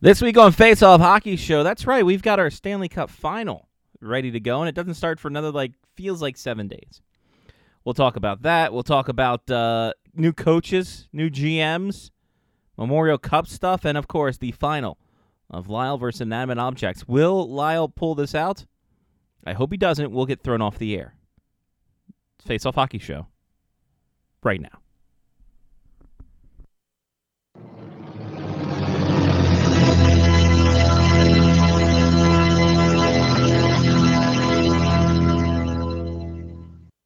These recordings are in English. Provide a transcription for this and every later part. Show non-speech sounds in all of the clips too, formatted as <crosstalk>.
This week on Face Off Hockey Show, that's right, we've got our Stanley Cup final ready to go, and it doesn't start for another, like, feels like seven days. We'll talk about that. We'll talk about uh, new coaches, new GMs, Memorial Cup stuff, and of course, the final of Lyle versus inanimate objects. Will Lyle pull this out? I hope he doesn't. We'll get thrown off the air. Face Off Hockey Show right now.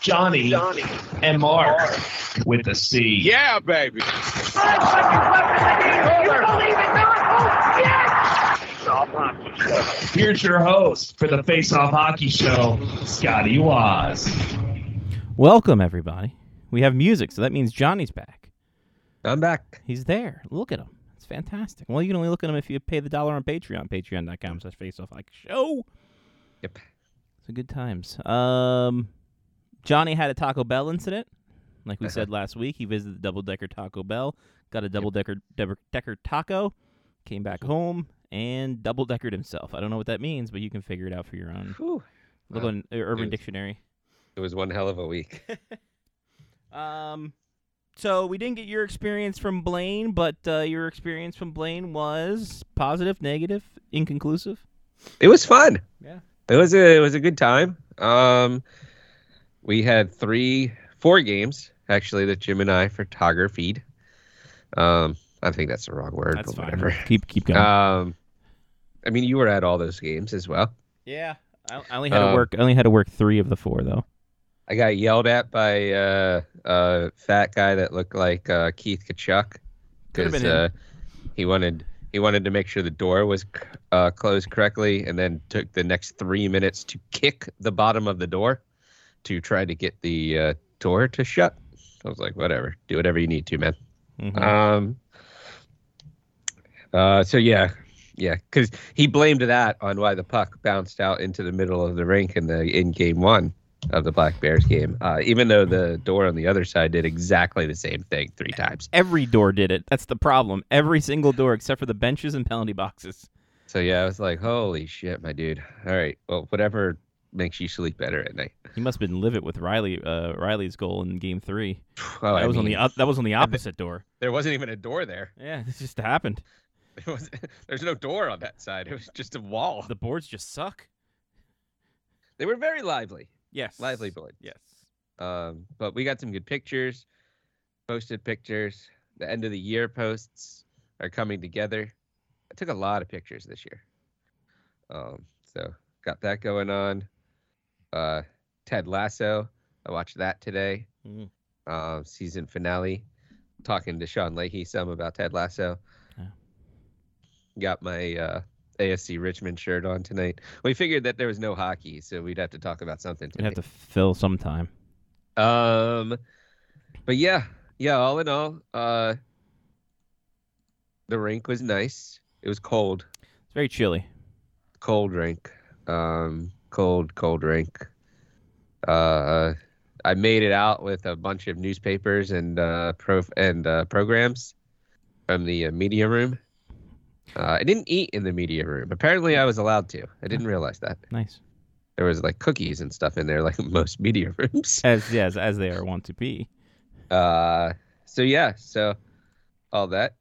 Johnny, and Mark. With a C. Yeah, baby. Here's your host for the Face Off Hockey Show, Scotty Waz. Welcome, everybody. We have music, so that means Johnny's back. I'm back. He's there. Look at him. It's fantastic. Well, you can only look at him if you pay the dollar on Patreon, patreon.com slash faceoff like show. Yep. So good times. Um, Johnny had a Taco Bell incident. Like Uh-huh. we said last week, he visited the double decker Taco Bell, got a double decker decker decker taco, came back home, and double deckered himself. I don't know what that means, but you can figure it out for your own. Whew. Look Wow. on uh, Urban It was- Dictionary. It was one hell of a week. Um, so we didn't get your experience from Blaine, but uh, your experience from Blaine was positive, negative, inconclusive. It was fun. Yeah. It was a it was a good time. Um, we had three, four games actually that Jim and I photographied. Um, I think that's the wrong word, That's but fine. whatever. Keep keep going. Um, I mean, you were at all those games as well. yeah, I, I only had to uh, work. I only had to work three of the four though. I got yelled at by a uh, uh, fat guy that looked like uh, Keith Kachuk Could've been because him. uh, he wanted he wanted to make sure the door was c- uh, closed correctly, and then took the next three minutes to kick the bottom of the door to try to get the uh, door to shut. I was like, whatever, do whatever you need to, man. Mhm. Um. Uh, so yeah, yeah, because he blamed that on why the puck bounced out into the middle of the rink in the in game one of the Black Bears game. Uh, even though the door on the other side did exactly the same thing three times. Every door did it. That's the problem. Every single door except for the benches and penalty boxes. So yeah, I was like, holy shit, my dude. All right, well, whatever makes you sleep better at night. <laughs> He must have been livid with Riley uh, Riley's goal in game three. Well, that Oh, I was on the mean, op- that was on the opposite door. there wasn't even a door there. <laughs> Yeah, this just happened. There was, there's no door on that side. It was just a wall. The boards just suck. They were very lively, Yes. lively boards. Yes. Um, but we got some good pictures, posted pictures. The end of the year posts are coming together. I took a lot of pictures this year. Um, so got that going on. Uh, Ted Lasso, I watched that today. Mm. Um, season finale. Talking to Sean Leahy some about Ted Lasso. Yeah. Got my uh, ASC Richmond shirt on tonight. We figured that there was no hockey, so we'd have to talk about something. We'd Tonight. have to fill sometime. Um, but yeah, yeah. All in all, uh, the rink was nice. It was cold, It's very chilly. cold rink, um, cold, cold rink. Uh, I made it out with a bunch of newspapers and uh, pro and uh, programs from the uh, media room. Uh, I didn't eat in the media room. Apparently, I was allowed to. I didn't realize that Nice. there was like cookies and stuff in there, like <laughs> most media rooms. As yes, as they are wont to be. Uh, so yeah, so all that.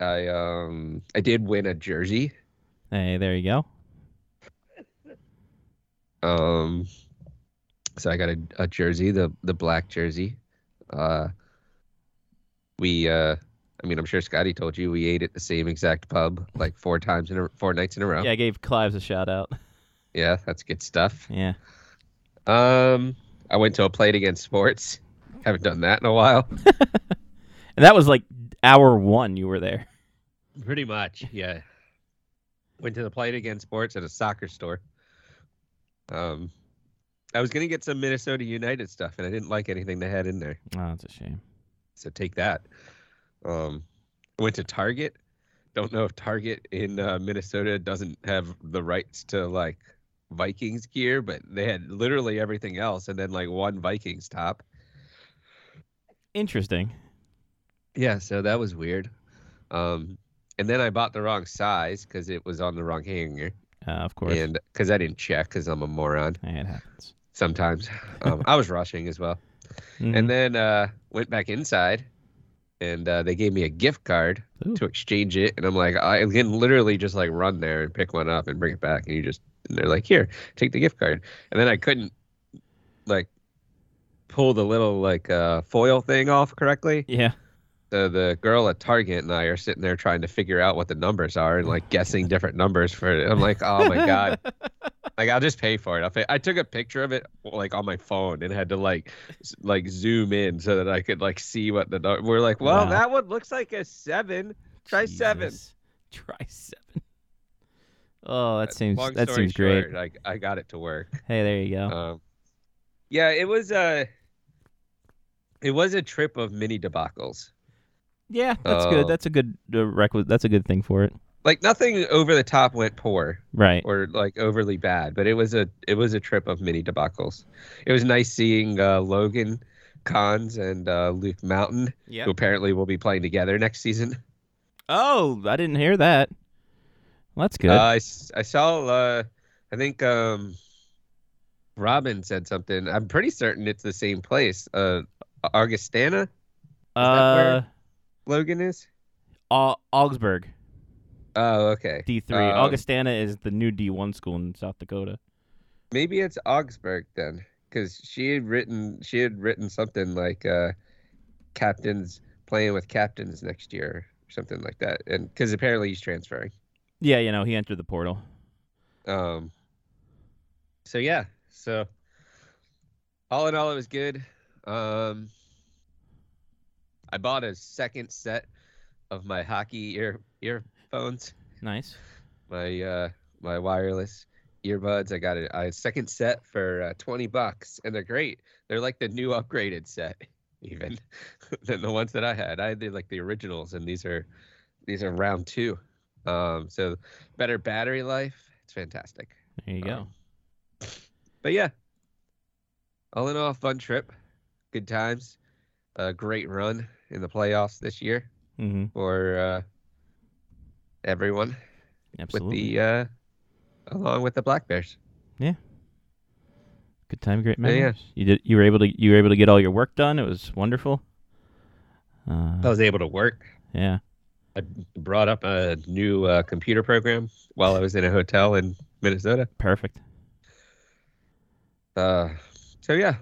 I um I did win a jersey. Hey, there you go. Um, so I got a, a jersey, the the black jersey. Uh, we uh, I mean, I'm sure Scotty told you we ate at the same exact pub like four times in a, four nights in a row. Yeah, I gave Clives a shout out. <laughs> yeah, that's good stuff. Yeah. Um, I went to a plate against sports. Haven't done that in a while. And that was like hour one you were there. Pretty much, yeah. Went to the Play It Again Sports at a soccer store. Um, I was gonna get some Minnesota United stuff, and I didn't like anything they had in there, Oh, that's a shame. so take that. Um, I went to Target. Don't know if Target in uh, Minnesota doesn't have the rights to like Vikings gear, but they had literally everything else, and then like one Vikings top. Interesting. Yeah, so that was weird. Um, and then I bought the wrong size because it was on the wrong hanger, Uh, of course. and because I didn't check because I'm a moron Eh, it happens. Mm. sometimes. Um, I <laughs> was rushing as Mm-hmm. well, and then uh, went back inside, and uh, they gave me a gift card Ooh. to exchange it, and I'm like, I can literally just like run there and pick one up and bring it back, and you just and they're like, here, take the gift card, and then I couldn't like pull the little like uh, foil thing off correctly. yeah. the the girl at Target and I are sitting there trying to figure out what the numbers are and like guessing different numbers for it. I'm like, oh my <laughs> god, like I'll just pay for it. I'll pay. I took a picture of it like on my phone and had to like s- like zoom in so that I could like see what the nu- we're like. Well, Wow. that one looks like a seven. Try seven. Jesus. Try seven. Oh, that seems Long that story seems great. Oh. short, I I got it to work. Hey, there you go. Um, yeah, it was uh it was a trip of mini debacles. yeah, that's good. uh, That's a good uh, requisite. That's a good thing for it. Like nothing over the top went poor. Right. or like overly bad, but it was a it was a trip of mini debacles. It was nice seeing uh, Logan Cons and uh, Luke Mountain, Yeah. who apparently will be playing together next season. Oh, I didn't hear that. Well, that's good. Uh, I, s- I saw uh, I think um, Robin said something. I'm pretty certain it's the same place. Uh, Augustana, Uh, where- Logan is. Au- Augsburg Oh, okay. D three. Uh, Augustana is the new D one school in South Dakota. Maybe it's Augsburg then, because she had written she had written something like uh, captains playing with captains next year, or something like that, and because apparently he's transferring. Yeah, you know he entered the portal. Um. So yeah, so all in all, it was good. Um, I bought a second set of my hockey ear earphones, Nice. my uh my wireless earbuds. I got a, a second set for uh, 20 bucks and they're great. They're like the new upgraded set <laughs> even than the ones that I had. I did like the originals and these are these are round 2. Um so better battery life. It's fantastic. There you go. Um, But yeah. All in all, fun trip. Good times. A great run in the playoffs this year mm-hmm. for uh everyone Absolutely. with the uh, along with the black bears. Good time, great Yeah, yeah. memories. You did. You were able to. You were able to get all your work done. It was wonderful. Uh, I was able to work. Yeah. I brought up a new uh, computer program while I was in a hotel in Minnesota. Perfect. Uh, so yeah,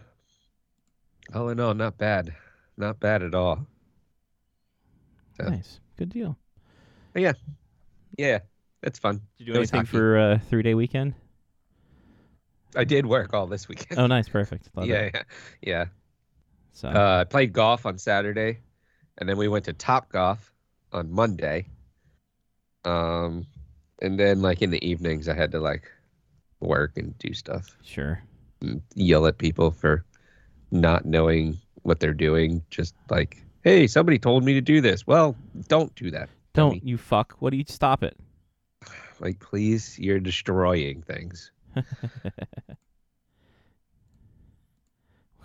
all in all, not bad, not bad at all. Yeah. Nice. Good deal. Yeah, it's fun. Did you It do was anything hockey. for uh, three day weekend? I did work all this weekend. Oh, nice. Perfect. Love <laughs> yeah, It. yeah, yeah. So Uh, I played golf on Saturday, and then we went to Top Golf on Monday. Um, and then like in the evenings, I had to like work and do stuff, sure. and yell at people for not knowing what they're doing. Just like, hey, somebody told me to do this. Well, don't do that. Don't dummy. you fuck. What do you stop it? Like, please, you're destroying things.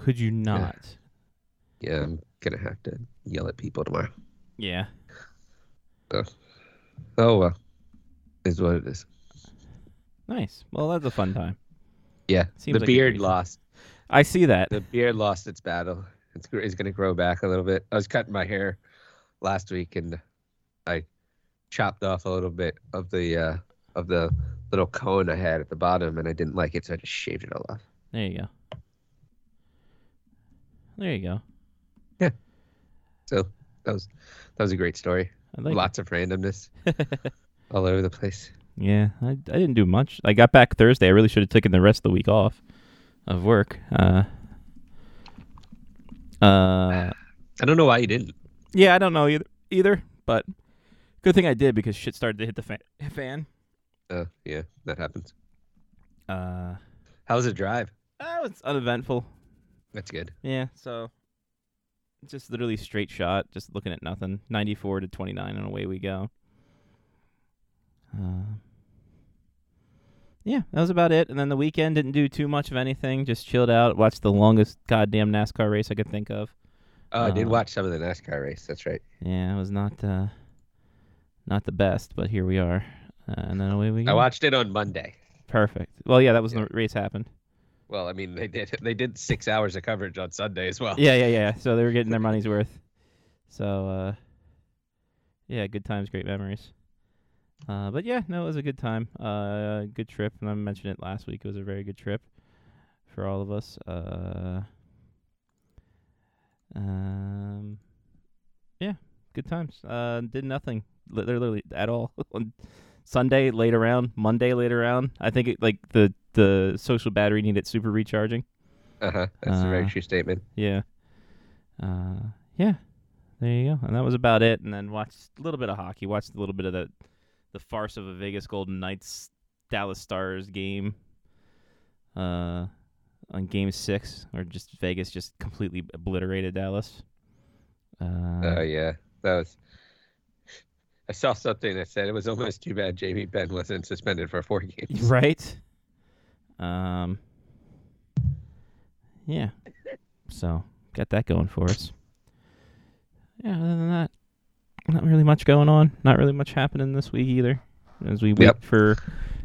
Could you not? Yeah, I'm gonna have to yell at people tomorrow. Yeah. Oh well, is what it is. Nice. Well, that's a fun time. Yeah, Seems the like a beard great- lost. I see that. the beard lost its battle. It's, gr- it's going to grow back a little bit. I was cutting my hair last week and I chopped off a little bit of the uh, of the little cone I had at the bottom, and I didn't like it, so I just shaved it all off. There you go. There you go. So that was that was a great story. I like. Lots of randomness all over the place. Yeah, I, I didn't do much. I got back Thursday. I really should have taken the rest of the week off of work. Uh, uh, I don't know why you didn't. yeah, I don't know either, either, but good thing I did because shit started to hit the fa- fan. Uh, yeah, that happens. Uh, How was the drive? that was uneventful. That's good. Yeah, so just literally straight shot, just looking at nothing. 94 to 29, and away we go. Uh, yeah, that was about it. And then the weekend didn't do too much of anything. Just chilled out, watched the longest goddamn NASCAR race I could think of. Oh, I did Uh, watch some of the NASCAR race. That's right. Yeah, it was not uh, not the best, but here we are. Uh, and then away we go. I watched it on Monday. Perfect. Well, yeah, that was Yeah. when the race happened. Well, I mean, they did they did six hours of coverage on Sunday as well. Yeah, yeah, yeah. So they were getting their money's worth. So uh yeah, good times, great memories. Uh but yeah, no, it was a good time. Uh good trip. And I mentioned it last week. It was a very good trip for all of us. Uh um yeah, good times. Uh did nothing li- literally at all <laughs> on Sunday late around, Monday late around. I think it like the the social battery needed super recharging. Uh-huh. That's a very Uh, true statement. Yeah. Uh, yeah. There you go. And that was about it. And then watched a little bit of hockey. Watched a little bit of the the farce of a Vegas Golden Knights Dallas Stars game. Uh, on Game Six, or just Vegas just completely obliterated Dallas. Uh, Oh yeah, that was. I saw something that said it was almost too bad Jamie Benn wasn't suspended for four <laughs> games. right. Um. Yeah. So got that going for us. Yeah. Other than that, not really much going on. Not really much happening this week either. As we wait Yep. for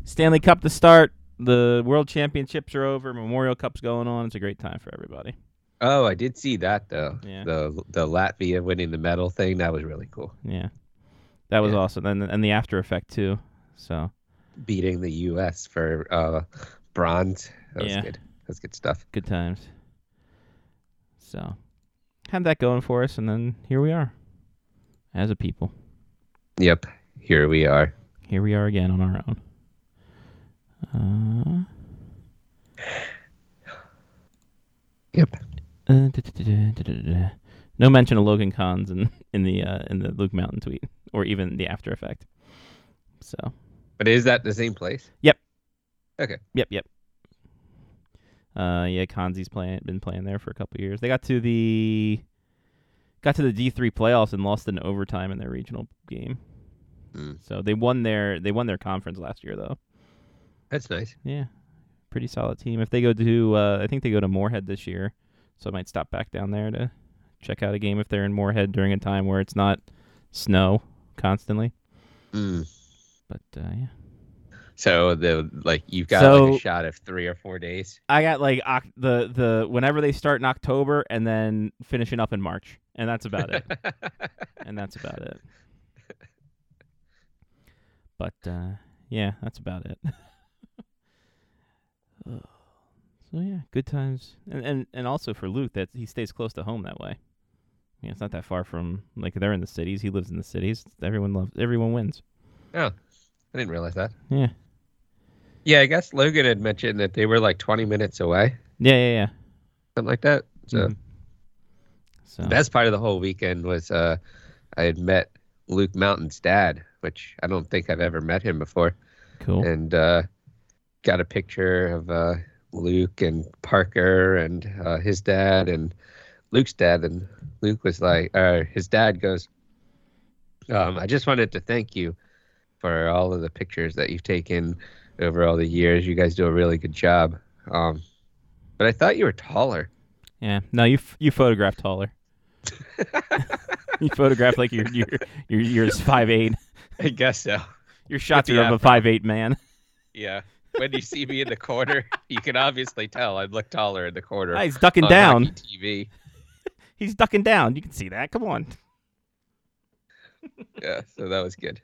Stanley Cup to start, the World Championships are over. Memorial Cup's going on. It's a great time for everybody. Oh, I did see that though. Yeah. The the Latvia winning the medal thing that was really cool. Yeah. That was Yeah. awesome, and and the after effect too. So Beating the U.S. for uh, bronze. That was Yeah. good. That's good stuff. good times. So had that going for us, and then here we are, as a people. Yep. Here we are. here we are again on our own. Yep. Uh, uh, duh, duh, duh, duh, duh, duh, duh. No mention of Logan Cons in <laughs> in the uh, in the Luke Mountain tweet or even the After Effect. So But is that the same place? yep yep. Uh, yeah, Kanzi's playing been playing there for a couple years. They got to the got to the D three playoffs and lost in overtime in their regional game. Hmm. So they won their they won their conference last year though. That's nice. Yeah, pretty solid team. If they go to, uh, I think they go to Moorhead this year, so I might stop back down there to check out a game if they're in Moorhead during a time where it's not snow constantly. Mm. But uh, yeah, So the like you've got like, So- a shot of three or four days. I got like oc- the the whenever they start in October and then finishing up in March, and that's about <laughs> it. and that's about it. But uh, yeah, that's about it. <laughs> so yeah, good times, and, and and also for Luke that he stays close to home that way. You know, it's not that far from like they're in the cities. He lives in the cities. Everyone loves. Everyone wins. Oh, I didn't realize that. Yeah, Yeah, I guess Logan had mentioned that they were like 20 minutes away, yeah, yeah, yeah. something like that. So Mhm. So the best part of the whole weekend was uh, I had met Luke Mountain's dad, which I don't think I've ever met him before, cool. and uh, got a picture of uh, Luke and Parker and uh, his dad and Luke's dad. And Luke was like, or his dad goes, um, I just wanted to thank you for all of the pictures that you've taken over all the years. You guys do a really good job. Um, but I thought you were taller. Yeah. No, you f- you photographed taller. you photographed like you're you're you're you're five eight. <laughs> I guess so. Your shots the are of a afro. five eight man. Yeah. When you see me in the corner, you can obviously tell I look taller in the corner. Ah, he's ducking on down. hockey TV. He's ducking down. You can see that. Come on. Yeah, so that was good.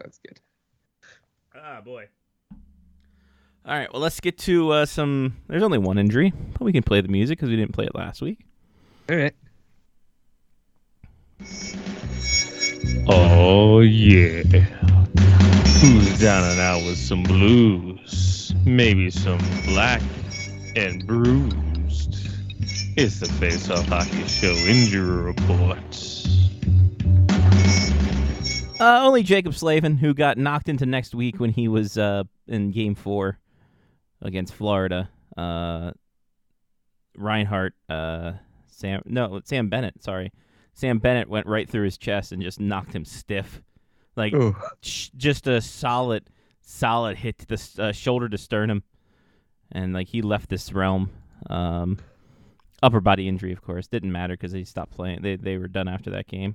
That's good. Ah, boy. All right. Well, let's get to uh, some. There's only one injury, but we can play the music because we didn't play it last week. All right. Oh yeah. Who's down and out with some blues? Maybe some black and bruised. It's the Face Off Hockey Show Injury Report. Uh, only Jacob Slavin, who got knocked into next week when he was uh, in Game Four against Florida. Uh, Reinhardt, uh, Sam, no, Sam Bennett. Sorry, Sam Bennett went right through his chest and just knocked him stiff, like sh- just a solid, solid hit to the s- uh, shoulder to sternum, and like he left this realm. Um, upper body injury, of course, didn't matter because they stopped playing. They they were done after that game.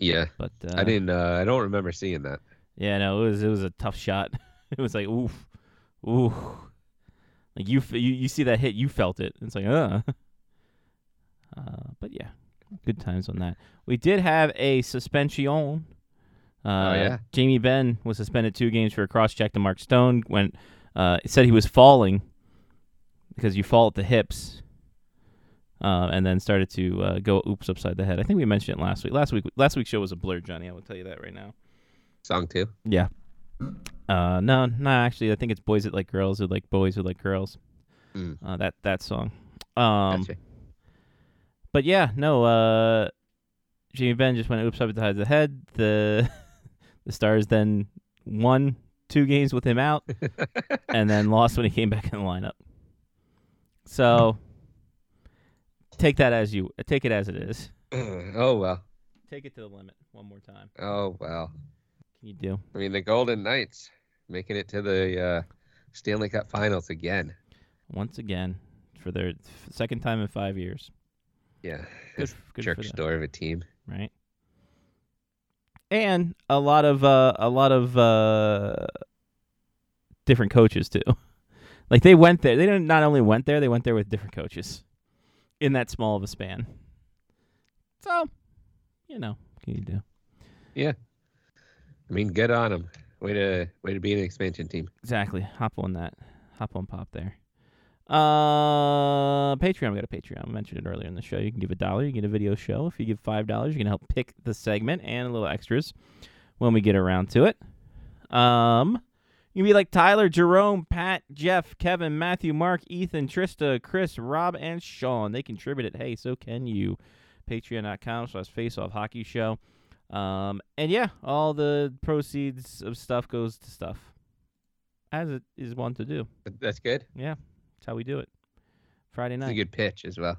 Yeah, But uh, I didn't. Uh, I don't remember seeing that. Yeah, no, it was it was a tough shot. <laughs> It was like oof, oof. Like you f- you you see that hit, you felt it. It's like uh. <laughs> Uh, but yeah, good times on that. We did have a suspension. Uh, yeah? Jamie Ben was suspended two games for a cross check to Mark Stone. When uh, it said he was falling because you fall at the hips, uh, and then started to uh, go oops upside the head. I think we mentioned it last week. Last week, last week's show was a blur, Johnny. I will tell you that right now. Song two. Yeah. Uh, no, no, actually, I think it's "Boys That Like Girls" or like "Boys That Like Girls." Mm. Uh, that that song. Um, Gotcha. <clears throat> but yeah, no. Uh, Jamie Ben just went oops upside the head. The <laughs> the Stars then won two games with him <laughs> out, and then lost when he came back in the lineup. So take that as you take it as it is. oh well. Take it to the limit one more time. Oh well. Can you do? I mean, the Golden Knights making it to the uh, Stanley Cup Finals again. once again for their f- second time in five years. Yeah, Good, good for church them, door of a team. right? And a lot of uh, a lot of uh, different coaches too. <laughs> Like they went there. They didn't not only went there, they went there with different coaches in that small of a span. So, you know, what can you do? I mean, good on them. Way to way to be an expansion team. Exactly. Hop on that. Hop on pop there. Uh, Patreon. We got a Patreon. I mentioned it earlier in the show. You can give a dollar. You can get a video show. If you give five dollars, you can help pick the segment and a little extras when we get around to it. Um, you can be like Tyler, Jerome, Pat, Jeff, Kevin, Matthew, Mark, Ethan, Trista, Chris, Rob, and Sean. They contributed. Hey, so can you? Patreon.com slash Face Off Hockey Show. Um, and yeah, all the proceeds of stuff goes to stuff as it is one to do. But That's good. That's how we do it. Friday It's a night. good pitch as well.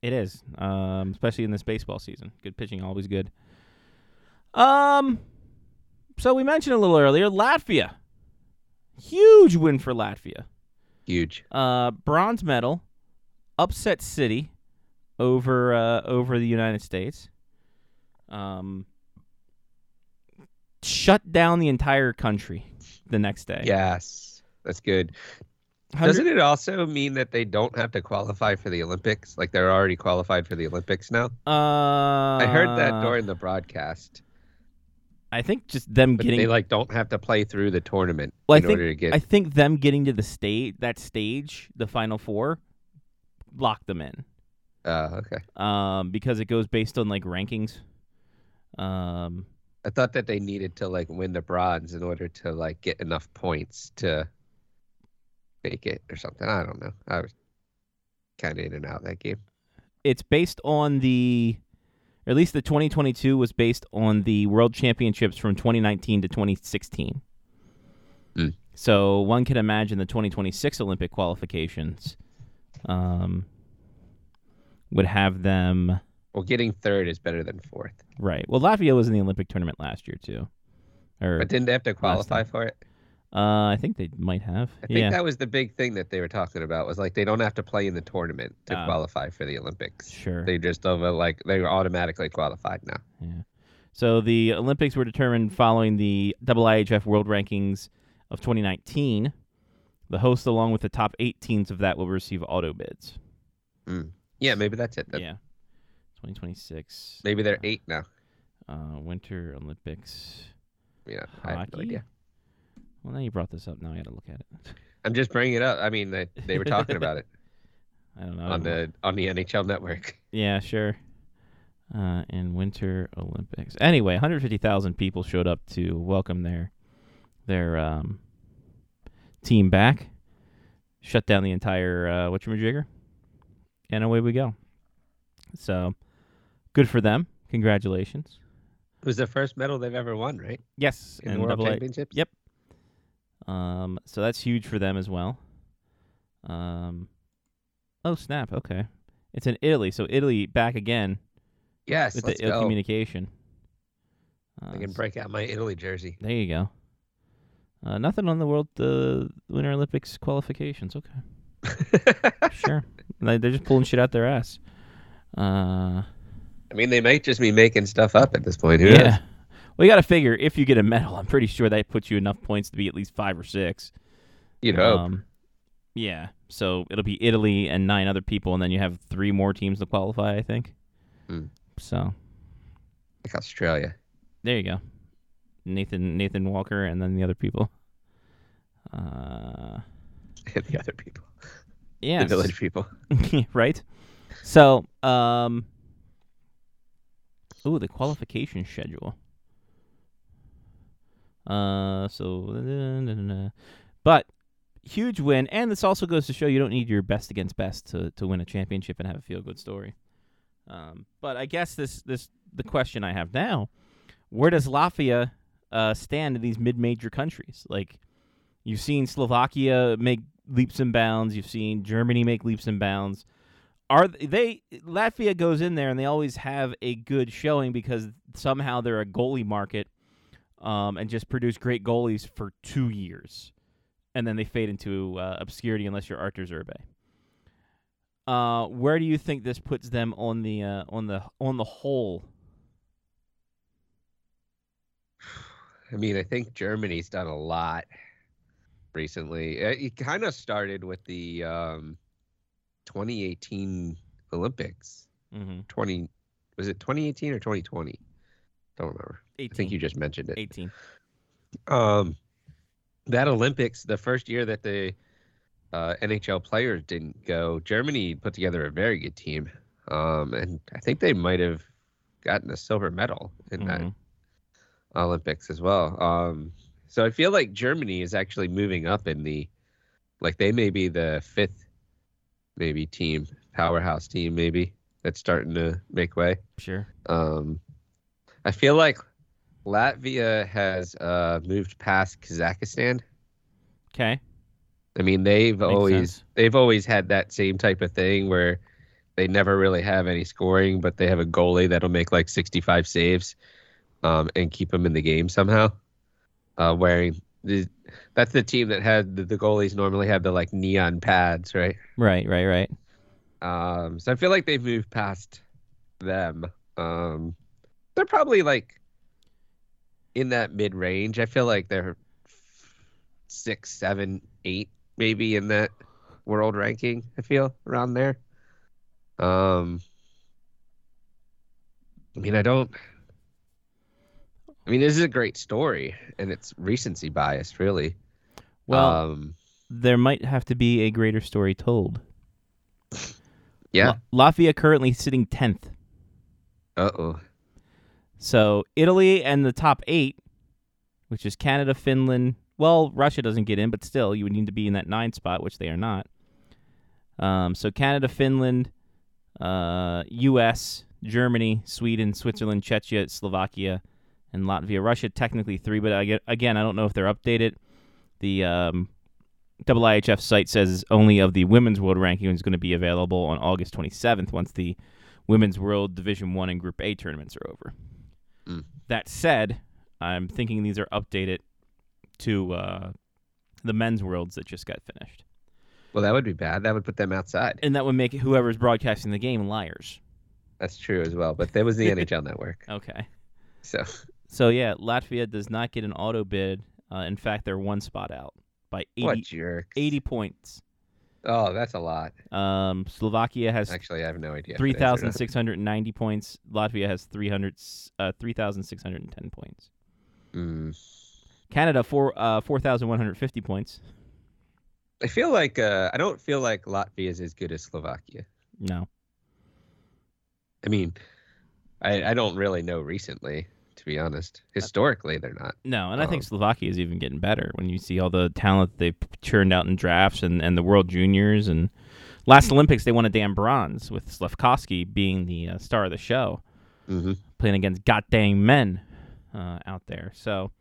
It is, um, especially in this baseball season. Good pitching, always good. Um, so we mentioned a little earlier Latvia. Huge win for Latvia. Huge. Uh, bronze medal, upset City over uh, over the United States. Um, shut down the entire country the next day. Yes, that's good. 100 Doesn't it also mean that they don't have to qualify for the Olympics? Like they're already qualified for the Olympics now. Uh, I heard that during the broadcast, I think just them but getting. they like don't have to play through the tournament Well, I in think- order to get. I think them getting to the state that stage, the final four, locked them in. Uh, okay. Um, because it goes based on like rankings. Um, I thought that they needed to like win the bronze in order to like get enough points to make it or something. I don't know. I was kind of in and out that game. it's based on the, or at least the 2022 was based on the World Championships from 2019 to 2016. Hmm. So one can imagine the 2026 Olympic qualifications um, would have them. Well, getting third is better than fourth. Right. Well, Latvia was in the Olympic tournament last year too. Or But didn't they have to qualify time. for it? uh, I think they might have. I think yeah. that was the big thing that they were talking about was like they don't have to play in the tournament to Ah. qualify for the Olympics. sure. They just over like they were automatically qualified now. So the Olympics were determined following the IIHF World Rankings of 2019. The host, along with the top eight teams of that, will receive auto bids. Yeah, maybe that's it. Then. yeah. 2026. Maybe they're eight now. Uh, Winter Olympics Yeah, I have no hockey. idea. well, now you brought this up. Now I got to look at it. I'm just bringing it up. I mean, they, they were talking about <laughs> it I don't know. on the on the NHL network. Yeah, sure. Uh, and Winter Olympics. Anyway, 150,000 people showed up to welcome their their um, team back. Shut down the entire uh, whatchamajigger, and away we go. So, good for them. Congratulations. It was the first medal they've ever won, right? Yes, In and the World double A. Championships. Yep. Um, so that's huge for them as well. Um, oh snap! Okay, it's in Italy, so Italy back again Yes. with let's the ill go. communication. Uh, I can s- break out my Italy jersey. There you go. Uh, nothing on the world uh, Winter Olympics qualifications. Okay. <laughs> I sure. Like, they're just pulling shit out their ass. Uh, mean, they might just be making stuff up at this point. Who yeah. knows? Well, you got to figure if you get a medal, I'm pretty sure that puts you enough points to be at least five or six. You know, Um, yeah. So it'll be Italy and nine other people, and then you have three more teams to qualify, I think. Hmm. So like Australia. there you go. Nathan Nathan Walker, and then the other people. Uh, the other people, yeah. the village people. <laughs> right? So, um, ooh, the qualification schedule. Uh, so, but huge win, and this also goes to show you don't need your best against best to to win a championship and have a feel good story. Um, but I guess this this the question I have now: Where does Latvia uh, stand in these mid major countries? Like, you've seen Slovakia make leaps and bounds. You've seen Germany make leaps and bounds. Are th- they Latvia goes in there and they always have a good showing because somehow they're a goalie market um, and just produce great goalies for two years, and then they fade into uh, obscurity unless you're Artur Zerbe. Uh, where do you think this puts them on the uh, on the on the whole? I mean, I think Germany's done a lot recently. Uh, It, it kind of started with the um, 2018 Olympics. Mm-hmm. 20 was it 2018 or 2020? Don't remember. I think you just mentioned it. 18. Um, that Olympics, the first year that the uh, NHL players didn't go, Germany put together a very good team, um, and I think they might have gotten a silver medal in that Mhm. Olympics as well. Um, so I feel like Germany is actually moving up in the, like they may be the fifth, maybe team powerhouse team maybe that's starting to make way. Sure. Um, I feel like Latvia has uh, moved past Kazakhstan. Okay. I mean, they've always sense. they've always had that same type of thing where they never really have any scoring, but they have a goalie that'll make like 65 saves um, and keep them in the game somehow. Uh, wearing the, that's the team that had the, the goalies normally have the like neon pads, right? Right. Right. Right. Um, so I feel like they've moved past them. Um, they're probably like in that mid range. I feel like they're six, seven, eight, maybe in that world ranking. I feel around there. Um, I mean, I don't. I mean, this is a great story, and it's recency bias, really. Well, um, there might have to be a greater story told. yeah. La- Latvia currently sitting 10th. Uh oh. So Italy and the top eight, which is Canada, Finland. Well, Russia doesn't get in, but still, you would need to be in that nine spot, which they are not. Um, so Canada, Finland, uh, U.S., Germany, Sweden, Switzerland, Chechia, Slovakia, and Latvia. Russia technically three, but I get, again, I don't know if they're updated. The um, IIHF site says only of the women's world ranking is going to be available on August 27th once the women's world Division One and Group A tournaments are over. Mm. That said, I'm thinking these are updated to uh, the men's worlds that just got finished, Well, that would be bad. That would put them outside. and that would make whoever's broadcasting the game liars. That's true as well. But there was the NHL Network, Okay. so So yeah, Latvia does not get an auto bid. Uh, in fact, they're one spot out by 80, what jerk? 80 points. Oh, that's a lot. Um, Slovakia has Actually, I have no idea. if it is or not. 3,690 points. Latvia has 300, uh, 3,610 points. Mm. Canada, four, uh, 4,150 points. I feel like uh, I don't feel like Latvia is as good as Slovakia. No. I mean, I, I don't really know recently, to be honest. Historically, they're not. No, and I think Um, Slovakia is even getting better when you see all the talent that they've churned out in drafts and, and the World Juniors and last Olympics they won a damn bronze with Slavkovsky being the uh, star of the show Mm-hmm. playing against goddamn men. uh, out there. So,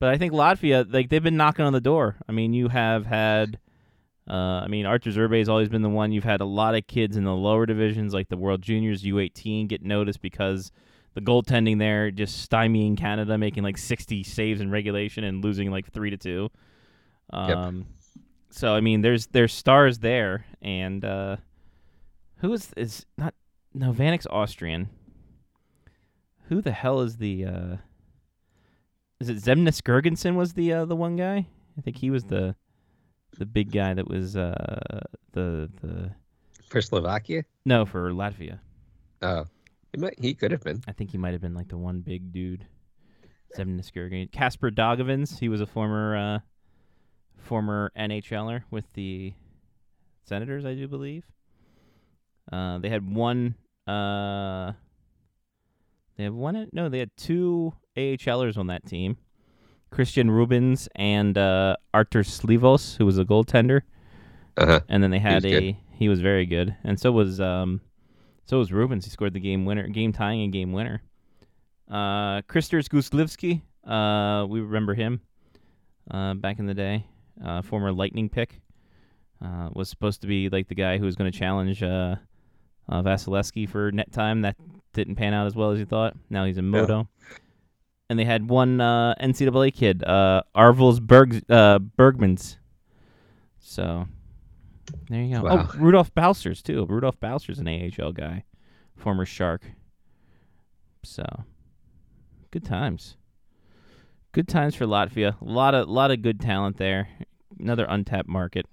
but I think Latvia, like they've been knocking on the door. I mean, you have had, uh, I mean, Archer Zerbe has always been the one. You've had a lot of kids in the lower divisions, like the World Juniors U18, get noticed because the goaltending there just stymieing Canada, making like 60 saves in regulation and losing like three to two. Yep. Um, So I mean, there's there's stars there, and uh, who is is not no Vanek's Austrian. Who the hell is the? Uh, is it Zemnis Gergensen was the uh, the one guy? I think he was the the big guy that was uh, the the For Slovakia? no for Latvia. Oh. He might he could have been. I think he might have been like the one big dude. Zemnis Gergen. Casper Dogovins. He was a former uh, former NHLer er with the Senators, I do believe. Uh, they had one. Uh, they had one. No, they had two AHLers on that team. Christian Rubens and uh, Artur Slivos, who was a goaltender Uh-huh. and then they had was a good. he was very good, and so was um, so was Rubens. He scored the game winner, game tying, and game winner. Uh, Kristers Guslivski, uh, we remember him, uh, back in the day, uh, former Lightning pick, uh, was supposed to be like the guy who was going to challenge uh, uh, Vasilevsky for net time. That didn't pan out as well as you thought. Now he's in No. Moto. And they had one uh, NCAA kid, uh, Arvils Berg, uh, Bergmans. So there you go. Wow. Oh, Rudolph Bowser's too. Rudolph Bowser's an AHL guy, former Shark. So good times. Good times for Latvia. A lot of lot of good talent there. Another untapped market.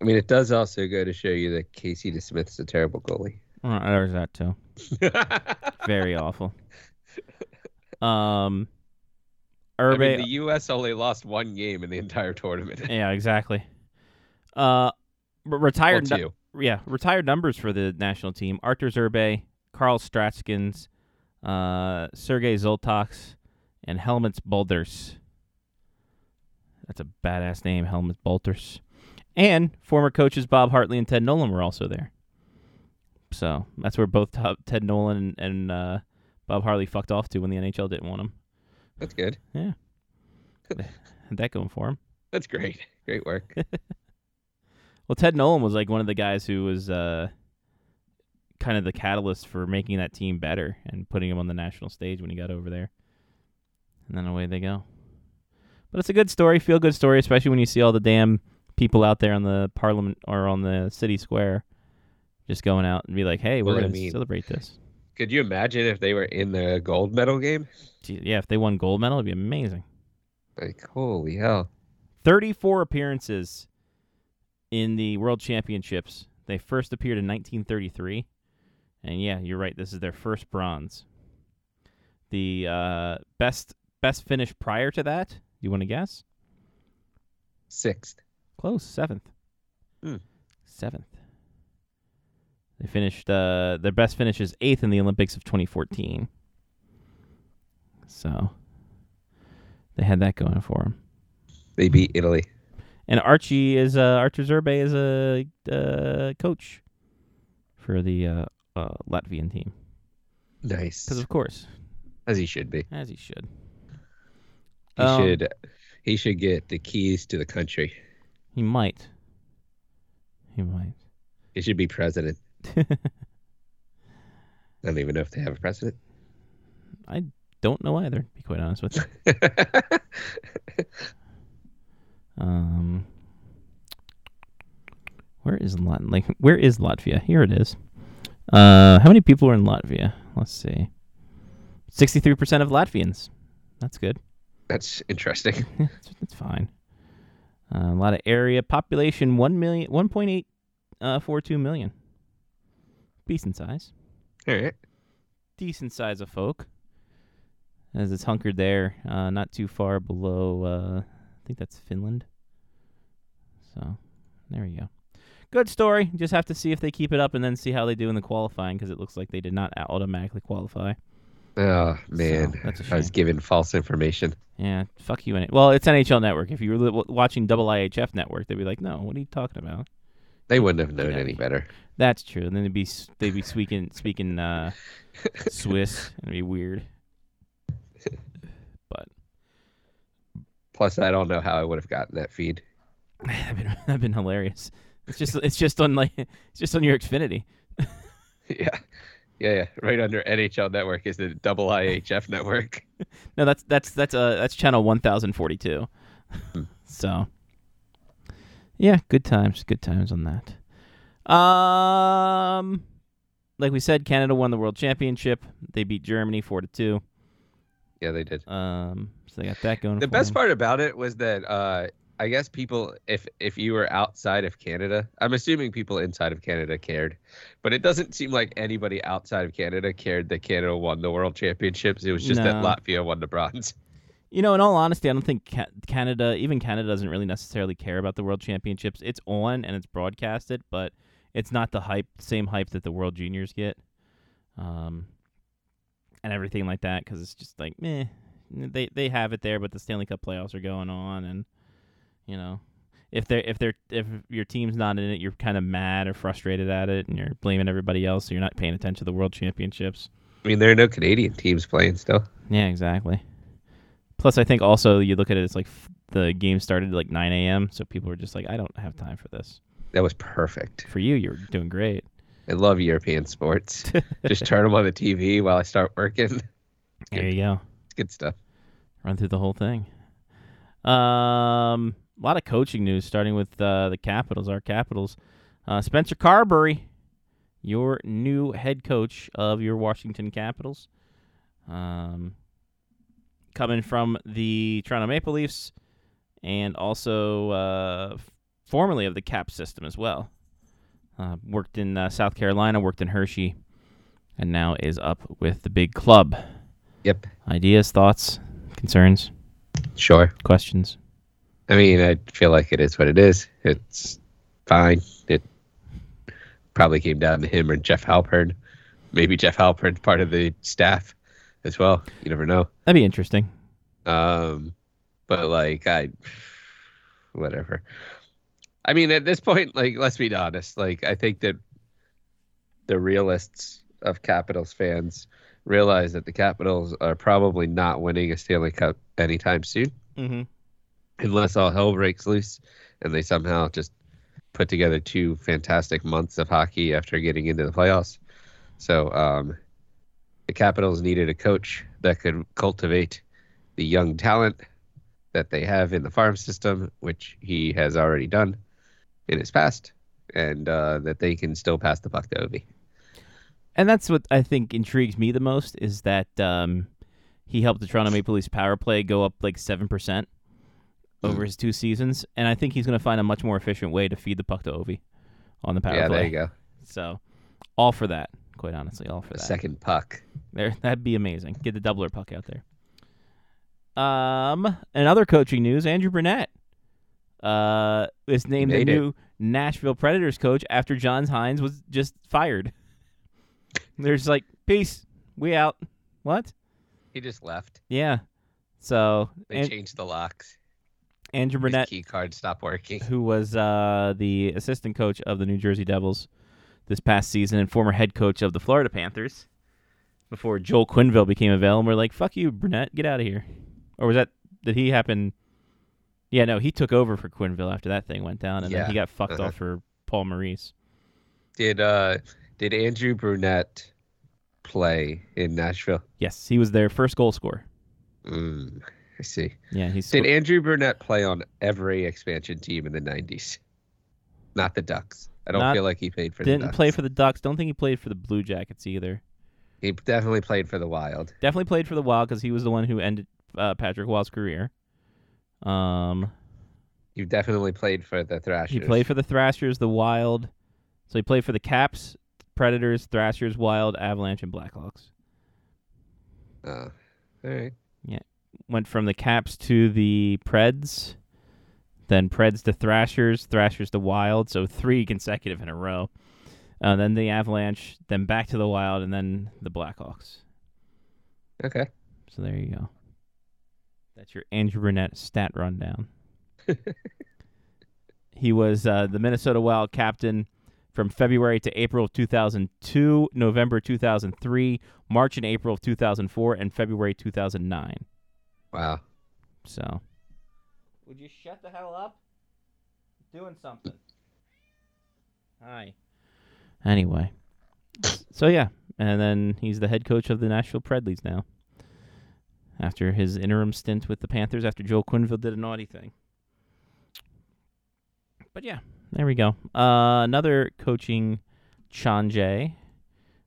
I mean it does also go to show you that Casey DeSmith's a terrible goalie. <laughs> Uh, there's that too. Very awful. Um, I Urbe. mean, the US only lost one game in the entire tournament. yeah, exactly. Uh, re- Well, retired. nu- two. yeah, retired numbers for the national team: Artur Zerbe, Carl Stratskins, uh, Sergei Zoltox, and Helmut Balders. That's a badass name, Helmut Balders. And former coaches Bob Hartley and Ted Nolan were also there. So that's where both top, Ted Nolan and, and uh, Bob Hartley fucked off to when the NHL didn't want him. That's good. Had that going for him. <laughs> That's great. Great work. Well, Ted Nolan was like one of the guys who was uh, kind of the catalyst for making that team better and putting him on the national stage when he got over there. And then away they go. But it's a good story, feel good story, especially when you see all the damn people out there on the parliament or on the city square just going out and be like, hey, we're Well, I going to mean- celebrate this. <laughs> Could you imagine if they were in the gold medal game? Gee, yeah, if they won gold medal, it'd be amazing. Like, holy hell. 34 appearances in the World Championships. They first appeared in 1933. And yeah, you're right. This is their first bronze. The uh, best best finish prior to that, you want to guess? Sixth. Close, seventh. Hmm. Seventh. They finished, uh, their best finish is eighth in the Olympics of 2014. So they had that going for them. They beat Italy. And Archie is uh, Archer Zerbe is a uh, coach for the uh, uh, Latvian team Nice. because of course, As he should be. as he should. He Um, should he should get the keys to the country. He might. He might. <laughs> He should be president. I don't even know if they have a president. <laughs> Don't know either. To be quite honest <laughs> with you. Um, where is Lat- like where is Latvia? Here it is. Uh, how many people are in Latvia? Let's see. Sixty-three percent of Latvians. That's good. That's interesting. That's, that's fine. Uh, a lot of area population 1 million 1.8 uh, 42 million. Decent size. All right. Decent size of folk. As it's hunkered there, uh, not too far below uh, I think that's Finland. So, there we go. Good story. Just have to see if they keep it up and then see how they do in the qualifying because it looks like they did not automatically qualify. Oh man, that's a I was shame. given false information. Yeah, fuck you. N- Well, it's NHL Network. If you were li- w- watching Double IHF Network, they'd be like, "No, what are you talking about?" They wouldn't have known Yeah. any better. That's true. And then they'd be s- <laughs> they'd be speaking speaking uh, Swiss. It'd be weird. Plus, I don't know how I would have gotten that feed. <laughs> <laughs> That'd been, that'd been hilarious. It's just it's just on like <laughs> it's just on your Xfinity. yeah, yeah, yeah. Right under NHL Network is the double IHF network. <laughs> No, that's that's that's uh that's channel one thousand forty two. Hmm. <laughs> so yeah, good times, good times on that. Um like we said, Canada won the world championship. They beat Germany four to two. Yeah, they did. Um so they got that going. The for best them. part about it was that uh, I guess people, if if you were outside of Canada, I'm assuming people inside of Canada cared, but it doesn't seem like anybody outside of Canada cared that Canada won the World Championships. It was just that No. Latvia won the bronze. You know, in all honesty, I don't think Ca- Canada, even Canada, doesn't really necessarily care about the World Championships. It's on and it's broadcasted, but it's not the hype, same hype that the World Juniors get, um, and everything like that. Because it's just like, meh, they they have it there, but the Stanley Cup playoffs are going on, and you know, if they are if they're if your team's not in it, you're kind of mad or frustrated at it, and you're blaming everybody else, so you're not paying attention to the World Championships. I mean, there are no Canadian teams playing still. Yeah, exactly. Plus, I think also you look at it, it's like f- the game started at like 9 a.m., so people were just like, I don't have time for this. That was perfect. For you, you're doing great. I love European sports. just turn them on the TV while I start working. It's There you go. good stuff. Run through the whole thing. Um, a lot of coaching news, starting with uh, the Capitals, our Capitals. Uh, Spencer Carberry, your new head coach of your Washington Capitals, um, coming from the Toronto Maple Leafs, and also uh, f- formerly of the Cap system as well. Uh, worked in uh, South Carolina, worked in Hershey, and now is up with the big club. Yep. Ideas, thoughts, concerns, Sure. questions. I mean, I feel like it is what it is. It's fine. It probably came down to him or Jeff Halpern. Maybe Jeff Halpern's part of the staff as well. You never know. That'd be interesting. Um, but like, I, whatever. I mean, at this point, like, let's be honest. Like, I think that the realists of Capitals fans realize that the Capitals are probably not winning a Stanley Cup anytime soon Mm-hmm. unless all hell breaks loose and they somehow just put together two fantastic months of hockey after getting into the playoffs. So um, the Capitals needed a coach that could cultivate the young talent that they have in the farm system, which he has already done in his past, and uh, that they can still pass the puck to Ovi. And that's what I think intrigues me the most is that um, he helped the Toronto Maple Leafs power play go up like seven percent Mm. over his two seasons, and I think he's going to find a much more efficient way to feed the puck to Ovi on the power yeah, play. there you go. So, all for that. Quite honestly, all for The that. second puck. There, <laughs> that'd be amazing. Get the doubler puck out there. Um, and other coaching news: Andrew Burnett, uh, is named the Made it. new Nashville Predators coach after Johns Hines was just fired. <laughs> There's like, peace, we out. What? He just left. Yeah. So They An- changed the locks. Andrew His Burnett, key card stopped working. who was uh, the assistant coach of the New Jersey Devils this past season and former head coach of the Florida Panthers, before Joel Quinville became available, and we're like, "Fuck you, Burnett, get out of here." Or was that did he happen? Yeah, no, he took over for Quinville after that thing went down, and Yeah, then he got fucked uh-huh. off for Paul Maurice. Did uh did Andrew Brunette play in Nashville? Yes, he was their first goal scorer. Mm, I see. Yeah, he's Did Andrew Brunette play on every expansion team in the nineties? Not the Ducks. I don't Not- feel like he played for the didn't Ducks. play for the Ducks. Don't think he played for the Blue Jackets either. He definitely played for the Wild. Definitely played for the Wild because he was the one who ended uh, Patrick Wild's career. Um, He definitely played for the Thrashers. He played for the Thrashers, the Wild. So he played for the Caps, Predators, Thrashers, Wild, Avalanche, and Blackhawks. Oh, all right. Went from the Caps to the Preds, then Preds to Thrashers, Thrashers to Wild. So three consecutive in a row. Uh, then the Avalanche, then back to the Wild, and then the Blackhawks. Okay. So there you go. That's your Andrew Burnett stat rundown. he was uh, the Minnesota Wild captain from February to April of 2002, November 2003, March and April of 2004, and February 2009. Wow. So Would you shut the hell up? Doing something. Hi. Anyway. So yeah, and then he's the head coach of the Nashville Predleys now. After his interim stint with the Panthers, after Joel Quinville did a naughty thing. But yeah, there we go. Uh, another coaching, Chanje,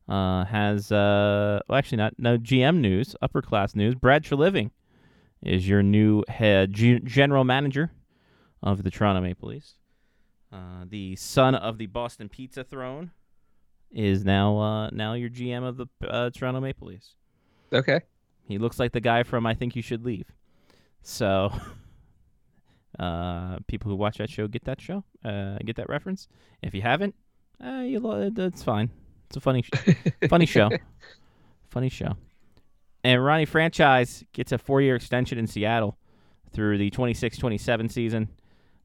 uh, has uh, well, actually not no GM news, upper class news. Brad Treliving is your new head g- general manager of the Toronto Maple Leafs. Uh, the son of the Boston Pizza Throne is now uh, now your GM of the uh, Toronto Maple Leafs. Okay. He looks like the guy from I Think You Should Leave. So, <laughs> uh, people who watch that show get that show, uh, get that reference. If you haven't, uh, you lo- that's fine. It's a funny, sh- funny show, funny show. And Ronnie Franchise gets a four-year extension in Seattle through the 26-27 season.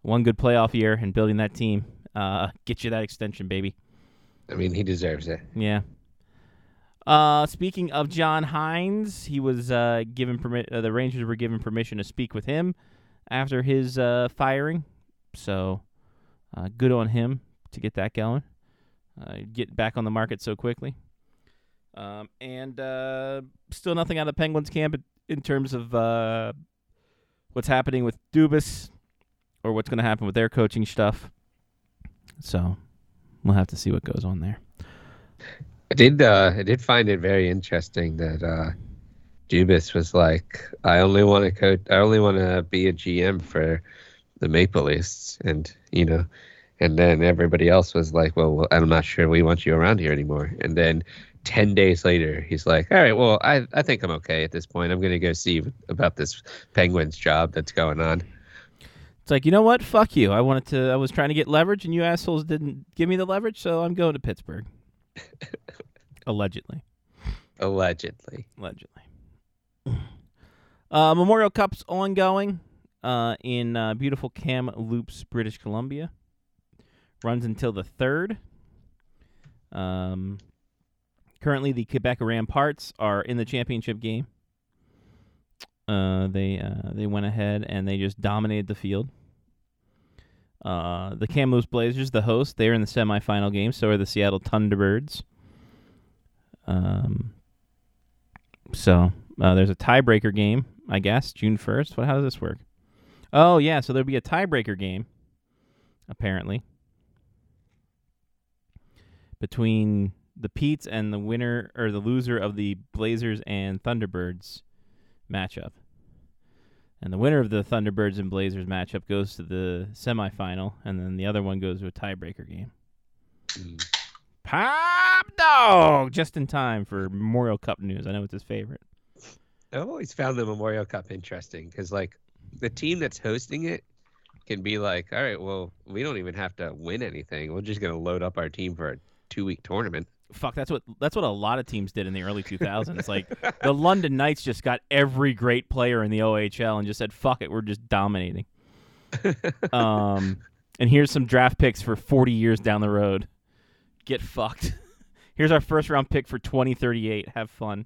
One good playoff year and building that team uh, get you that extension, baby. I mean, he deserves it. Yeah. Uh, speaking of John Hines, he was uh, given permi- uh, the Rangers were given permission to speak with him after his uh, firing. So uh, good on him to get that going, uh, get back on the market so quickly. Um, and uh, still nothing out of the Penguins camp in- in terms of uh, what's happening with Dubas or what's going to happen with their coaching stuff. So we'll have to see what goes on there. I did. Uh, I did find it very interesting that uh, Dubas was like, "I only want to coach. I only want to be a GM for the Maple Leafs," and you know, and then everybody else was like, "Well, well I'm not sure we want you around here anymore." And then ten days later, he's like, "All right, well, I I think I'm okay at this point. I'm gonna go see about this Penguins job that's going on." It's like, you know what? Fuck you. I wanted to I was trying to get leverage and you assholes didn't give me the leverage, so I'm going to Pittsburgh. Allegedly. Allegedly, Allegedly. Uh, Memorial Cup's ongoing uh, in uh, beautiful Kamloops, British Columbia. Runs until the 3rd. Um, currently, the Quebec Ramparts are in the championship game. Uh, they uh, they went ahead and they just dominated the field. Uh, the Kamloops Blazers, the host, they're in the semifinal game. So are the Seattle Thunderbirds. Um, so uh, there's a tiebreaker game, I guess, June first. What? How does this work? Oh yeah, so there'll be a tiebreaker game, apparently, between the Peets and the winner or the loser of the Blazers and Thunderbirds matchup. And the winner of the Thunderbirds and Blazers matchup goes to the semifinal, and then the other one goes to a tiebreaker game. Pop dog! Just in time for Memorial Cup news. I know it's his favorite. I've always found the Memorial Cup interesting because, like, the team that's hosting it can be like, all right, well, we don't even have to win anything. We're just going to load up our team for a two week tournament. fuck that's what that's what a lot of teams did in the early 2000s like the london knights just got every great player in the ohl and just said fuck it we're just dominating um, and here's some draft picks for 40 years down the road get fucked <laughs> here's our first round pick for 2038 have fun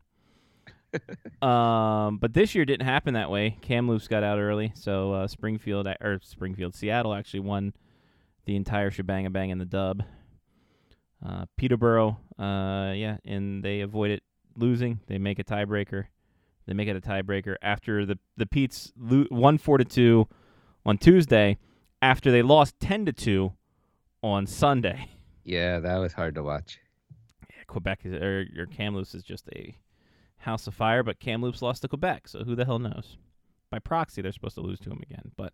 um, but this year didn't happen that way kamloops got out early so uh, springfield or springfield seattle actually won the entire shebang a bang in the dub uh, Peterborough, uh, yeah, and they avoid it losing. They make a tiebreaker. They make it a tiebreaker after the the Pete's lo- won four to two on Tuesday, after they lost ten to two on Sunday. <laughs> Yeah, that was hard to watch. Yeah, Quebec is, or, or Kamloops is just a house of fire, but Kamloops lost to Quebec, so who the hell knows? By proxy, they're supposed to lose to them again, but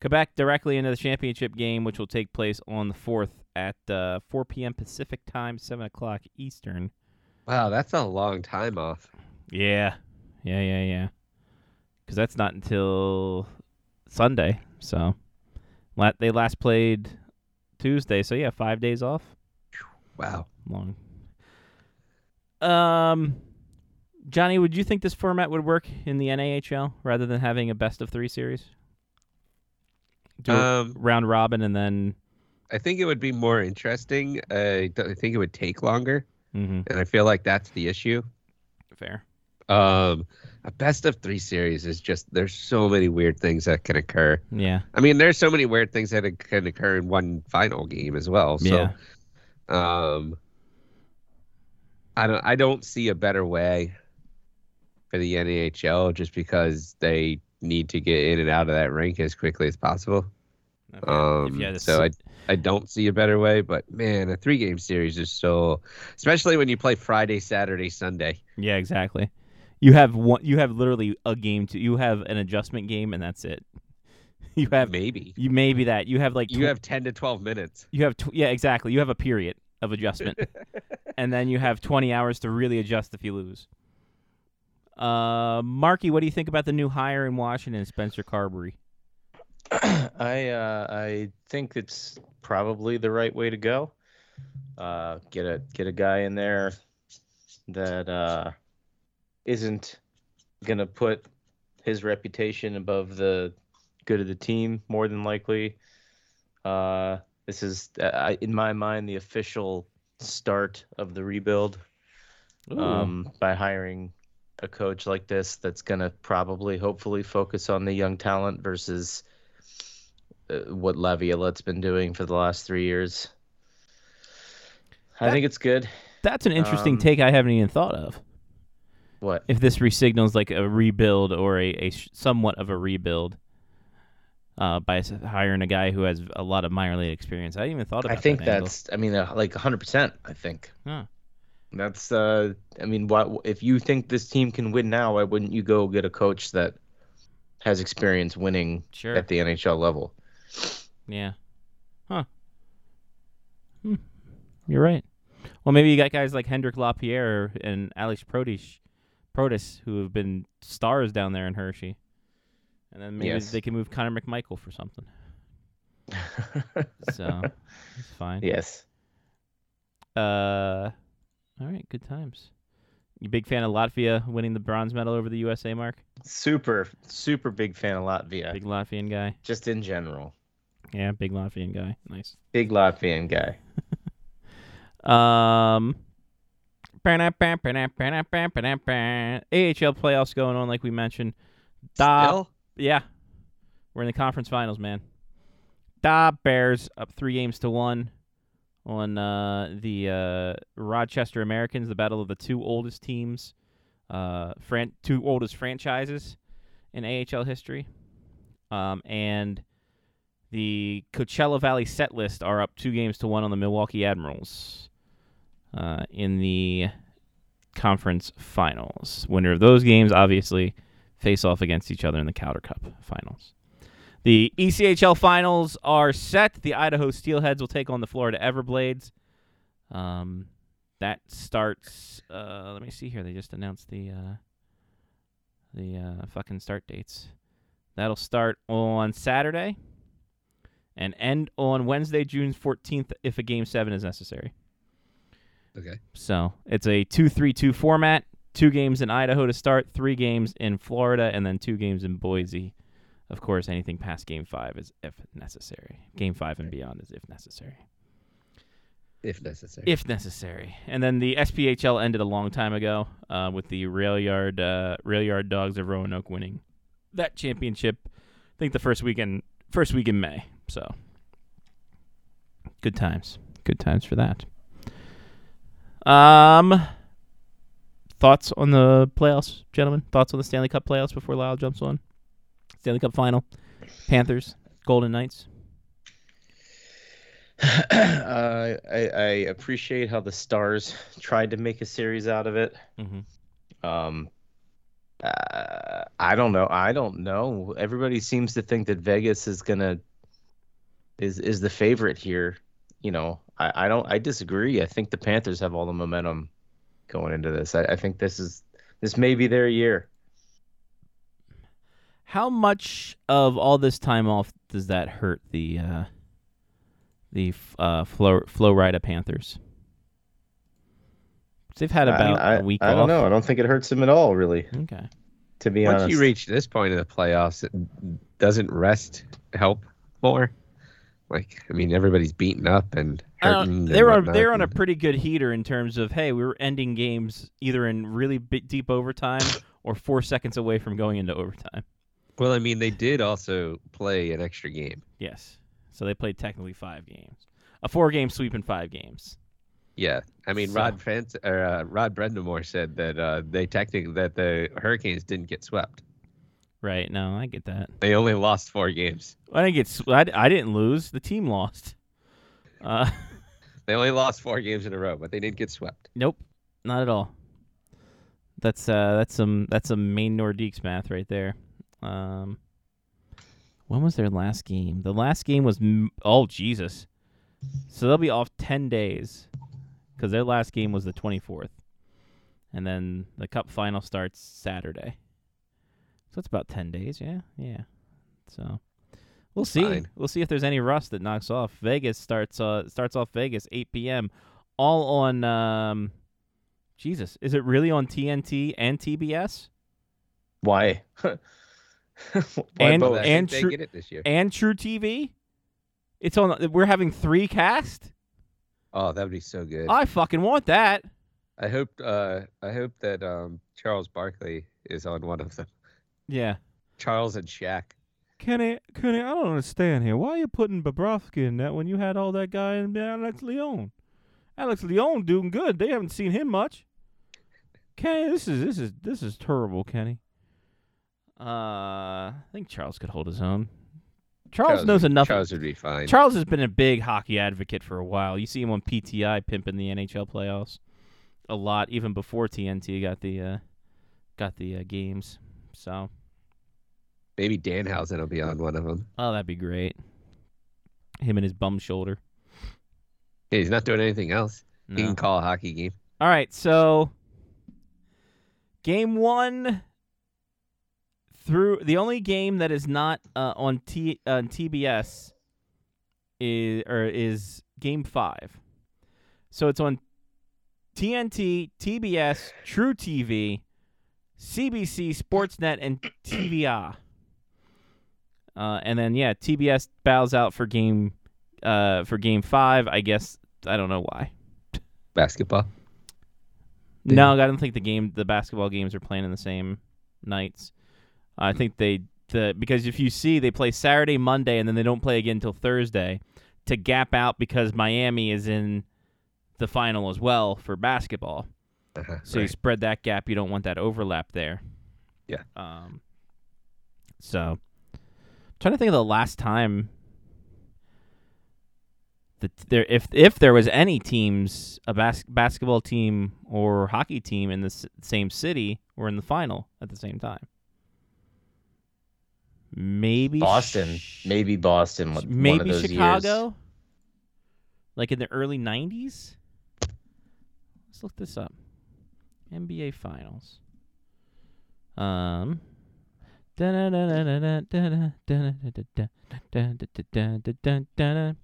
Quebec directly into the championship game, which will take place on the fourth at uh, 4 p.m. Pacific time, seven o'clock Eastern. Wow, that's a long time off. Yeah, yeah, yeah, yeah. Because that's not until Sunday. So la- they last played Tuesday. So yeah, five days off. Wow. Long. Um, Johnny, would you think this format would work in the NAHL rather than having a best of three series? Do a Um, round robin and then. I think it would be more interesting. Uh, I think it would take longer. Mm-hmm, And I feel like that's the issue. fair. Um, a best of three series is just there's so many weird things that can occur. Yeah. I mean, there's so many weird things that can occur in one final game as well. So, um, I don't I don't see a better way for the NHL just because they need to get in and out of that rink as quickly as possible. Um, so I I don't see a better way, but man, a three game series is so especially when you play Friday, Saturday, Sunday. yeah, exactly. You have one. You have literally a game to. You have an adjustment game, and that's it. <laughs> You have Maybe you maybe that you have like you have ten to twelve minutes. You have tw- yeah, exactly. You have a period of <laughs> adjustment, and then you have 20 hours to really adjust if you lose. Uh, Marky, what do you think about the new hire in Washington, Spencer Carberry? <clears throat> I uh, I think it's probably the right way to go. Uh, get a get a guy in there that uh, isn't gonna put his reputation above the good of the team. More than likely, uh, this is uh, I- in my mind the official start of the rebuild um, by hiring a coach like this that's going to probably, hopefully, focus on the young talent versus uh, what Laviolette's been doing for the last three years. I That- think it's good. That's an interesting um, take I haven't even thought of. What? If this resignals like a rebuild or a, a sh- somewhat of a rebuild uh, by s- hiring a guy who has a lot of minor league experience, I hadn't even thought about I that. think angle. that's, I mean, uh, like 100%. I think. Huh. That's, uh, I mean, why, if you think this team can win now, why wouldn't you go get a coach that has experience winning sure. at the <laughs> NHL level? Yeah. Huh. Hmm. You're right. Well, maybe you got guys like Hendrik Lapierre and Alex Protis, Protis, who have been stars down there in Hershey, and then maybe Yes. they can move Connor McMichael for something. <laughs> So it's fine. yes. Uh, all right. Good times. You big fan of Latvia winning the bronze medal over the USA, Mark? Super, super big fan of Latvia. Big Latvian guy. Just in general. Yeah, big Latvian guy. Nice. Big Latvian guy. Um, AHL playoffs going on, like we mentioned. Da, Still? Yeah, we're in the conference finals, man. Da Bears up three games to one on uh, the uh, Rochester Americans, the battle of the two oldest teams, uh, fran- two oldest franchises in AHL history, um, and the Coachella Valley set list are up two games to one on the Milwaukee Admirals uh, in the conference finals. Winner of those games, obviously, face off against each other in the Calder Cup finals. The E ECHL finals are set. The Idaho Steelheads will take on the Florida Everblades. Um, that starts. Uh, let me see here. They just announced the uh, the uh, fucking start dates. That'll start on Saturday and end on Wednesday, June fourteenth, if a game seven is necessary. Okay. So it's a two-three-two format. Two games in Idaho to start, three games in Florida, and then two games in Boise. Of course, anything past game five is if necessary. Game five and beyond is if necessary. If necessary. If necessary. And then the SPHL ended a long time ago uh, with the Rail Yard uh, Rail Yard Dogs of Roanoke winning that championship. I think the first weekend, first week in May. So good times, good times for that. Um, thoughts on the playoffs, gentlemen? Thoughts on the Stanley Cup playoffs before Lyle jumps on Stanley Cup final, Panthers, Golden Knights. <clears throat> uh, I, I appreciate how the Stars <laughs> tried to make a series out of it. Mm-hmm. Um, uh, I don't know. I don't know. Everybody seems to think that Vegas is gonna is is the favorite here. You know, I, I don't. I disagree. I think the Panthers have all the momentum going into this. I, I think this is this may be their year. How much of all this time off does that hurt the uh, the f- uh, Flo Florida Panthers? 'Cause They've had about I, I, a week I off. don't know. I don't think it hurts them at all, really. Okay. To be Once honest, you reach this point of the playoffs, it doesn't rest help more? Like, I mean, everybody's beaten up and I don't- hurting. they and were whatnot, Uh, they're on a and- pretty good heater in terms of hey, we were ending games either in really big, deep overtime or four seconds away from going into overtime. Well, I mean, they did also play an extra game. Yes, so they played technically five games, a four game sweep in five games. Yeah, I mean, So- Rod Fant- or, uh, Rod Brendamore said that uh, they technically that the Hurricanes didn't get swept. Right? No, I get that. They only lost four games. I didn't get. s- I, I didn't lose. The team lost. Uh, <laughs> They only lost four games in a row, but they didn't get swept. nope, not at all. That's uh, that's some that's some main Nordiques math right there. Um, when was their last game? The last game was m- oh Jesus, so they'll be off ten days because their last game was the twenty fourth, and then the cup final starts Saturday. So it's about ten days, yeah, yeah. So we'll see. Fine. We'll see if there's any rust that knocks off. Vegas starts uh starts off Vegas eight p.m. all on um. Jesus, is it really on TNT and TBS? <laughs> Why? Why And- Well, both? I and think they Tru- get it this year. and True TV. It's on. We're having three cast. Oh, that would be so good. I fucking want that. I hope uh, I hope that um, Charles Barkley is on one of them. Yeah. Charles and Shaq. Kenny, Kenny, I don't understand here. Why are you putting Bobrovsky in that when you had all that guy in Alex Leon? Alex Leon doing good. They haven't seen him much. Kenny, this is this is this is terrible, Kenny. Uh, I think Charles could hold his own. Charles, knows would- enough. Charles would be fine. Charles has been a big hockey advocate for a while. You see him on PTI pimping the NHL playoffs a lot, even before TNT got the uh, got the uh, games. So, Maybe Danhausen will be on one of them. oh, that'd be great. Him and his bum shoulder. Yeah, he's not doing anything else. He No. can call a hockey game. All right, so game one through the only game that is not uh, on T on TBS is or is game five. So it's on TNT, TBS, True TV, CBC, Sportsnet, and TVA. Uh, and then yeah, TBS bows out for game uh, for game five. I guess I don't know why. Basketball. They- No, I don't think the game, the basketball games are playing in the same nights. I think they the because if you see they play Saturday, Monday, and then they don't play again until Thursday to gap out because Miami is in the final as well for basketball. Uh-huh, So you right. spread that gap. You don't want that overlap there. Yeah. Um. So, I'm trying to think of the last time that there, if if there was any teams, a bas- basketball team or hockey team in the s- same city or in the final at the same time. Maybe Boston. Sh- Maybe Boston. one- one of maybe those years. Chicago. Like in the early '90s. Let's look this up. NBA Finals. Um. All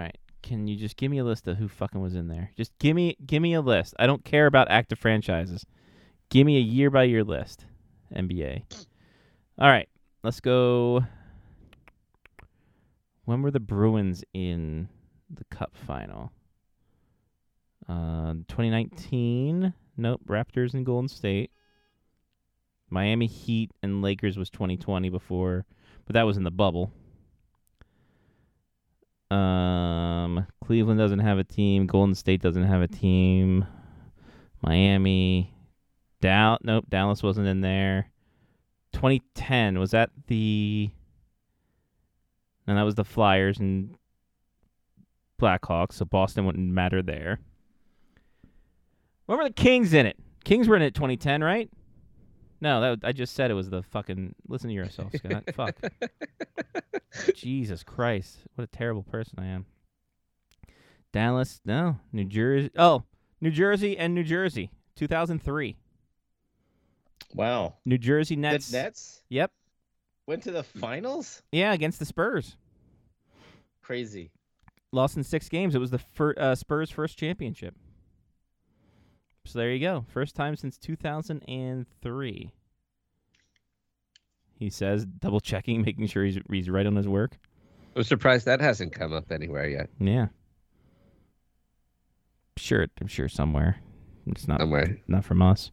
right. Can you just give me a list of who fucking was in there? Just give me give me a list. I don't care about active franchises. Give me a year by year list. NBA. All right. Let's go. When were the Bruins in the Cup final? Uh, 2019. Nope. Raptors and Golden State. Miami Heat and Lakers was 2020 before, but that was in the bubble. Um, Cleveland doesn't have a team. Golden State doesn't have a team. Miami, Dal nope, Dallas wasn't in there. 2010 was that the? No, that was the Flyers and Blackhawks. So Boston wouldn't matter there. When were the Kings in it? Kings were in it 2010, right? No, that I just said it was the fucking. Listen to yourself, Scott. Fuck. Jesus Christ. What a terrible person I am. Dallas, no. New Jersey. Oh, New Jersey and New Jersey. 2003. Wow. New Jersey The Nets. Nets Yep. went to the finals. Yeah, against the Spurs. <laughs> Crazy. Lost in six games. It was the fir- uh, Spurs' first championship. So there you go. First time since 2003. <laughs> He says, double checking, making sure he's, he's right on his work. I'm surprised that hasn't come up anywhere yet. Yeah. Sure, it- I'm sure somewhere. It's not Somewhere. not from us.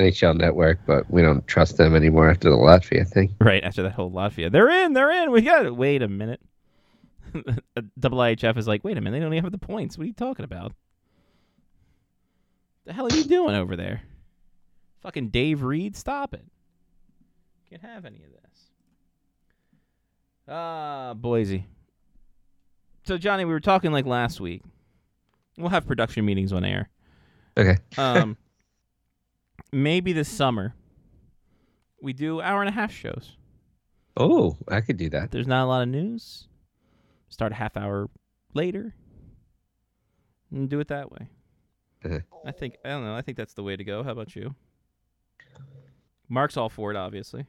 NHL Network, but we don't trust them anymore after the Latvia thing. Right after that whole Latvia, they're in, they're in. We got it. Wait a minute. <laughs> Double IHF is like, wait a minute, they don't even have the points. What are you talking about? The hell are you doing over there? Fucking Dave Reed, stop it. Can't have any of this. Ah, Boise. So Johnny, we were talking like last week. We'll have production meetings on air. Okay. Um, maybe this summer we do hour and a half shows. Oh, I could do that. There's not a lot of news. Start a half hour later and do it that way. Uh-huh. I think I don't know. I think that's the way to go. How about you? Mark's all for it, obviously.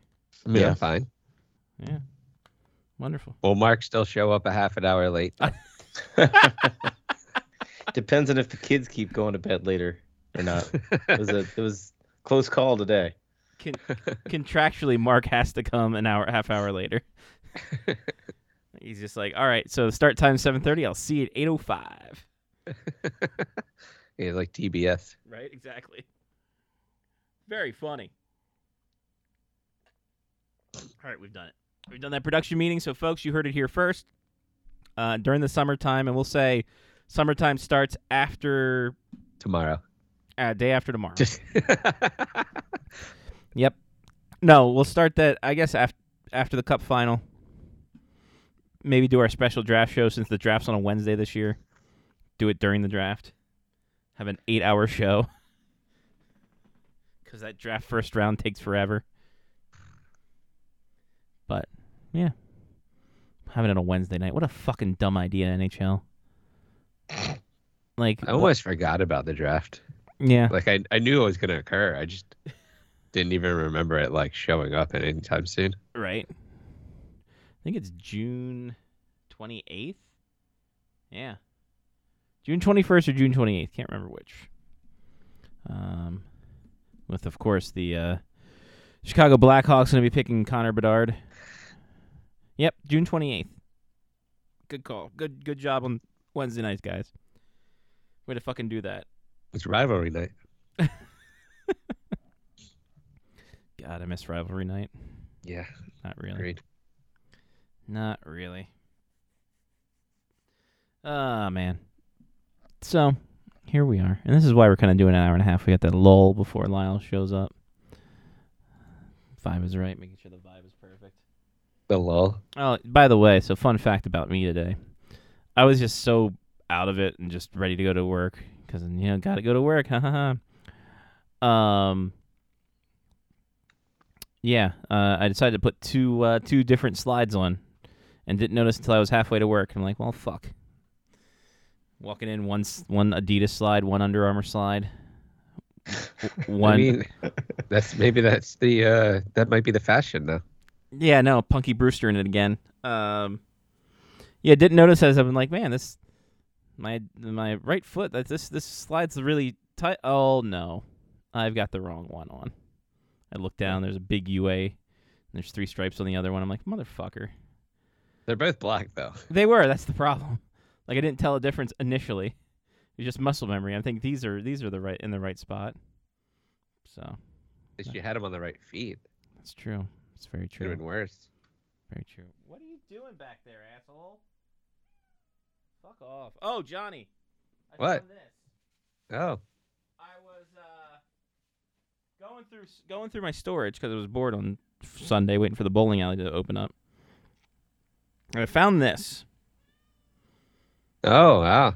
I mean, Yeah. I'm fine. Wonderful. Will Mark still show up a half an hour late? Depends on if the kids keep going to bed later or not. It was a it was close call today. Con- contractually, Mark has to come an hour, half hour later. He's just like, all right. So start time seven thirty. I'll see you at eight o five. <laughs> yeah, like TBS. Right, exactly. Very funny. All right, we've done it. We've done that production meeting. So, folks, you heard it here first. Uh, during the summertime, and we'll say summertime starts after Tomorrow. uh, day after tomorrow. Just <laughs> Yep. No, we'll start that. I guess after after the cup final. Maybe do our special draft show since the draft's on a Wednesday this year. Do it during the draft. Have an eight-hour show. <laughs> Because that draft first round takes forever. But yeah, have it on a Wednesday night. What a fucking dumb idea, NHL. Like, I almost forgot about the draft. yeah. Like I, I knew it was gonna occur. I just didn't even remember it like showing up at any time soon. Right. I think it's June 28th. Yeah. June 21st or June 28th. Can't remember which. Um, with, of course, the uh, Chicago Blackhawks going to be picking Connor Bedard. Yep, June 28th. Good call. Good good job on Wednesday nights, guys. Way to fucking do that. It's rivalry night. God, I miss rivalry night. Yeah, Not really. agreed. Not really. Ah, man. So, here we are. And this is why we're kind of doing an hour and a half. We got that lull before Lyle shows up. Vibe is right, making sure the vibe is perfect. The lull. Oh, by the way, so fun fact about me today. I was just so out of it and just ready to go to work because, you know, got to go to work. Ha ha ha. Um, yeah, uh, I decided to put two uh, two different slides on and didn't notice until I was halfway to work. I'm like, well, fuck. Walking in, one, s- one Adidas slide, one Under Armour <laughs> slide. w- One, I mean, that's maybe that's the uh that might be the fashion though. Yeah, no, Punky Brewster in it again. Um, yeah, didn't notice as I've been like, man, this my my right foot. That this this slide's really tight. Oh no, I've got the wrong one on. I look down. There's a big UA. and There's three stripes on the other one. I'm like, motherfucker. They're both black though. They were. That's the problem. <laughs> Like I didn't tell a difference initially. It was just muscle memory. I think these are these are the right in the right spot. So At least you had them on the right feet. that's true. It's very Could true. have been worse. Very true. What are you doing back there, asshole? Fuck off. Oh, Johnny. I What? Found this. Oh, I was uh, going through s- going through my storage because I was bored on Sunday, waiting for the bowling alley to open up. And I found this. oh wow.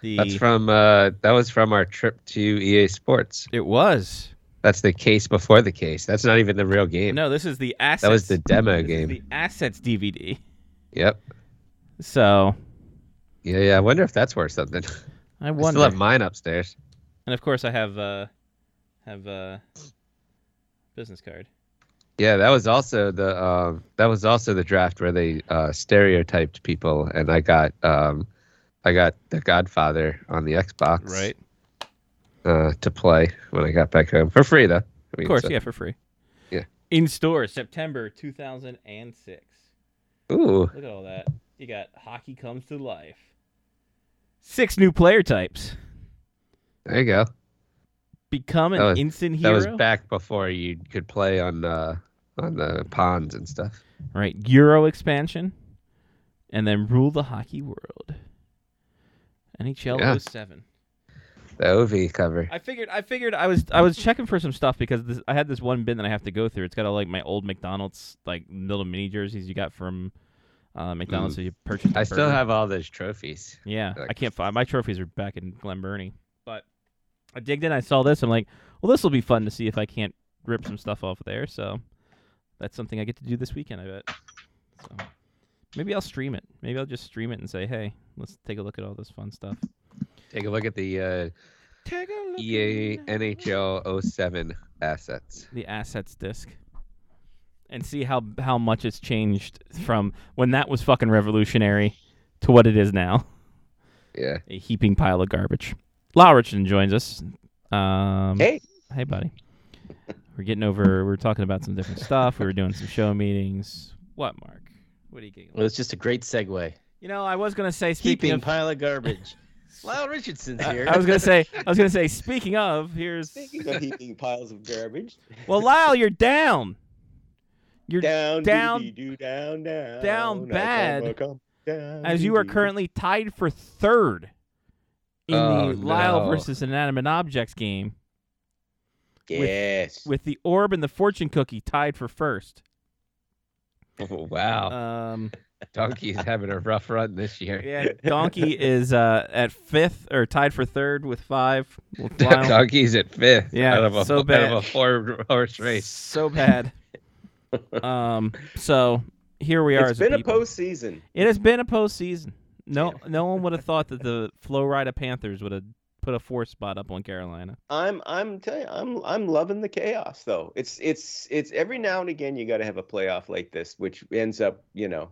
The That's from uh that was from our trip to EA Sports. it was. That's the case before the case. That's not even the real game. No, this is the assets. that was the demo this is game. the assets DVD. Yep. So Yeah, yeah. I wonder if that's worth something. <laughs> I I wonder. still have mine upstairs. and of course, I have uh, have uh, business card. Yeah, that was also the um, that was also the draft where they uh, stereotyped people, and I got um, I got The Godfather on the Xbox uh, to play when I got back home for free though. I mean, Of course, so- yeah, for free. Yeah. In store, September 2006. Ooh, Look at all that. got hockey comes to life. Six new player types. There you go. Become an That was- instant That hero. was back before you could play on uh, on the ponds and stuff. right? Euro expansion, and then rule the hockey world. NHL Yeah. 07. The OV cover. I figured. I figured. I was. I was checking for some stuff because this, I had this one bin that I have to go through. It's got all like my old McDonald's like little mini jerseys you got from uh, McDonald's that you purchased. Mm. I at still Burger have all those trophies. yeah, I Like- can't find my trophies are back in Glen Burnie. But I digged in, I saw this, I'm like, well, this will be fun to see if I can't rip some stuff off there. So that's something I get to do this weekend, I bet. So maybe I'll stream it. Maybe I'll just stream it and say, hey, let's take a look at all this fun stuff. Take a look at the uh, E Take a look. EA NHL 07 assets. the assets disc and see how how much it's changed from when that was fucking revolutionary to what it is now. <laughs> Yeah. a heaping pile of garbage. Law Richardson joins us. Um, Hey. hey, buddy. We're getting over. We're talking about some different stuff. We were doing some show meetings. What, Mark? What are you giggling? Well, it's just a great segue. You know, I was gonna say speaking Keeping of. pile <laughs> of garbage. Lyle Richardson's here. I was gonna say. I was gonna <laughs> say. Speaking of, here's. Speaking <laughs> of heaping piles of garbage. Well, Lyle, you're down. You're down, down- doo-dee-doo, down, down, down I bad, come, I come down, as you are doo-dee-doo. currently tied for third in Oh, the Lyle no. versus inanimate objects game, Yes. with the orb and the fortune cookie tied for first. Oh. wow. Um. Donkey's having a rough run this year. Yeah, Donkey is uh, at fifth or tied for third with five. <laughs> <laughs> With Don- Lyle. Donkey's at fifth. Yeah, out of a, so <laughs> out of bad. a four horse race. So <laughs> bad. um. So here we are. it's as been a people. postseason. It has been a postseason. No, no one would have thought that the Flow Rida Panthers would have put a four spot up on Carolina. I'm I'm telling you, I'm I'm loving the chaos though. It's it's it's every now and again you got to have a playoff like this, which ends up you know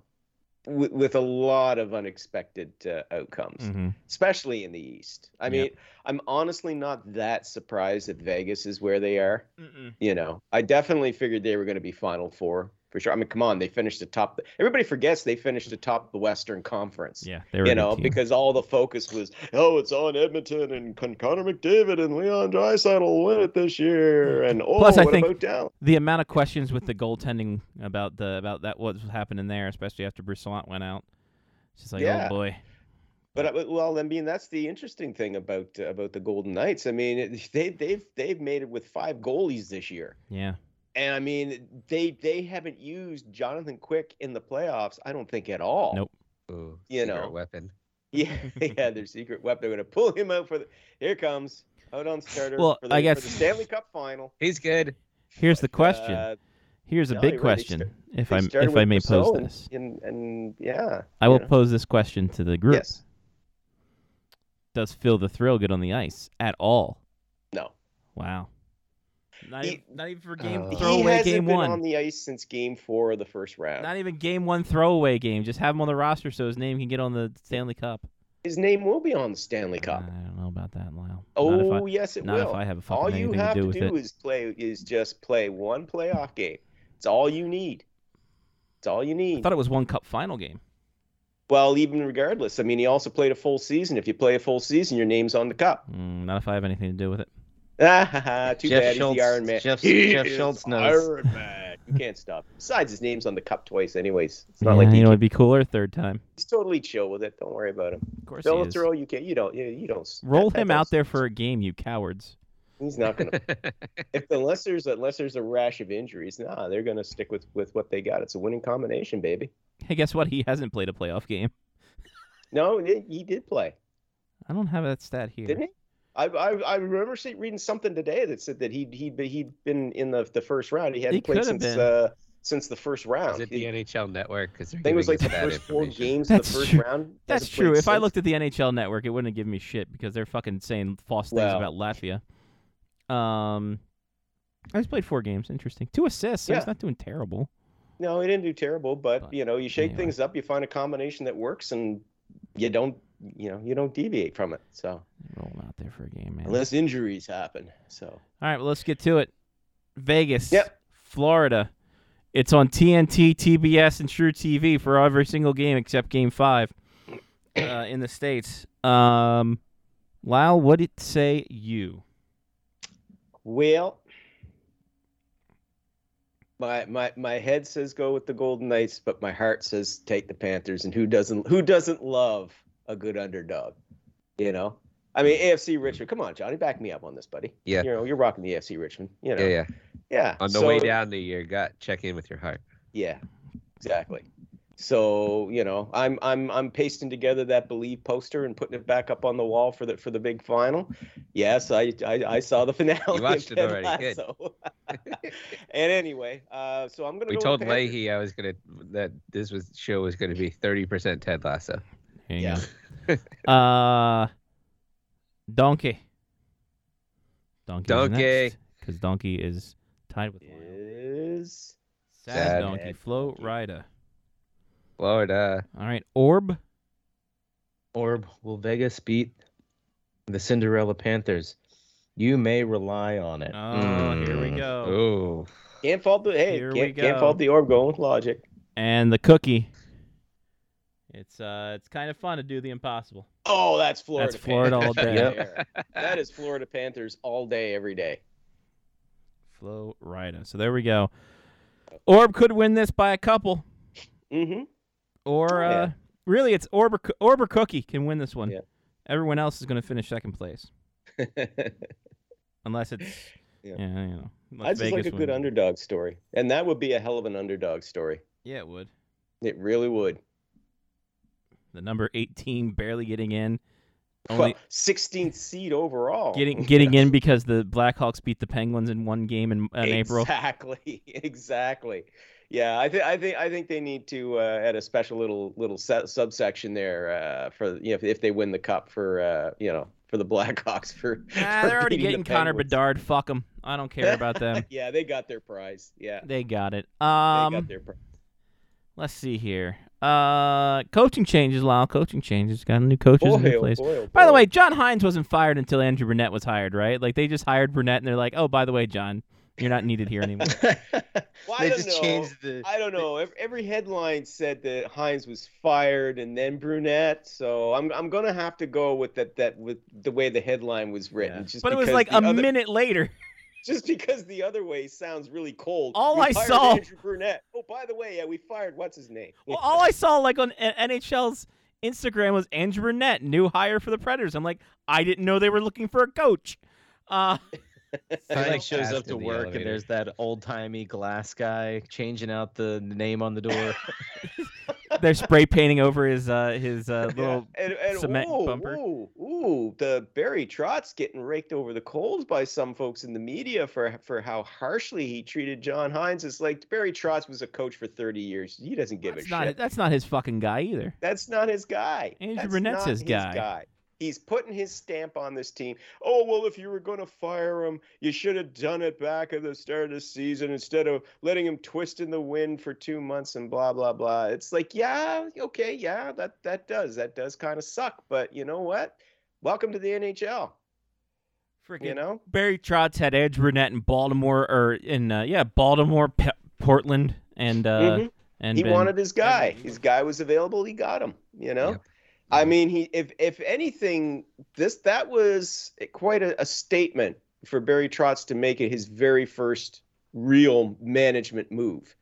with, with a lot of unexpected uh, outcomes, Mm-hmm. especially in the East. I Yep. mean, I'm honestly not that surprised that Vegas is where they are. Mm-mm. You know, I definitely figured they were going to be Final Four for sure. I mean, come on, they finished atop. The, everybody forgets they finished atop the Western Conference Yeah, they were. a you good know, team. because all the focus was, oh, it's on Edmonton and Con- Connor McDavid and Leon Draisaitl will win it this year, and oh, Mm. Plus, I what think- about Dallas? the amount of questions with the goaltending about the about that what was happening there, especially after Broussant went out. It's Just like, Yeah. oh boy. But uh, well, I mean, that's the interesting thing about uh, about the Golden Knights. I mean, it- <laughs> they they've they've made it with five goalies this year, Yeah. and I mean, they they haven't used Jonathan Quick in the playoffs. I don't think at all. Nope. Ooh, You secret know. weapon. <laughs> Yeah, yeah, their secret weapon. They're going to pull him out for the. Here comes out on starter. Well, for the, I for the guess- Stanley Cup final. He's good. Here's the question. Uh, Here's a no, big you're right, they question, start- if they I started if with I may Brousseau pose and- this. And, and yeah, I will know. pose this question to the group. yes, Does Phil the Thrill get on the ice at all? no. Wow. Not, He- even, not even for game uh, he throwaway hasn't game been one. on the ice since game four of the first round. Not even game one throwaway game. Just have him on the roster so his name can get on the Stanley Cup. His name will be on the Stanley Cup. I don't know about that, Lyle. not if I, oh yes, it not will. if I have a fucking all you anything have to do with it. is play is just play one playoff game. It's all you need. It's all you I need. thought it was one cup final game. Well, even regardless, I mean, he also played a full season. If you play a full season, your name's on the cup. <laughs> Mm, not if I have anything to do with it. Ah, ha, ha, Too Jeff bad Schultz- he's the Iron Man. Jeff- <laughs> He Jeff is Schultz knows. Iron Man. You can't stop. him. Besides, his name's on the cup twice, anyways. It's Yeah, not like he you know, can- it'd be cooler third time. he's totally chill with it. Don't worry about him. Of course Phil he is. Throw, you can't. You don't. You, you don't. s- Roll that- him that out doesn't- there for a game, you cowards. He's <laughs> not gonna. if unless there's unless there's a rash of injuries, nah, they're gonna stick with with what they got. It's a winning combination, baby. Hey, guess what? He hasn't played a playoff game. No, he, he did play, I don't have that stat here. didn't he? I, I, I remember see, reading something today that said that he'd he'd be- he'd been in the the first round. He hadn't He played could have since been. uh, since the first round. Is it the NHL Network? Because Oh, I think it was like the first four games of That's the first true. round. That's Hasn't played true. If I since. looked at the NHL Network, it wouldn't have given me shit because they're fucking saying false things Well. about Latvia. Um, I just played four games. Interesting. Two assists. So Yeah. he's not doing terrible. No, he didn't do terrible, but But you know, you shake anyway. things up, you find a combination that works, and you don't, you know, you don't deviate from it. So Roll him out there for a game, man. unless injuries happen, so All right, well, let's get to it. Vegas. Yep. Florida. It's on TNT, TBS, and True TV for every single game except Game Five uh, in the states. Um, Lyle, what did say you? Well, my my my head says go with the Golden Knights, but my heart says take the Panthers. And who doesn't who doesn't love a good underdog? You know, I mean AFC Richmond. Come on, Johnny, back me up on this, buddy. Yeah. you know you're rocking the AFC Richmond. You know, Yeah, yeah. yeah. On the So- way down to your gut, check in with your heart. Yeah, exactly. So you know, I'm I'm I'm pasting together that believe poster and putting it back up on the wall for the for the big final. Yes, I I, I saw the <laughs> finale. of watched it Ted already, good. <laughs> Lasso. <laughs> and anyway, uh, so I'm gonna. We go with told the Panthers. Leahy I was gonna that this was show was gonna be thirty percent Ted Lasso. Hang Yeah. <laughs> on. uh, donkey. Donkey. Donkey. Because donkey is tied with. Lyle. Is Sad, Sad. donkey. Flow rider. Florida. All right. Orb. Orb, will Vegas beat the Cinderella Panthers? You may rely on it. Oh, Hmm. here we go. Oh, Can't fault the hey, Here we can't, can't go. fault the orb going with logic. and the cookie. It's uh, it's kind of fun to do the impossible. Oh, that's Florida. That's Florida all day. Panthers. <laughs> That is Florida Panthers all day, every day. Flow Rida. So there we go. Orb could win this by a couple, <laughs> Mm-hmm. or uh, Yeah. really, it's Orb or, Coo- Orb or Cookie can win this one. Yeah. Everyone else is going to finish second place, unless it's yeah, <sighs> Yeah. you know. unless I just like Vegas a good wins. underdog story, and that would be a hell of an underdog story. Yeah, it would. It really would. The number eighteen barely getting in, only Well, 16th seed overall. <laughs> getting getting in because the Blackhawks beat the Penguins in one game in, <laughs> in April. Exactly, <laughs> exactly. Yeah, I think I think I think they need to uh, add a special little little se- subsection there uh, for you know if, if they win the cup for uh, you know for the Blackhawks for. Nah, <laughs> for they're already beating getting the Connor Penguins. Bedard. Fuck them. I don't care about <laughs> them. Yeah, they got their prize. Yeah, They got it. they Um, got their prize. let's see here. Uh, coaching changes. Lyle, coaching changes. Got new coaches in new Boy, oh, place. boy, oh, By the boy. way, John Hines wasn't fired until Andrew Burnett was hired, right? Like they just hired Burnett, and they're like, "Oh, by the way, John, you're not needed here <laughs> anymore." Mm. <laughs> Well, I they don't just know. changed the. I don't know. Ev- Every headline said that Hines was fired and then Brunette. So I'm I'm gonna have to go with that that with the way the headline was written. Yeah. Just but it was because like the a other, minute later. Just because the other way sounds really cold. All We I fired saw- Andrew Brunette. Oh, by the way, yeah, we fired. What's his name? Well, all <laughs> I saw like on N- NHL's Instagram was Andrew Burnett, new hire for the Predators. I'm like, I didn't know they were looking for a coach. <laughs> Uh, So, I He <laughs> like like shows Ask in up to the work elevator. and there's that old timey glass guy changing out the name on <laughs> the door. they're spray painting over his uh, his uh, yeah. little and, and cement whoa, bumper. whoa, ooh, the Barry Trotz getting raked over the coals by some folks in the media for for how harshly he treated John Hines. It's like Barry Trotz was a coach for 30 years. He doesn't give that's a not shit. that's not his fucking guy either. That's not his guy. Andrew That's Burnett's not his guy. He's putting his stamp on this team. Oh well, if you were going to fire him, you should have done it back at the start of the season instead of letting him twist in the wind for two months and blah blah blah. It's like, yeah, okay, yeah, that that does that does kind of suck, but you know what? Welcome to the NHL. Freaking You know, Barry Trotz had Edge Burnett in Baltimore, or in uh, yeah Baltimore, P- Portland, and uh, Mhm. and he been- wanted his guy. His guy was available. He got him. You know, Yep. I Yep. mean, he if if anything, this that was quite a, a statement for Barry Trotz to make it his very first real management move.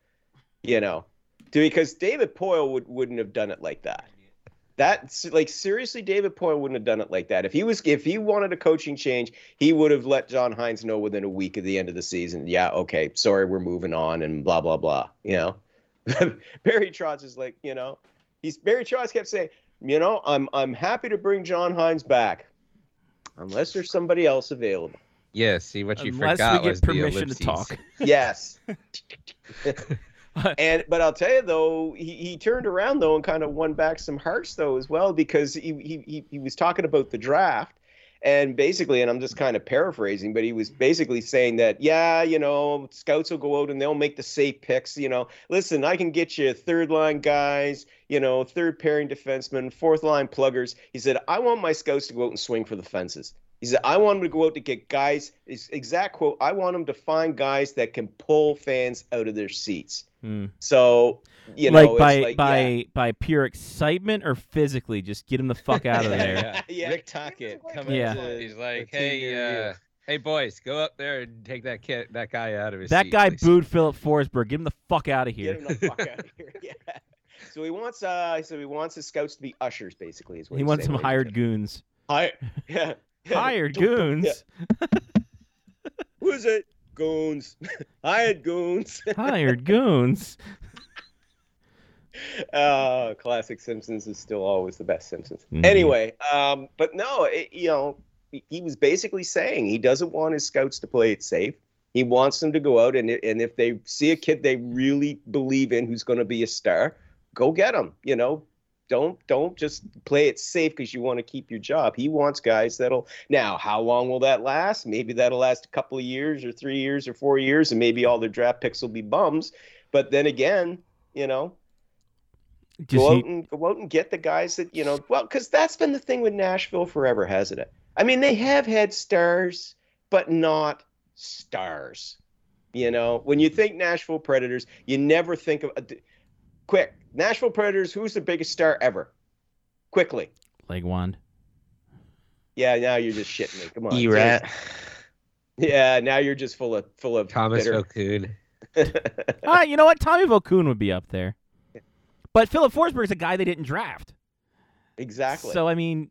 You know, to, because David Poyle would wouldn't have done it like that. That's like seriously, David Poyle wouldn't have done it like that. If he was, if he wanted a coaching change, he would have let John Hines know within a week of the end of the season. Yeah, okay, sorry, we're moving on, and blah blah blah. You know, Barry Trotz is like, you know, he's Barry Trotz kept saying, you know, I'm I'm happy to bring John Hines back, unless there's somebody else available. Yeah, see what you Unless forgot we was get the permission to ellipses. talk. Yes. and but I'll tell you though, he, he turned around though and kind of won back some hearts though as well because he he he, he was talking about the draft. And basically, and I'm just kind of paraphrasing, but he was Mm-hmm. basically saying that, yeah, you know, scouts will go out and they'll make the safe picks. You know, listen, I can get you third line guys, you know, third pairing defensemen, fourth line pluggers. He said, I want my scouts to go out and swing for the fences. He said, I want him to go out to get guys. His exact quote, I want him to find guys that can pull fans out of their seats. Hmm. Mm. So you know, like it's by like, by yeah. by pure excitement or physically, just get him the fuck out of there. Yeah. <laughs> yeah. Rick Tockett coming Yeah. to- He's like, the team near hey, you." uh, hey, boys, go up there and take that kid, that guy out of his. that seat, guy please." booed Philip Forsberg. Get him the fuck out of Get here. him the <laughs> fuck out of here. Yeah. So he wants uh so he wants his scouts to be ushers basically is what He he's wants saying. some hired <laughs> goons. Hired. <laughs> Yeah. Hired Don't- goons. Who's it? Goons. <laughs> hired goons. <laughs> <laughs> Hired <laughs> goons. Uh, classic Simpsons is still always the best Simpsons. Mhm. Anyway, um, but no, it, you know, he- he was basically saying he doesn't want his scouts to play it safe. He wants them to go out and i- and if they see a kid they really believe in who's going to be a star, go get him. You know, don't don't just play it safe because you want to keep your job. He wants guys that'll now. How long will that last? Maybe that'll last a couple of years or three years or four years, and maybe all their draft picks will be bums. But then again, you know, Mm. Just go he- out and go out and get the guys that you know. Well, because that's been the thing with Nashville forever, hasn't it? I mean, they have had stars, but not stars. You know, when you think Nashville Predators, you never think of. uh, Quick, Nashville Predators. Who's the biggest star ever? Quickly. leg wand. Yeah, now you're just shitting me. Come on. E-Rat. Yeah, now you're just full of full of Thomas bitter- O'Coon. Ah, you know what? Tommy Volkoon would be up there. But Philip Forsberg's a guy they didn't draft. <laughs> exactly. So I mean,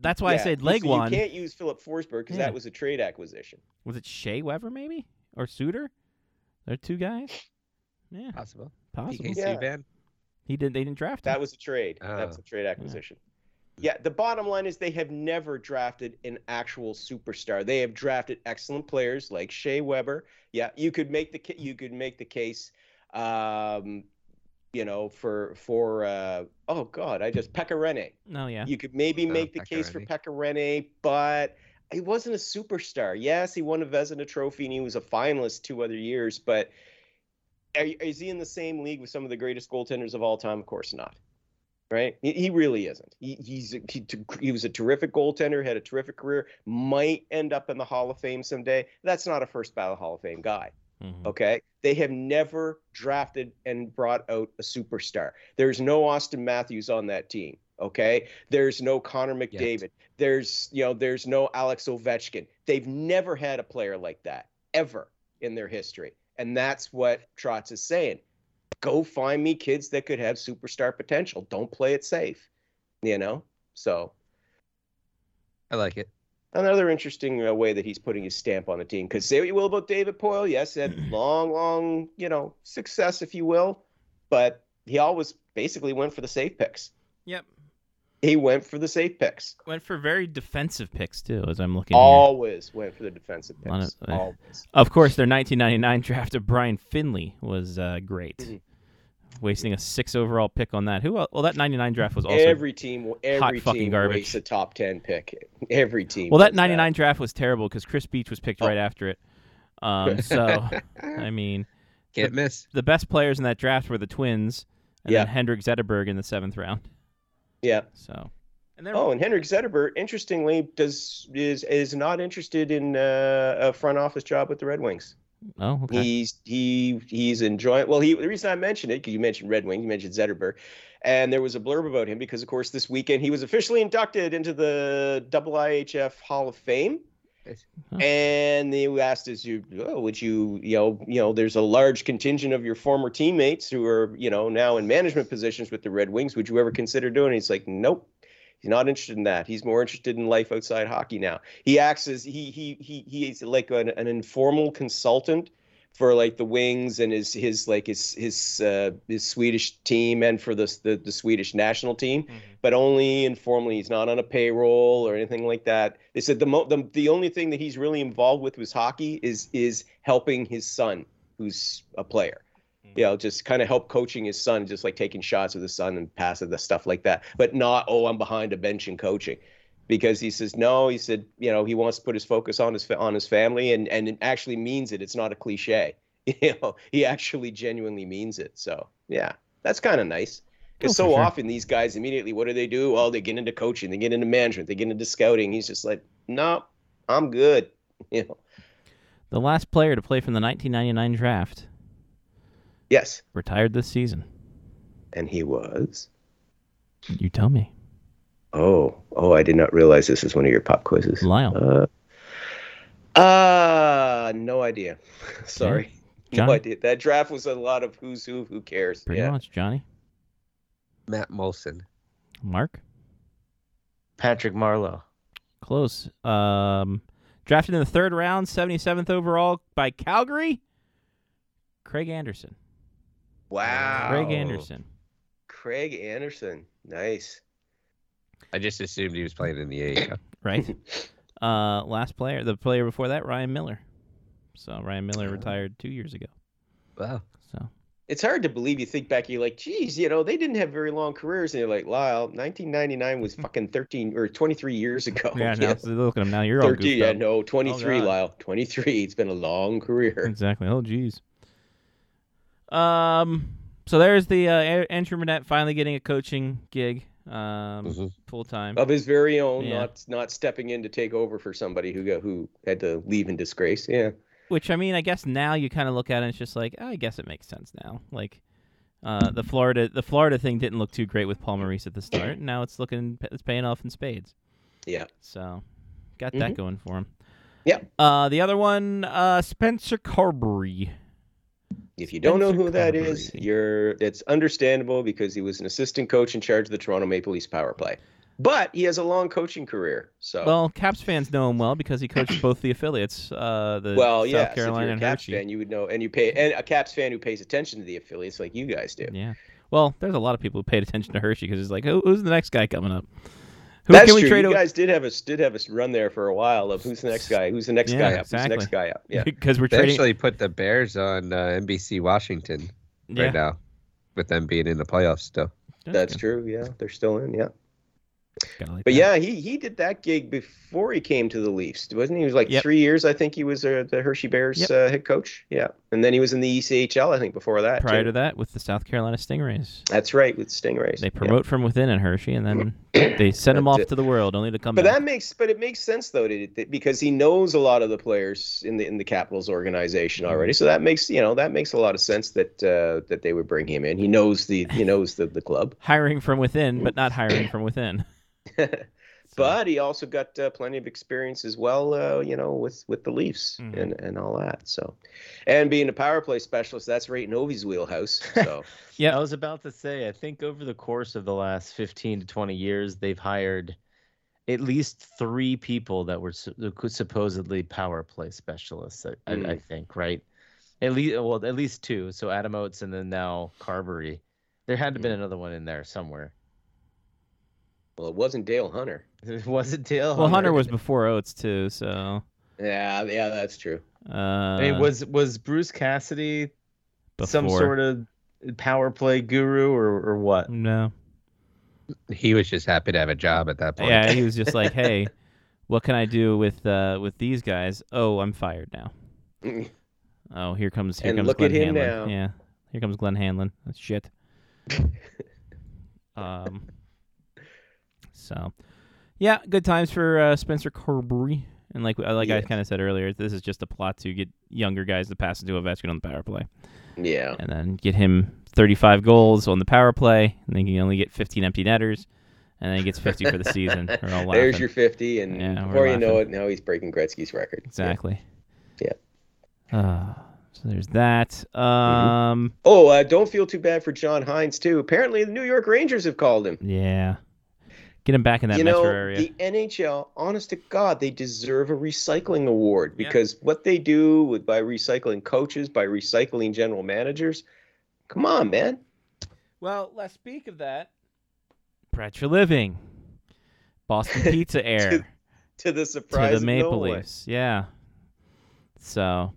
that's why I Yeah, said you- leg so wand. You can't use Philip Forsberg because Yeah. that was a trade acquisition. Was it Shea Weber maybe or Suter? They're two guys. Yeah, Possible. possible. PK Yeah. Subban. He did. They didn't draft him. That was a trade. That was Oh. a trade acquisition. Yeah. the bottom line is they have never drafted an actual superstar. They have drafted excellent players like Shea Weber. Yeah, you could make the ca- you could make the case, um, you know, for for uh, oh god, I just Pekka Rene. No, yeah. You could maybe Oh, make the Pekka case Rinne. for Pekka Rene, but he wasn't a superstar. Yes, he won a Vezina Trophy and he was a finalist two other years, but are, is he in the same league with some of the greatest goaltenders of all time? Of course not. Right? He, he really isn't. He, he's a, he, t- he was a terrific goaltender, had a terrific career, might end up in the Hall of Fame someday. That's not a first ballot Hall of Fame guy. Mhm. Okay. They have never drafted and brought out a superstar. There's no Austin Matthews on that team. Okay. There's no Connor McDavid. There's, you know, there's no Alex Ovechkin. They've never had a player like that ever in their history. And that's what Trotz is saying. Go find me kids that could have superstar potential. Don't play it safe. You know? So I like it. another interesting uh, way that he's putting his stamp on the team. Because say what you will about David Poyle, yes, had Mm-hmm. long, long, you know, success, if you will, but he always basically went for the safe picks. Yep. He went for the safe picks. Went for very defensive picks too, as I'm looking. here. Always went for the defensive Lot of- eh, picks. Always. Of course, their 1999 draft of Brian Finley was uh, great. Mhm. Wasting a six overall pick on that. Who? el- Well, that 99 draft was also. every team, every fucking team garbage. wastes a top ten pick. Every team. well, that does 99 draft was terrible because Chris Beach was picked Oh. right after it. <laughs> Um, so, I mean, Can't miss. the best players in that draft were the Twins and Yeah. then Hendrik Zetterberg in the seventh round. Yeah. So, and they're Oh, and Henrik Zetterberg, interestingly, does is is not interested in uh, a front office job with the Red Wings. oh, okay. He's he he's enjoying. Well, he the reason I mentioned it because you mentioned Red Wing, you mentioned Zetterberg, and there was a blurb about him because, of course, this weekend he was officially inducted into the IIHF Hall of Fame. Huh. And they asked, "Is you oh, would you you know you know there's a large contingent of your former teammates who are you know now in management positions with the Red Wings. Would you ever consider doing?" it? He's like, "Nope." He's not interested in that. He's more interested in life outside hockey now. He acts as he he he he is like an, an informal consultant for like the wings and his his like his his uh, his Swedish team and for the the, the Swedish national team, but only informally. He's not on a payroll or anything like that. They said the mo- the the only thing that he's really involved with was hockey is is helping his son who's a player. You know, just kind of help coaching his son, just like taking shots with his son and passing the stuff like that, but not oh I'm behind a bench and coaching because he says no he said you know he wants to put his focus on his fa- on his family and and it actually means it it's not a cliche <laughs> you know he actually genuinely means it so yeah that's kind of nice Oh, because for so sure. often these guys immediately what do they do well they get into coaching they get into management they get into scouting he's just like no i'm good you know the last player to play from the 1999 draft Yes. Retired this season. And he was. You tell me. Oh, oh, I did not realize this is one of your pop quizzes. Lyle. Uh, uh no idea. <laughs> Sorry. John? No idea. That draft was a lot of who's who, who cares. Pretty yeah. much. Johnny. Matt Molson. Mark. Patrick Marlowe. Close. Um, drafted in the third round, 77th overall by Calgary. Craig Anderson. Wow. Craig Anderson. Craig Anderson. Nice. I just assumed he was playing in the AHL. Right. uh, last player, the player before that, Ryan Miller. So Ryan Miller retired two years ago. Wow. So It's hard to believe you think back, you're like, geez, you know, they didn't have very long careers. And you're like, Lyle, <laughs> 1999 was fucking 13 or 23 years ago. <laughs> yeah, now, so look at him now. You're all 13, goofed yeah, up. no, 23, Oh, God. Lyle. 23. It's been a long career. Exactly. Oh, geez. Um. So there's the uh, A- Andrew Burnett finally getting a coaching gig, um, Mhm. full time. Of his very own, Yeah. not not stepping in to take over for somebody who got who had to leave in disgrace. Yeah. Which I mean, I guess now you kind of look at it and it's just like, oh, I guess it makes sense now. Like, uh, the Florida the Florida thing didn't look too great with Paul Maurice at the start. and Now it's looking it's paying off in spades. Yeah. Mm-hmm. So, got that going for him. Yeah. Uh, the other one, uh, Spencer Carberry. If you don't know Spencer who that is, Carberry. you're it's understandable because he was an assistant coach in charge of the Toronto Maple Leafs power play. But he has a long coaching career. So Well, Caps fans know him well because he coached both the affiliates, uh, the well, South yes, Carolina if and you're a Caps Hershey. fan, you would know, and you pay, and a Caps fan who pays attention to the affiliates like you guys do. Yeah. Well, there's a lot of people who paid attention to Hershey because it's like, Who, who's the next guy coming up? Who That's can we true. trade you away? guys did have us did have us run there for a while of who's <laughs> the next guy, who's the next Yeah, guy up, exactly. who's the next guy up. <laughs> Yeah, Because we're They trading. actually put the Bears on uh, NBC Washington yeah, right now, with them being in the playoffs still. that's true. Yeah, they're still in. Yeah, Gotta like but that. yeah, he he did that gig before he came to the Leafs, wasn't he? He was like Yep. three years, I think. He was uh, the Hershey Bears Yep. uh, head coach. Yeah, and then he was in the E ECHL, I think, before that. Prior too. to that, with the South Carolina Stingrays, that's right with Stingrays. they Yeah. promote from within in Hershey, and then they send him <coughs> That's off it. to the world only to come But back. that makes, but it makes sense though, to, to- because he knows a lot of the players in the in the Capitals organization Mm-hmm. already. So that makes you know that makes a lot of sense that uh, that they would bring him in. He knows the <laughs> he knows the the club, hiring from within, but not hiring from within. <coughs> but he also got uh, plenty of experience as well. Uh, you know, with with the Leafs Mhm. and and all that. So, and being a power play specialist, that's right in Ovi's <laughs> wheelhouse. So Yeah. I was about to say, I think over the course of the last 15 to 20 years, they've hired at least three people that were su- who could supposedly power play specialists, I, Hmm. I, I think, right? At least, well, at least two. So Adam Oates and then now Carberry. There had to have Hmm. been another one in there somewhere. <laughs> well, it wasn't Dale Hunter. Was it Dale? Well, Hunter was before Oates too, so. Yeah, yeah, that's true. Uh, I mean, was was Bruce Cassidy some before. sort of power play guru or, or what? No. He was just happy to have a job at that point. Yeah, he <laughs> was just like, "Hey, what can I do with uh, with these guys? Oh, I'm fired now. Oh, here comes here And comes look Glenn at him Hanlon. now. Yeah, here comes Glenn Hanlon. That's <laughs> shit. um, so yeah, good times for uh, Spencer Corbury. And like uh, like I Yes. kind of said earlier, this is just a plot to get younger guys to pass into Ovechkin on the power play, Yeah, and then get him 35 goals on the power play, and then you only get 15 empty netters, and then he gets 50 for the season. We're all <laughs> there's laughing. your fifty, and Yeah, we're before you know it, laughing. now he's breaking Gretzky's record. Yeah. Exactly. Yeah. Mm-hmm. Uh, so there's that. Um, Oh, uh, don't feel too bad for John Hines too. Apparently, the New York Rangers have called him. yeah. Get him back in that you metro know, area. the NHL, honest to God, they deserve a recycling award Yeah. because what they do with by recycling coaches, by recycling general managers. Come on, man. Well, let's speak of that. Pratcher Living, Boston <laughs> Pizza Air To to the surprise the of Maple no one. Leafs. Yeah. So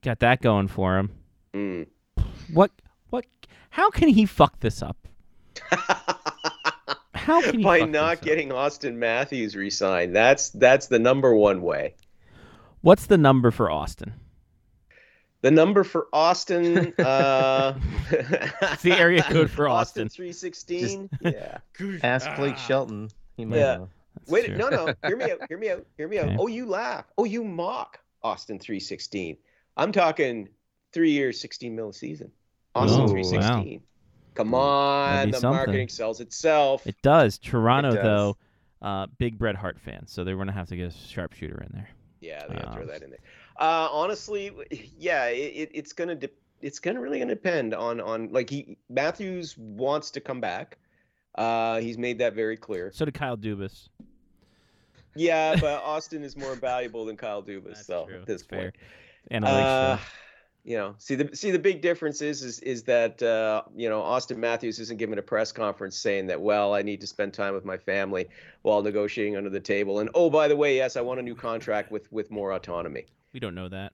got that going for him. Mm. What? What? How can he fuck this up? How can he <laughs> By fuck this not up? getting Austin Matthews resigned, that's that's the number one way. What's the number for Austin? The number for Austin, <laughs> uh, It's the area <laughs> code for Austin Austin. three sixteen. Yeah. Ask Blake Ah. Shelton. He might Yeah. know. That's Wait, true. no, no. <laughs> Hear me out. Hear me out. Hear me out. Okay. Oh, you laugh. Oh, you mock Austin 316. I'm talking three years, 16 mil a season. Austin Oh, 316. Come That'd on, be the something. marketing sells itself. It does. Toronto, does. though, uh, big Bret Hart fan, so they're going to have to get a sharpshooter in there. yeah, they gotta um, throw that in there. Uh, honestly, yeah, it, it, it's gonna de- it's gonna really gonna depend on on like he Matthews wants to come back. Uh, he's made that very clear. So did Kyle Dubas. Yeah, but Austin is more valuable than Kyle Dubas, That's so true. at That's this point. fair. And Uh, Alex, you know, see the see the big difference is is is that uh, you know Austin Matthews isn't giving a press conference saying that well I need to spend time with my family while negotiating under the table and oh by the way yes I want a new contract with with more autonomy we don't know that.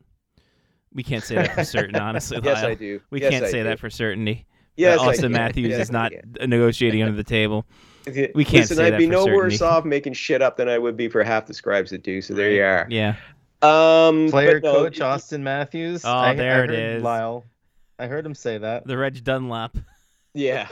We can't say that for <laughs> certain, honestly. yes Lyle. I do We Yes, can't I say do. that for certainty. that yes I Austin do. Matthews Yes, is not I can. negotiating <laughs> under the table. we can't Listen, say I'd that be for no worse certainty. off making shit up than I would be for half the scribes that do so there you are Yeah. um but Player no, coach it- Austin Matthews. Oh, I, there I it heard is. Lyle. I heard him say that. The Reg Dunlap. Yeah.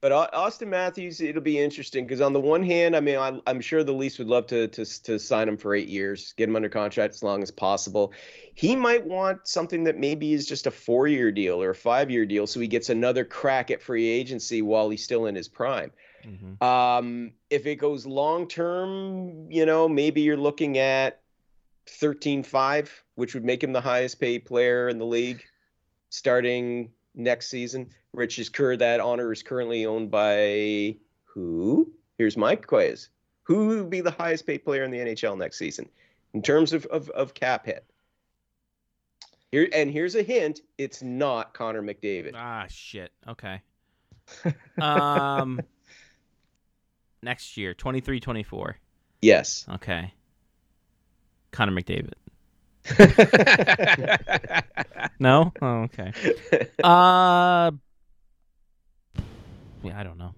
But Au- Austin Matthews, it'll be interesting because on the one hand, I mean, I'm, I'm sure the Leafs would love to, to to sign him for eight years, get him under contract as long as possible. He might want something that maybe is just a four year deal or a five year deal, so he gets another crack at free agency while he's still in his prime. <laughs> Mm-hmm. Um, if it goes long term, you know, maybe you're looking at 13.5, which would make him the highest paid player in the league starting next season. Rich is cur that honor is currently owned by who? Here's my quiz. Who would be the highest paid player in the NHL next season in terms of, of, of cap hit? Here and here's a hint, it's not Connor McDavid. Ah, shit. <laughs> Okay. Um, next year, 23 24. Yes. <laughs> Okay. Connor McDavid. No? Oh, okay. Uh, yeah, I don't know.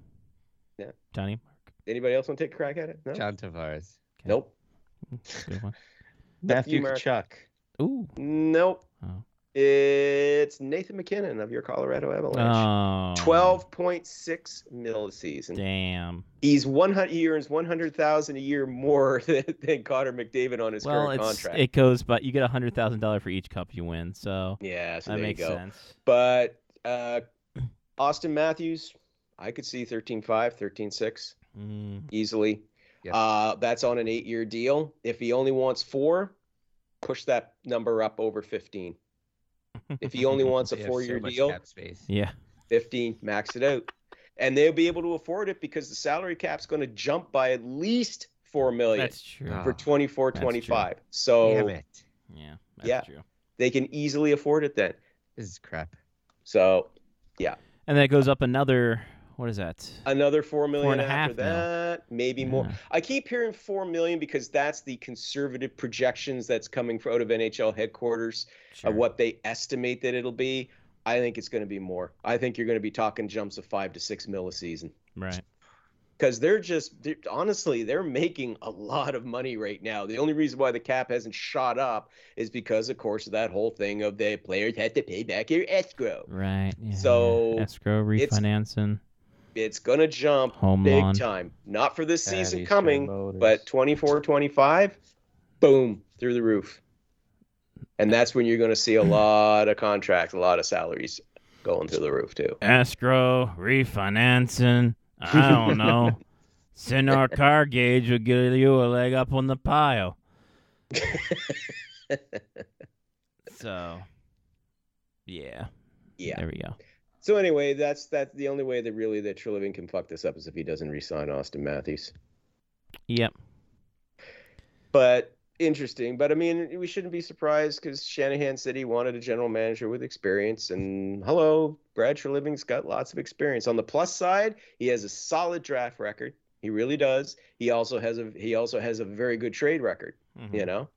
Yeah. Johnny? Anybody else want to take a crack at it? No. <laughs> John Tavares. Nope. Good one. Matthew Mark. Kachuk. Ooh. Nope. Oh. It's Nathan McKinnon of your Colorado Avalanche. Oh. Twelve point six mil a season. Damn. He's one hundred. He earns one hundred thousand a year more <laughs> than, than Connor McDavid on his well, current it's contract. it goes, but you get a hundred thousand dollar for each cup you win, so yeah, so that there makes you go. sense. But <clears throat> uh, Austin Matthews, I could see 13.5, 13.6 Mm, easily. Yeah. Uh, that's on an eight-year deal. If he only wants four, push that number up over <laughs> fifteen. If he only wants a They have so four-year much deal, cap space. yeah. 15 max it out and they'll be able to afford it because the salary cap's going to jump by at least 4 million That's true. Ah, for 24 That's true. 25 so Damn it. yeah. That's yeah. true. they can easily afford it then This is crap. so And then it goes up another what is that? another 4 million and a half after now. that maybe more Yeah. i keep hearing 4 million because that's the conservative projections that's coming out of nhl headquarters Sure. of Uh, what they estimate that it'll be i think it's going to be more i think you're going to be talking jumps of 5 to 6 mil a season Right. because they're just they're, honestly they're making a lot of money right now the only reason why the cap hasn't shot up is because of course of that whole thing of the players had to pay back your escrow Right. Yeah, So, yeah. escrow it's- refinancing it's going to jump home big loan. time not for this season Patty coming Stroh but Motors. 24 25 boom through the roof and that's when you're going to see a lot of contracts a lot of salaries going through the roof too Escrow refinancing. I don't know. Send our car gauge will give you a leg up on the pile. so, yeah. yeah There we go. so anyway that's that's the only way that really that Treliving can fuck this up is if he doesn't resign austin matthews Yep. but interesting. But I mean, we shouldn't be surprised because Shanahan said he wanted a general manager with experience. And hello, Brad Treliving's got lots of experience. On the plus side, he has a solid draft record. He really does. He also has a he also has a very good trade record. Mhm. You know.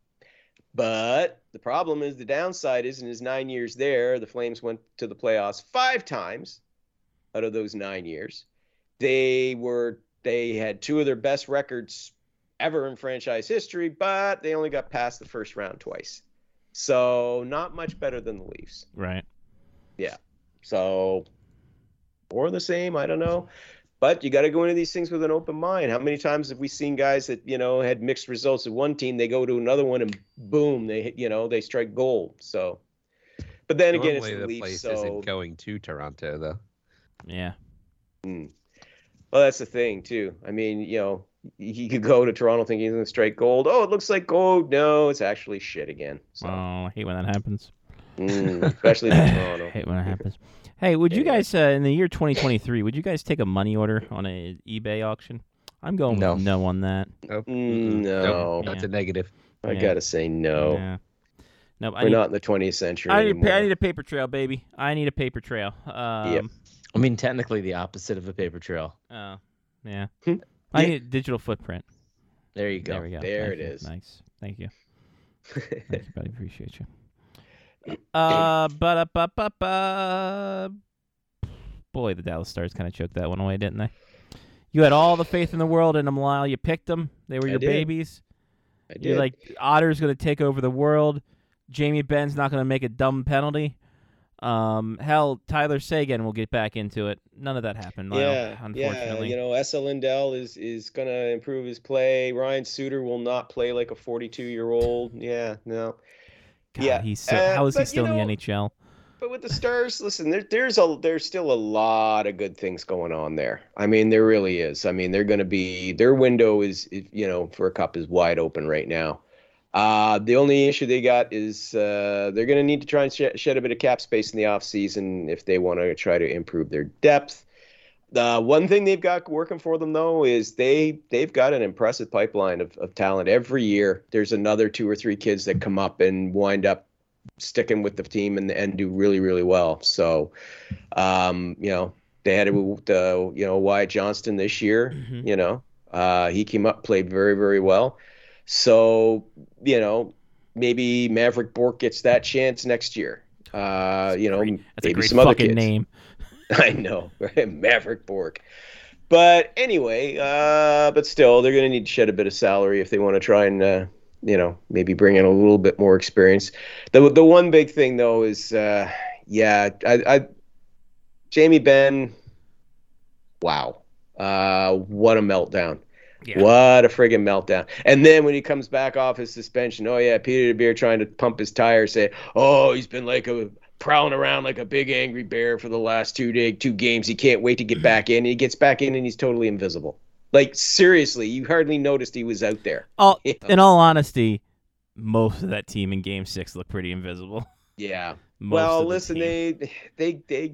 But the problem is the downside is in his nine years there, the Flames went to the playoffs five times out of those nine years. They were they had two of their best records ever in franchise history, but they only got past the first round twice. So not much better than the Leafs. Right. So or the same, I don't know. But you got to go into these things with an open mind. How many times have we seen guys that you know had mixed results at one team, they go to another one and boom, they hit, you know they strike gold. So, But then again, it's Normally the the Leafs, place so isn't going to Toronto though. Yeah. well, that's the thing too. I mean, you know, he could go to Toronto thinking he's going to strike gold. Oh, it looks like gold. No, it's actually shit again. So, Oh, I hate when that happens. mm, especially in I <laughs> Toronto. hate when that happens. Hey, would you Yeah. guys uh, in the year 2023? Would you guys take a money order on a eBay auction? I'm going No. with no on that. Nope. Mm, Nope. no. That's a negative. I Yeah. gotta say no. Yeah. Nope. I We're need, not in the 20th century I need, a anymore. pa- I need a paper trail, baby. I need a paper trail. Um, I mean, technically the opposite of a paper trail. uh, yeah. Hmm. I Yeah. need a digital footprint. There you go. There we go. There Thank it you. is. Nice. Thank <laughs> you. Thank you, buddy. Appreciate you. Uh, but up, up, up, uh, boy, the Dallas Stars kind of choked that one away, didn't they? You had all the faith in the world in them, Lyle. You picked them. They were I your did. babies. I did. You're like Otter's going to take over the world. Jamie Ben's not going to make a dumb penalty. Um, hell, Tyler Sagan will get back into it. None of that happened, Lyle. yeah, unfortunately. yeah. You know, SL Lindell is is gonna improve his play. Ryan Suter will not play like a 42 year old. Yeah, no. God, yeah, he's so, uh, how is he but you still know- in the NHL? But with the Stars, listen, there, there's a there's still a lot of good things going on there. I mean, there really is. I mean, they're going to be their window is is, you know for a cup is wide open right now. Uh, the only issue they got is uh, they're going to need to try and sh- shed a bit of cap space in the offseason if they want to try to improve their depth. The one thing they've got working for them though is they they've got an impressive pipeline of, of talent every year. There's another two or three kids that come up and wind up sticking with the team and and do really really well. So, um, you know, they had it with uh, you know Wyatt Johnston this year. Mhm. You know, uh, he came up played very very well. So you know, maybe Maverick Bork gets that chance next year. Uh, you know, Great. That's maybe a great some other fucking kids. name. <laughs> I know, right? Maverick Bork. But anyway, uh, but still, they're going to need to shed a bit of salary if they want to try and, uh, you know, maybe bring in a little bit more experience. The the one big thing though is, uh, yeah, I, I, Jamie Ben, wow, uh, what a meltdown. Yeah. What a friggin' meltdown! And then when he comes back off his suspension, oh yeah, Peter DeBeer trying to pump his tire, say, oh he's been like a prowling around like a big angry bear for the last two day, two games. He can't wait to Mm-hmm. get back in. And he gets back in and he's totally invisible. Like seriously, you hardly noticed he was out there. <laughs> All, Yeah. in all honesty, most of that team in Game Six looked pretty invisible. <laughs> Yeah. Most of well, the listen, team. they they they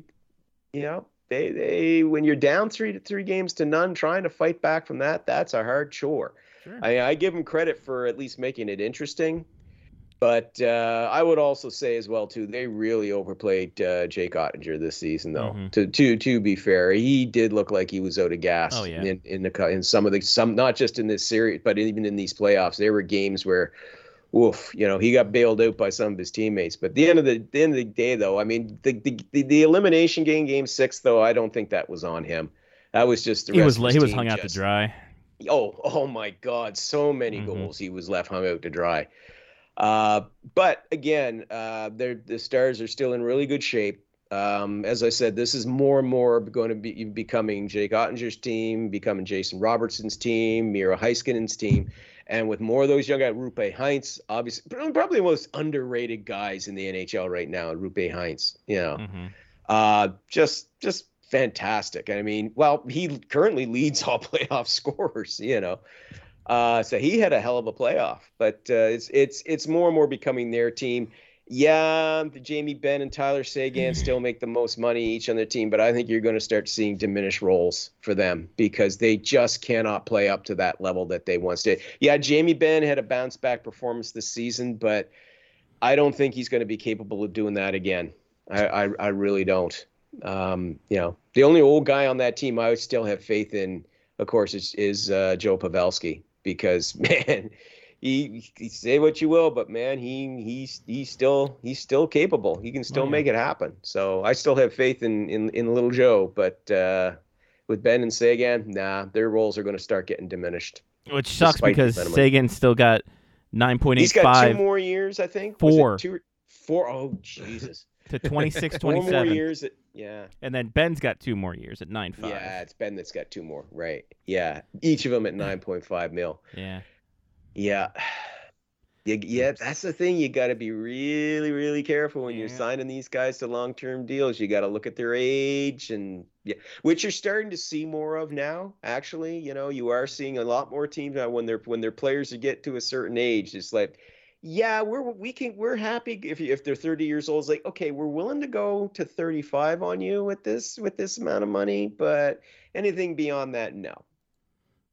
you know, they they when you're down 3 to 3 games to none trying to fight back from that, that's a hard chore. Sure. I I give him credit for at least making it interesting. But uh, I would also say as well too, they really overplayed uh, Jake Ottinger this season though. Mhm. To to to be fair, he did look like he was out of gas Oh, yeah. in in the cu- in some of the some not just in this series, but even in these playoffs, there were games where, oof, you know, he got bailed out by some of his teammates. But the end of the, the end of the day though, I mean, the the, the the elimination game, game six though, I don't think that was on him. That was just the he rest was of la- his he was team hung out to just- dry. Oh, <laughs> oh my God! So many Mhm. goals he was left hung out to dry. Uh, but again, uh, they're, the Stars are still in really good shape. Um, as I said, this is more and more going to be becoming Jake Ottinger's team, becoming Jason Robertson's team, Mira Heiskanen's team, and with more of those young guys, Rupe Heinz, obviously probably the most underrated guys in the NHL right now, Rupe Heinz. You know, Mhm. uh, just just fantastic. And I mean, well, he currently leads <laughs> all playoff scorers, you know. Uh, so he had a hell of a playoff, but uh, it's it's it's more and more becoming their team. Yeah, the Jamie Benn and Tyler Sagan still make the most money each on their team, but I think you're going to start seeing diminished roles for them because they just cannot play up to that level that they once did. Yeah, Jamie Benn had a bounce back performance this season, but I don't think he's going to be capable of doing that again. I, I, I really don't. Um, you know, the only old guy on that team I would still have faith in, of course, is, is uh, Joe Pavelski because <laughs> man, he, he say what you will, but man, he he's he's still he's still capable. He can still Oh, yeah. make it happen. So I still have faith in in, in little Joe, but uh, with Ben and Sagan, nah, their roles are going to start getting diminished. Which sucks despite the because sentiment. Sagan still got nine point eight He's got two five more years, I think. Was it Four. two, four. Oh Jesus, to <laughs> 26, four more 27. years. At, yeah. and then Ben's got two more years at nine five. Yeah, it's Ben that's got two more, right? Yeah, each of them at nine point five mil. yeah. Yeah, You, yeah, that's the thing. You got to be really, really careful when you're Yeah. signing these guys to long-term deals. You got to look at their age and yeah, which you're starting to see more of now. Actually, you know, you are seeing a lot more teams now when their when their players get to a certain age. It's like, yeah, we're we can we're happy if you, if they're 30 years old. It's like, okay, we're willing to go to 35 on you with this with this amount of money, but anything beyond that, no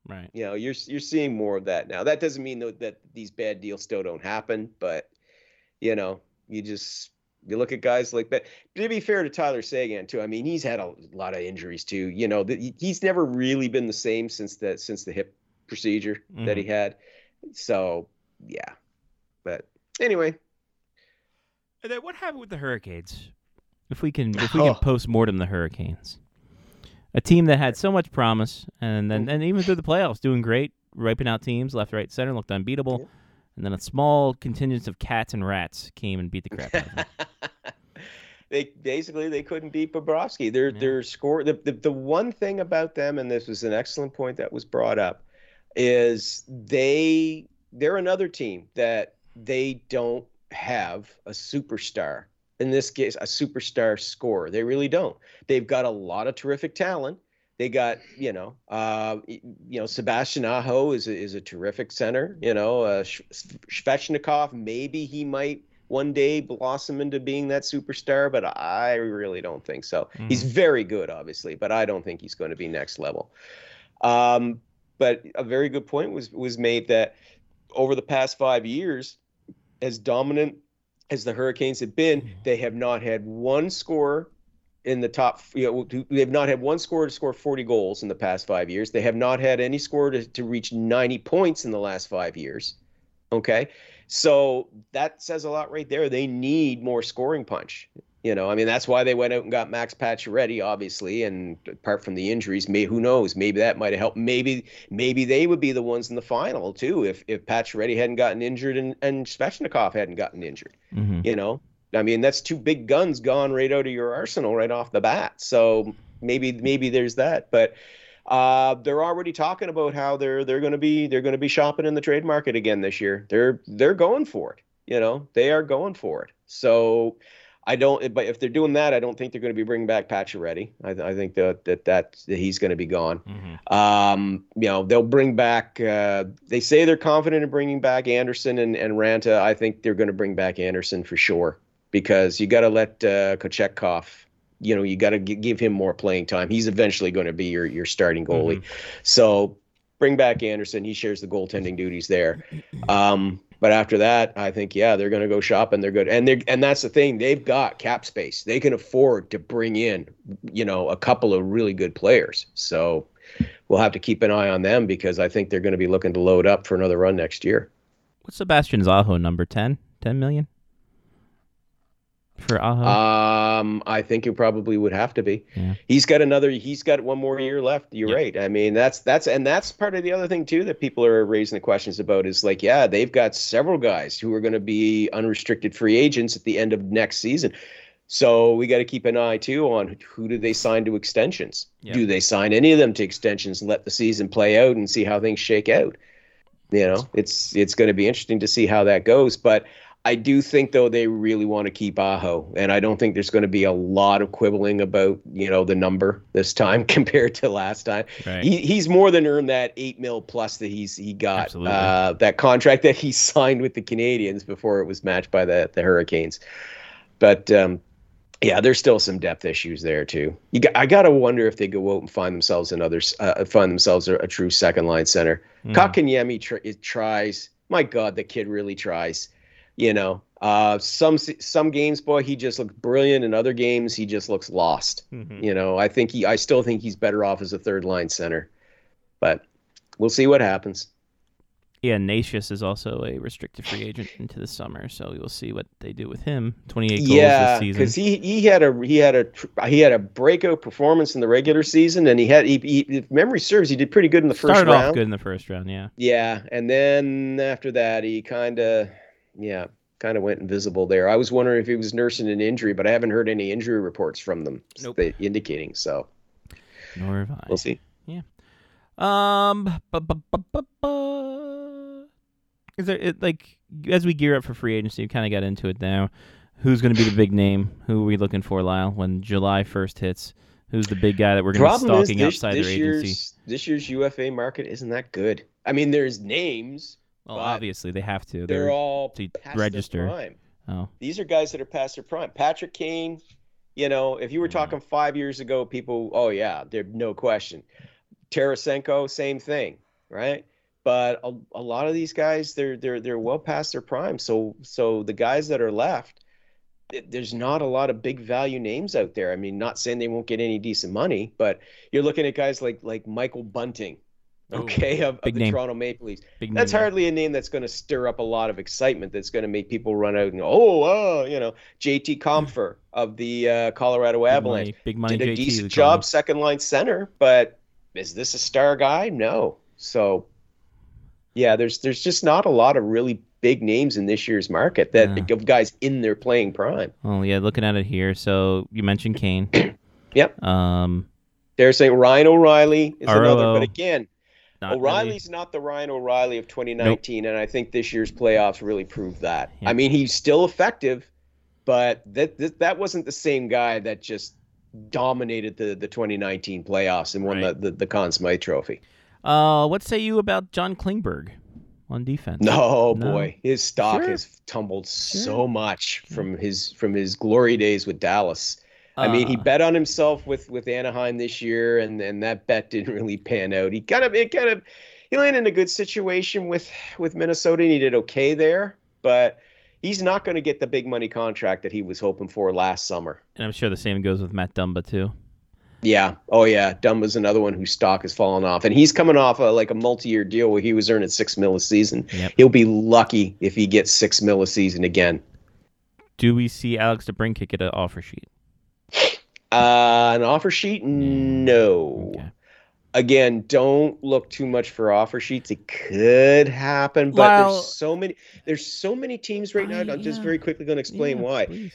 Right. you know you're you're seeing more of that now that doesn't mean though that these bad deals still don't happen but you know you just you look at guys like that to be fair to tyler sagan too i mean he's had a lot of injuries too you know the, he's never really been the same since that since the hip procedure that he had so yeah but anyway And then what happened with the Hurricanes? If we can, <laughs> if we can post mortem the Hurricanes, a team that had so much promise, and then and even through the playoffs, doing great, wiping out teams left, right, center, looked unbeatable, and then a small contingent of cats and rats came and beat the crap out of <laughs> them. they basically they couldn't beat Bobrovsky. Their Yeah. their score. The, the the one thing about them, and this was an excellent point that was brought up, is they they're another team that they don't have a superstar. In this case, a superstar scorer. They really don't. They've got a lot of terrific talent. They got you know uh, y- you know Sebastian Aho is a, is a terrific center. You know uh, Sh- Svechnikov maybe he might one day blossom into being that superstar, but I really don't think so. He's very good, obviously, but I don't think he's going to be next level. Um, but a very good point was was made that over the past five years, as dominant as the Hurricanes have been, they have not had one scorer in the top. You know, they have not had one scorer to score 40 goals in the past five years. They have not had any scorer to, to reach 90 points in the last five years. Okay, so that says a lot right there. They need more scoring punch. You know, I mean, that's why they went out and got Max Pacioretty, obviously, and apart from the injuries, may who knows, maybe that might have helped. Maybe, maybe they would be the ones in the final too if if Pacioretty hadn't gotten injured and and Svechnikov hadn't gotten injured. Mhm. You know, I mean, that's two big guns gone right out of your arsenal right off the bat. So maybe maybe there's that, but uh, they're already talking about how they're they're going to be they're going to be shopping in the trade market again this year. They're they're going for it. You know, they are going for it. So I don't. But if they're doing that, I don't think they're going to be bringing back Pacioretty. I, I think that that that he's going to be gone. Mhm. Um, you know, they'll bring back. Uh, they say they're confident in bringing back Anderson and, and Ranta. I think they're going to bring back Anderson for sure because you got to let uh, Kochetkov. You know, you got to g- give him more playing time. He's eventually going to be your your starting goalie. So bring back Anderson. He shares the goaltending duties there. Um, but after that, I think yeah, they're going to go shopping. They're good, and they are and that's the thing. They've got cap space. They can afford to bring in, you know, a couple of really good players. So we'll have to keep an eye on them because I think they're going to be looking to load up for another run next year. What's Sebastian Zaho number 10? 10 million for Aho. Um, I think it probably would have to be. Uh-huh. Yeah. He's got another. He's got one more year left. You're Yeah. right. I mean, that's that's and that's part of the other thing too that people are raising the questions about is like, yeah, they've got several guys who are going to be unrestricted free agents at the end of next season. So we got to keep an eye too on who do they sign to extensions. Yeah. Do they sign any of them to extensions and let the season play out and see how things shake out? You know, it's it's going to be interesting to see how that goes, but. I do think though they really want to keep Aho, and I don't think there's going to be a lot of quibbling about you know the number this time <laughs> compared to last time. right. He, he's more than earned that eight mil plus that he's he got Absolutely. uh, that contract that he <laughs> signed with the Canadians before it was matched by the the Hurricanes. But um, yeah, there's still some depth issues there too. You got, I gotta wonder if they go out and find themselves another s- uh, find themselves a, a true second line center. Mm. Kakanyemi tr- it tries. My God, the kid really tries. You know, uh, some se- some games, boy, he just looks brilliant. In other games, he just looks lost. Mhm. You know, I think he, I still think he's better off as a third line center, but we'll see what happens. Yeah, Natius is also a restricted free <sighs> agent into the summer, so we will see what they do with him. 28 goals yeah, this season. because he he had a he had a tr- he had a breakout performance in the regular season, and he had he, he if memory serves, he did pretty good in the first Started round. off good in the first round, yeah. Yeah, and then after that, he kind of, yeah, kind of went invisible there. I was wondering if he was nursing an injury, but I haven't heard any injury reports from them Nope. that indicating. So Nor have I. we'll see. Um, bu- bu- bu- bu- bu- Is there it, like as we gear up for free agency? We kind of got into it now. Who's going to be the big name? Who are we looking for, Lyle? When July first hits, who's the big guy that we're going to be Problem is stalking this, outside this their year's agency? this year's UFA market isn't that good. I mean, there's names. Well, but obviously they have to. They're, They're, all to past register. Their prime. oh, These are guys that are past their prime. Patrick Kane, you know, if you Mm-hmm. were talking five years ago, people, oh yeah, there no question. Tarasenko, same thing, right? But a, a lot of these guys, they're they're they're well past their prime. So so the guys that are left, th- there's not a lot of big value names out there. I mean, not saying they won't get any decent money, but you're looking at guys like like Michael Bunting, okay, of, of big the name. Toronto Maple Leafs. big That's name. hardly a name that's going to stir up a lot of excitement. That's going to make people run out and go, "Oh, uh, you know, JT Comfer of the uh, Colorado Big Avalanche money, big money. did a JT, decent we call him. job, second line center, but is this a star guy? No. So, yeah, there's there's just not a lot of really big names in this year's market that Yeah. of guys in their playing prime. Oh yeah, looking at it here. So you mentioned Kane. <coughs> Yep. Um, They're saying Ryan O'Reilly is another, ROO. but again, not really- O'Reilly's not the Ryan O'Reilly of 2019, and I think this year's playoffs really proved that. Yeah. I mean, he's still effective, but that, that that wasn't the same guy that just dominated the, the 2019 playoffs and won Right. the, the the Conn Smythe Trophy. Uh, what say you about John Klingberg on defense? No, No. boy, his stock Sure. has tumbled so Sure. much from his from his glory days with Dallas. I mean, he Uh, bet on himself with with Anaheim this year, and and that bet didn't really pan out. He kind of it kind of he landed in a good situation with with Minnesota, and he did okay there, but he's not going to get the big money contract that he was hoping for last summer. and I'm sure the same goes with Matt Dumba too. Yeah. Oh yeah. Dumba's another one whose stock has fallen off, and he's coming off a, like a multi-year deal where he was earning six mil a season. Yep. He'll be lucky if he gets six mil a season again. Do we see Alex DeBrincat get an offer sheet? Uh, an offer sheet? No. Mm, Okay. Again, don't look too much for offer sheets. It could happen, but Well- there's so many. There's so many teams right now. I- I'm just yeah. very quickly going to explain Yeah, why. please.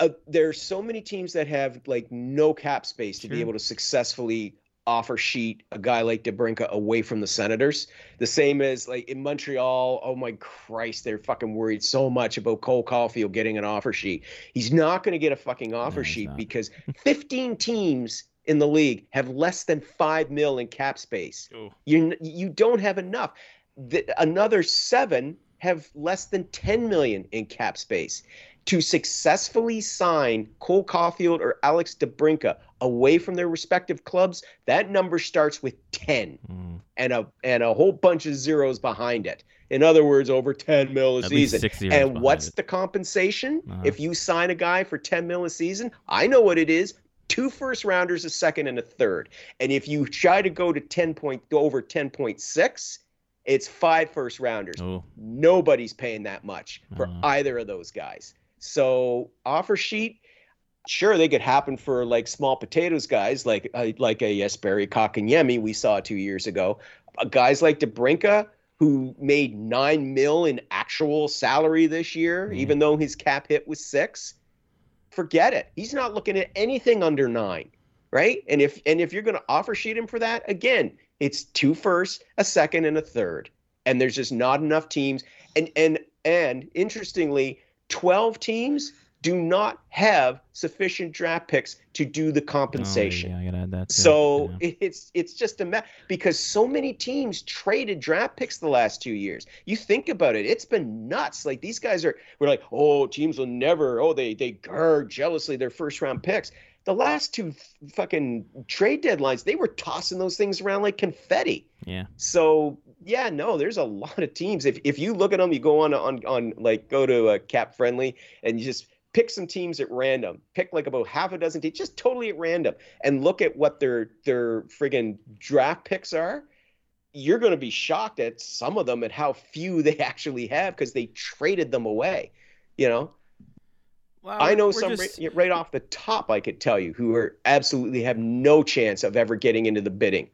uh, there are so many teams that have like no cap space to be Sure. able to successfully offer sheet a guy like DeBrinka away from the Senators. The same as like in Montreal. Oh my Christ, they're fucking worried so much about Cole Caulfield getting an offer sheet. He's not going to get a fucking offer he's sheet not. because 15 teams in the league have less than five mil in cap space. Ooh. You n- you don't have enough. The, another seven have less than 10 million in cap space to successfully sign Cole Caulfield or Alex DeBrinka away from their respective clubs. That number starts with 10 Mm, and a and a whole bunch of zeros behind it. In other words, over 10 mil a at least season. six zeros And behind what's it. the compensation Uh-huh. if you sign a guy for 10 mil a season? I know what it is. Two first rounders, a second and a third. And if you try to go to 10 point go over 10.6, it's five first rounders. Oh, Nobody's paying that much for Uh-huh. either of those guys. So offer sheet, sure they could happen for like small potatoes guys like uh, like a yes Barry Kakanyemi we saw two years ago, uh, guys like DeBrinka who made nine mil in actual salary this year, Mhm. even though his cap hit was six. Forget it. He's not looking at anything under nine, right? And if and if you're going to offer sheet him for that, again, it's two firsts, a second, and a third. And there's just not enough teams. And and and interestingly, 12 teams do not have sufficient draft picks to do the compensation. Oh, yeah, I gotta add that. too. So Yeah. it- it's it's just a mess because so many teams traded draft picks the last two years. You think about it, it's been nuts. Like these guys are we're like, oh, teams will never, oh, they they guard jealously their first round picks. The last two f- fucking trade deadlines, they were tossing those things around like confetti. Yeah. So yeah, no, there's a <laughs> lot of teams. If if you look at them, you go on on on like go to uh, cap friendly and you just pick some teams at random. Pick like about half a dozen teams, just totally at random, and look at what their their friggin' draft picks are. You're going to be shocked at some of them and how few they <laughs> actually have because they traded them away. You know, Well, I know we're some just- right, right off the top I could tell you who are absolutely have no chance of ever getting into the bidding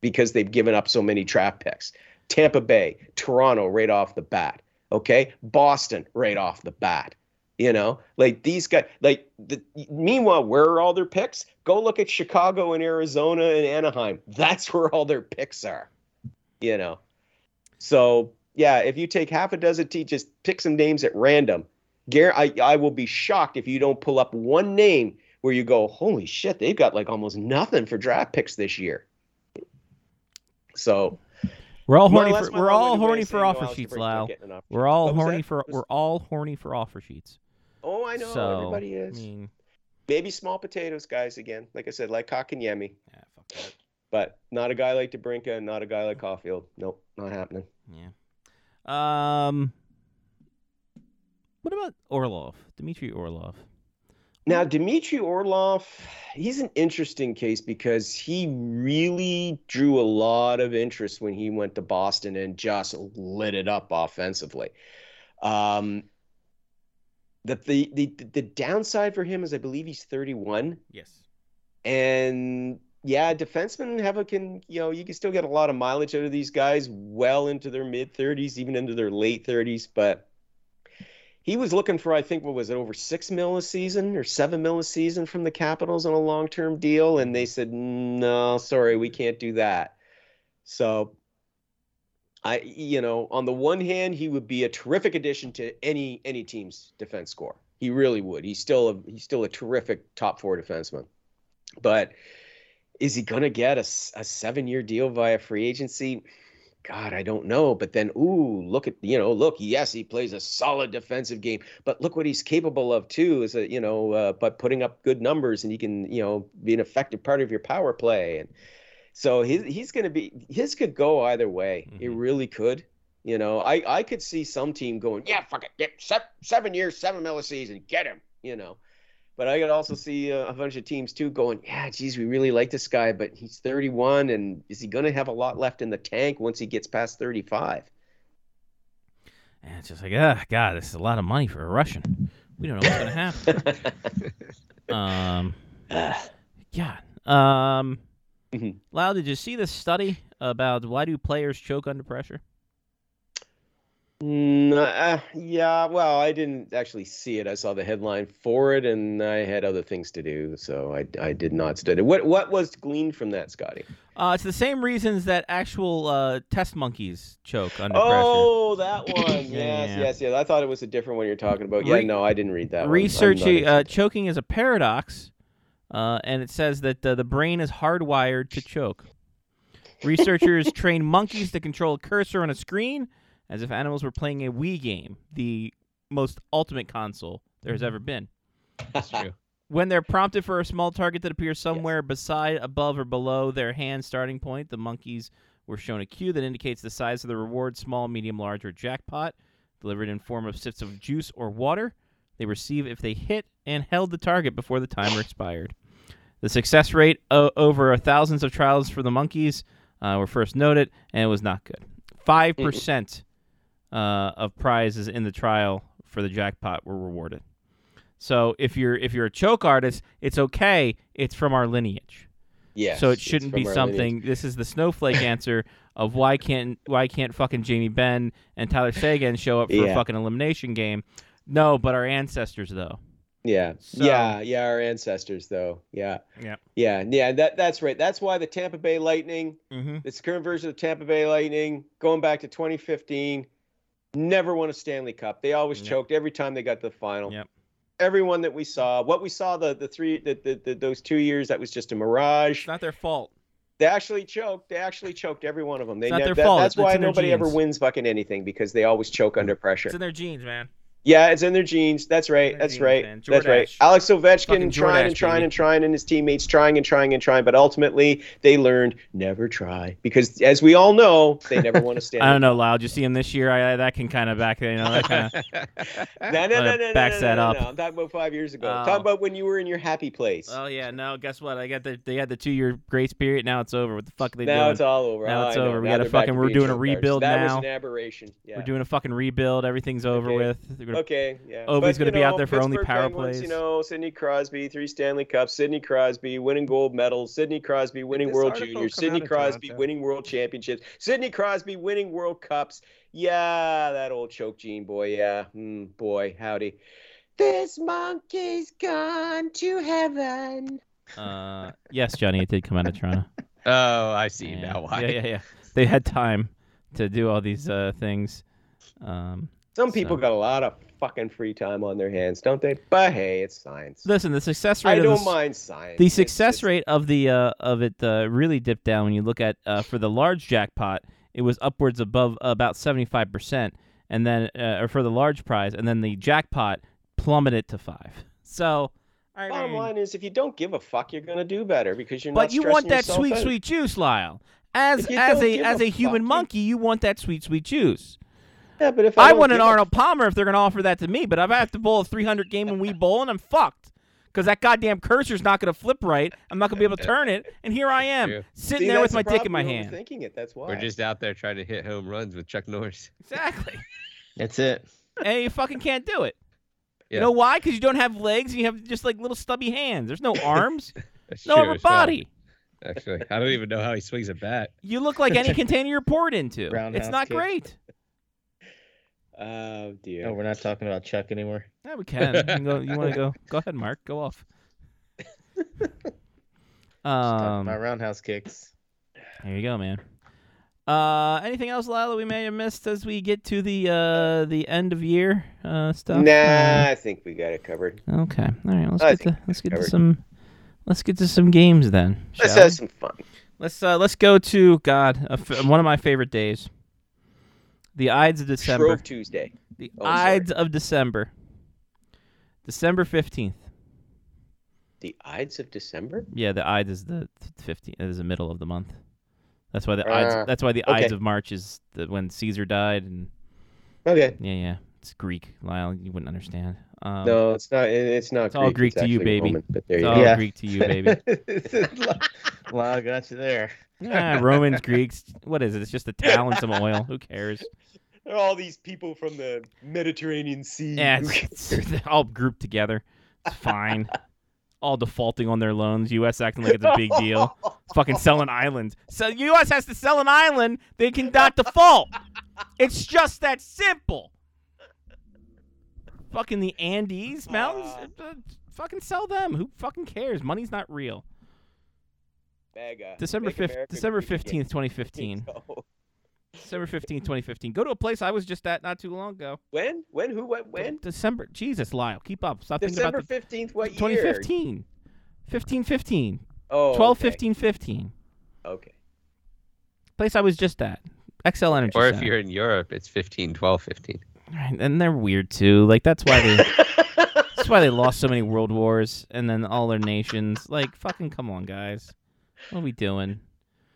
because they've given up so many draft picks. Tampa Bay, Toronto right off the bat. Okay? Boston right off the bat. You know, like these guys like the meanwhile, where are all their picks? Go look at Chicago and Arizona and Anaheim. That's where all their picks are. You know. So yeah, if you take half a dozen, te- just pick some names at random. Gar- I, I will be shocked if you don't pull up one name where you go, holy shit, they've got like almost nothing for draft picks this year. So We're all No, horny. that's for, my we're all long-winded way horny of for saying, offer well, sheets, Algebra Lau. can't get enough. We're all What was horny that? for. We're all horny for offer sheets. Oh, I know. So, Everybody I is. mean, Maybe small potatoes, guys. Again, like I said, like Cock and Yemi, yeah, fuck that. but not a guy like DeBrinka, and not a guy like Caulfield. Nope, not happening. Yeah. Um. What about Orlov? Dmitry Orlov. Now, Dmitry Orlov, he's an interesting case because he really drew a lot of interest when he went to Boston and just lit it up offensively. Um, the, the the the downside for him is I believe he's 31. Yes. And yeah, defensemen have a can you know you can still get a lot of mileage out of these guys well into their mid 30s, even into their late 30s. But he was looking for I think what was it over six mil a season or seven mil a season from the Capitals on a long term deal, and they said no, sorry, we can't do that. So. I, you know, on the one hand, he would be a terrific addition to any any team's defense score. He really would. He's still a he's still a terrific top four defenseman but is he going to get a, s- a seven year deal via free agency? God, I don't know. But then, ooh, look at, you know, look, yes, he plays a solid defensive game, but look what he's capable of too, is a, you know, uh, but putting up good numbers and he can, you know, be an effective part of your power play. And so his, he's going to be, his could go either way. It Mhm. really could. You know, I, I could see some team going, yeah, fuck it, get seven, seven years, seven mil a season, get him, you know. But I could also see uh, a bunch of teams too going, yeah, geez, we really like this guy, but he's 31, and is he going to have a lot left in the tank once he gets past <laughs> 35? And it's just like, ah, God, this is a lot of money for a Russian. We don't know what's gonna happen. Um, yeah. Um, Mhm. Lau, did you see this study about why do players choke under pressure? Mm, uh, yeah, well, I didn't actually see it. I saw the headline for it, and I had other things to do, so I, I did not study. What what was gleaned from that, Scotty? Uh, it's the same reasons that actual uh, test monkeys choke under <clears throat> Oh, that one. Yes, Yeah, yeah. yes, yes. I thought it was a different one you're talking about. Yeah, Re- no, I didn't read that pressure. one. I'm Research not uh, interested. choking is a paradox, uh, and it says that uh, the brain is hardwired to choke. <laughs> Researchers train monkeys to control a cursor on a screen as if animals were playing a Wii game, the most ultimate console there has ever Mm-hmm. <laughs> been. That's true. When they're prompted for a small target that appears somewhere beside, above, or below their hand starting point, the monkeys were shown a cue that indicates the size of the reward small, medium, large, or jackpot, delivered in form of sips of juice or water. They receive if they hit and held the target before the timer expired. The success rate o- over thousands of trials for the monkeys uh, were first noted, and it was not good. 5% uh, of prizes in the trial for the jackpot were rewarded. So if you're if you're a choke artist, it's okay. It's from our lineage. Yes, so it it's shouldn't from be our lineage. something. This is the <laughs> snowflake answer of why can't why can't fucking Jamie Benn and Tyler Sagan show up for a Yeah. fucking elimination game? No, but our ancestors though. Yeah. So- yeah, yeah, our ancestors though. Yeah. Yeah. Yeah, yeah, that that's right. That's why the Tampa Bay Lightning, Mm-hmm. this current version of Tampa Bay Lightning, going back to 2015, never won a Stanley Cup. They always Yep. choked every time they got to the final. Yep. Everyone that we saw, what we saw the the three the, the, the those two years that was just a mirage. It's not their fault. They actually choked. They actually choked every one of them. They not ne- their that- fault. That's It's why in their nobody ever genes. wins fucking anything because they always choke under pressure. It's in their genes, man. Yeah, it's in their genes. That's in right. their That's genes, right. man. That's right. Jordache. Alex Fucking Ovechkin Jordache, trying and trying baby. and trying, and his teammates trying and trying and trying, but ultimately they learned never try because, as we all know, they never want <laughs> to stand. I don't know, Lyle. Did you see him this year? I, I- that can kind of back you know that kind of. <laughs> No, no, no, Well, no, it no, backs no, that no, up. no. I'm talking about five years ago. Oh. Talking about when you were in your happy place. oh yeah, no. Guess what? I got the they had the two year grace period. Now it's over. What the fuck are they now doing? it's all over. Now Oh, it's I know. over. We Now gotta they're back fucking- to we're being doing a choke artists. rebuild that now. was an aberration. Yeah. We're doing a fucking rebuild. Everything's over Okay. with. They're gonna Okay, yeah. Ovi's But, gonna you be out know, there for only Pittsburgh power Penguins, You plays. know, Sidney Crosby, three Stanley Cups, Sidney Crosby winning gold medals, Sidney Crosby winning this World article Juniors, come Sidney out of Crosby Toronto? winning World Championships, Sidney Crosby winning World Cups. Yeah, that old choke gene boy. Yeah, mm, boy, howdy. This monkey's gone to heaven. Uh, yes, Johnny, it did come out of Toronto. Oh, I see yeah. now why. Yeah, yeah, yeah. They had time to do all these uh, things. Um, Some people So- got a lot of fucking free time on their hands, don't they? But hey, it's science. listen, the success rate I of don't this- mind science. the It's success just- rate of the uh, of it uh, really dipped down when you look at uh, for the large jackpot. It was upwards above about seventy five percent, and then uh, or for the large prize, and then the jackpot plummeted to five. So, I Bottom mean, line is, if you don't give a fuck, you're gonna do better because you're not. Mm. but you stressing want that yourself sweet out. sweet juice, Lyle. As If you as don't a give as a a human fuck, you- monkey, you want that sweet sweet juice. Yeah, but if I, I don't want an give a- Arnold Palmer if they're going to offer that to me, but if I have to bowl a 300 game and we bowl and I'm fucked because that goddamn cursor's not going to flip right. I'm not going to be able <laughs> to turn it, and here I am True. sitting See, there with that's my the dick in my problem, you're hand. overthinking it. That's why. We're just out there trying to hit home runs with Chuck Norris. <laughs> Exactly, That's it. and you fucking can't do it. You Yeah. know why? Because you don't have legs and you have just like little stubby hands. There's <laughs> no arms, That's no true, upper it's not, body. Actually, I don't even know how he swings a bat. You look like <laughs> any container you're poured into. it's Roundhouse not kick. great. Oh dear. No, we're not talking about Chuck anymore. Yeah, we <laughs> can. You, can go- you want to go? Go ahead, Mark. Go off. Just talking Um, about roundhouse kicks. There you go, man. Uh, anything else, Lila? We may have missed as we get to the uh the end of year uh stuff. nah, I think we got it covered. Uh, okay. All right. Let's I get think to let's get to covered. some let's get to some games then. Let's shall we? have some fun. Let's uh let's go to God, a f- one of my favorite days. The Ides of December. Shrove Tuesday. The Oh, sorry. Ides of December. December fifteenth. The Ides of December. Yeah, the Ides is the fifteenth. Is the middle of the month. That's why the Ides. Ah, that's why the Ides okay. of March is the, when Caesar died and. Okay. Yeah, yeah. It's Greek, Lyle. You wouldn't understand. Um, No, it's not. it- It's not. It's all Greek it's to you, actually baby. Roman, but there it's you all go. Yeah. Greek to you, <laughs> baby. <laughs> Wow, got you there. ah, Romans, Greeks. What is it? It's just a towel and some oil. Who <laughs> cares? They're all these people from the Mediterranean Sea. Yeah, it's, it's- they're all grouped together. It's fine. all defaulting on their loans. U.S. acting like it's a big <laughs> deal. Fucking sell an island. So U.S. has to sell an island. They cannot default. It's just that simple. Fucking the Andes mountains. uh, fucking sell them. Who fucking cares? Money's not real. Mega. December Make fifth, America December great again. fifteenth, <laughs> twenty fifteen. So- December fifteenth, twenty fifteen. Go to a place I was just at not too long ago. When? When? Who? What? De- When? December. Jesus, Lyle, keep up. Stop December thinking fifteenth. about What the year? 2015. 15, 15. Oh, 12, okay. 15, 15. Okay. <laughs> Place I was just at. XL Energy. Or if Center. you're in Europe, it's 15, 12, 15. Right, and they're weird too. Like that's why <laughs> they that's why they lost so many world wars and then all their nations. Like fucking come on, guys. What are we doing?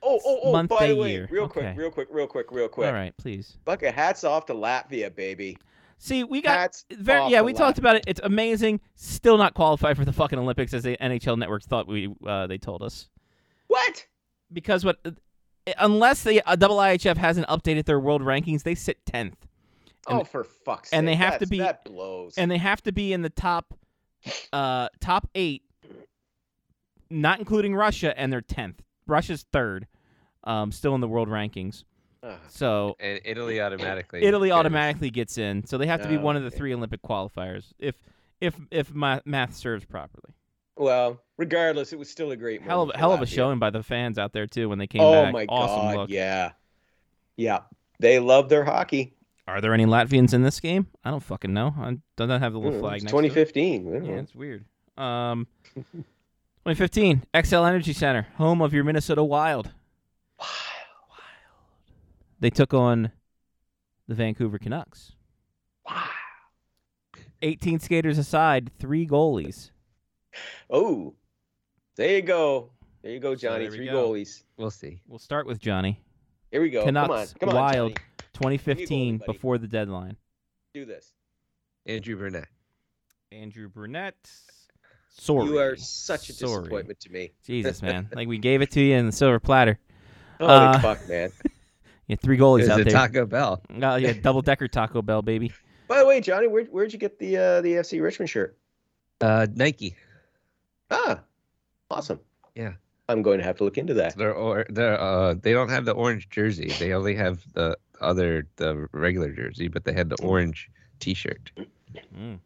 Oh, oh, oh! Month by a the way, year. real Okay. quick, real quick, real quick, real quick. All right, please. Bucket hats off to Latvia, baby. See, we got hats Very, off yeah, to we talked Latvia. about it. It's amazing. Still not qualified for the fucking Olympics as the NHL network thought we uh, they told us What? because what uh, unless the uh, IIHF hasn't updated their world rankings, they sit tenth And- oh, for fuck's sake! and they have to that's- be- that blows. and they have to be in the top uh, top eight, not including Russia, and they're tenth. Russia's third, um, still in the world rankings. Ugh. So And Italy automatically. Italy goes. automatically gets in, so they have to be one of the Okay. three Olympic qualifiers if if if my math serves properly. well, regardless, it was still a great Hell of, moment for hell of a Latvia. showing by the fans out there too when they came Oh back. my awesome god! look. Yeah, yeah. They love their hockey. Are there any Latvians in this game? I don't fucking know. I do not have the Mm, little flag it's next to it. 2015. I don't Yeah, know. it's weird. Um, <laughs> 2015 XL Energy Center, home of your Minnesota Wild. Wow. They took on the Vancouver Canucks. Wow. 18 skaters aside, three goalies. Oh, there you go. There you go, So Johnny. there we Three go. goalies. We'll see. We'll start with Johnny. Here we go. Canucks, come on, come on, Wild, Johnny. 2015 goalie, buddy. before the deadline. Do this. Andrew Burnett. Andrew Brunette. Sorry. You are such a Sorry. disappointment to me. <laughs> Jesus, man. Like we gave it to you in the silver platter. Holy Uh, fuck, man. You had three goalies It was out a there. Taco Bell. Oh, yeah, double decker Taco Bell, baby. By the way, Johnny, where, where'd you get the uh, the FC Richmond shirt? Uh, Nike. Ah, awesome. Yeah. I'm going to have to look into that. They're or they're uh they don't have the orange jersey. They only have the other the regular jersey, but they had the orange T-shirt. Mm.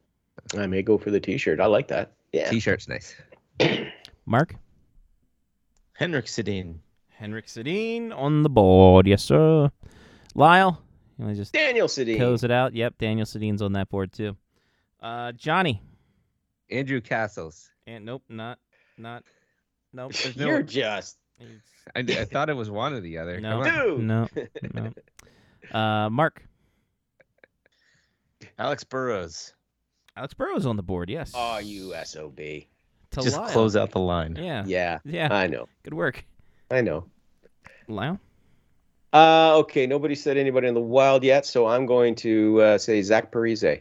I may go for the T-shirt. I like that. Yeah. T-shirt's nice. Mark? Henrik Sedin. Henrik Sedin on the board. Yes, sir. Lyle, you want to just Daniel City. close it out? Yep, Daniel Sedine's on that board too. Uh, Johnny, Andrew Castles. and nope, not, not, <laughs> nope. There's no. You're just It's- <laughs> I, I thought it was one or the other. No, Come on. Dude. <laughs> no, no. Uh, Mark, Alex Burrows. Alex Burrow's on the board. Yes. oh you sob. To Just Lyle. close out the line. Yeah. Yeah, Yeah. I know. Good work, I know. Lyle. Uh, okay, nobody said anybody in the wild yet, so I'm going to uh, say Zach Parise.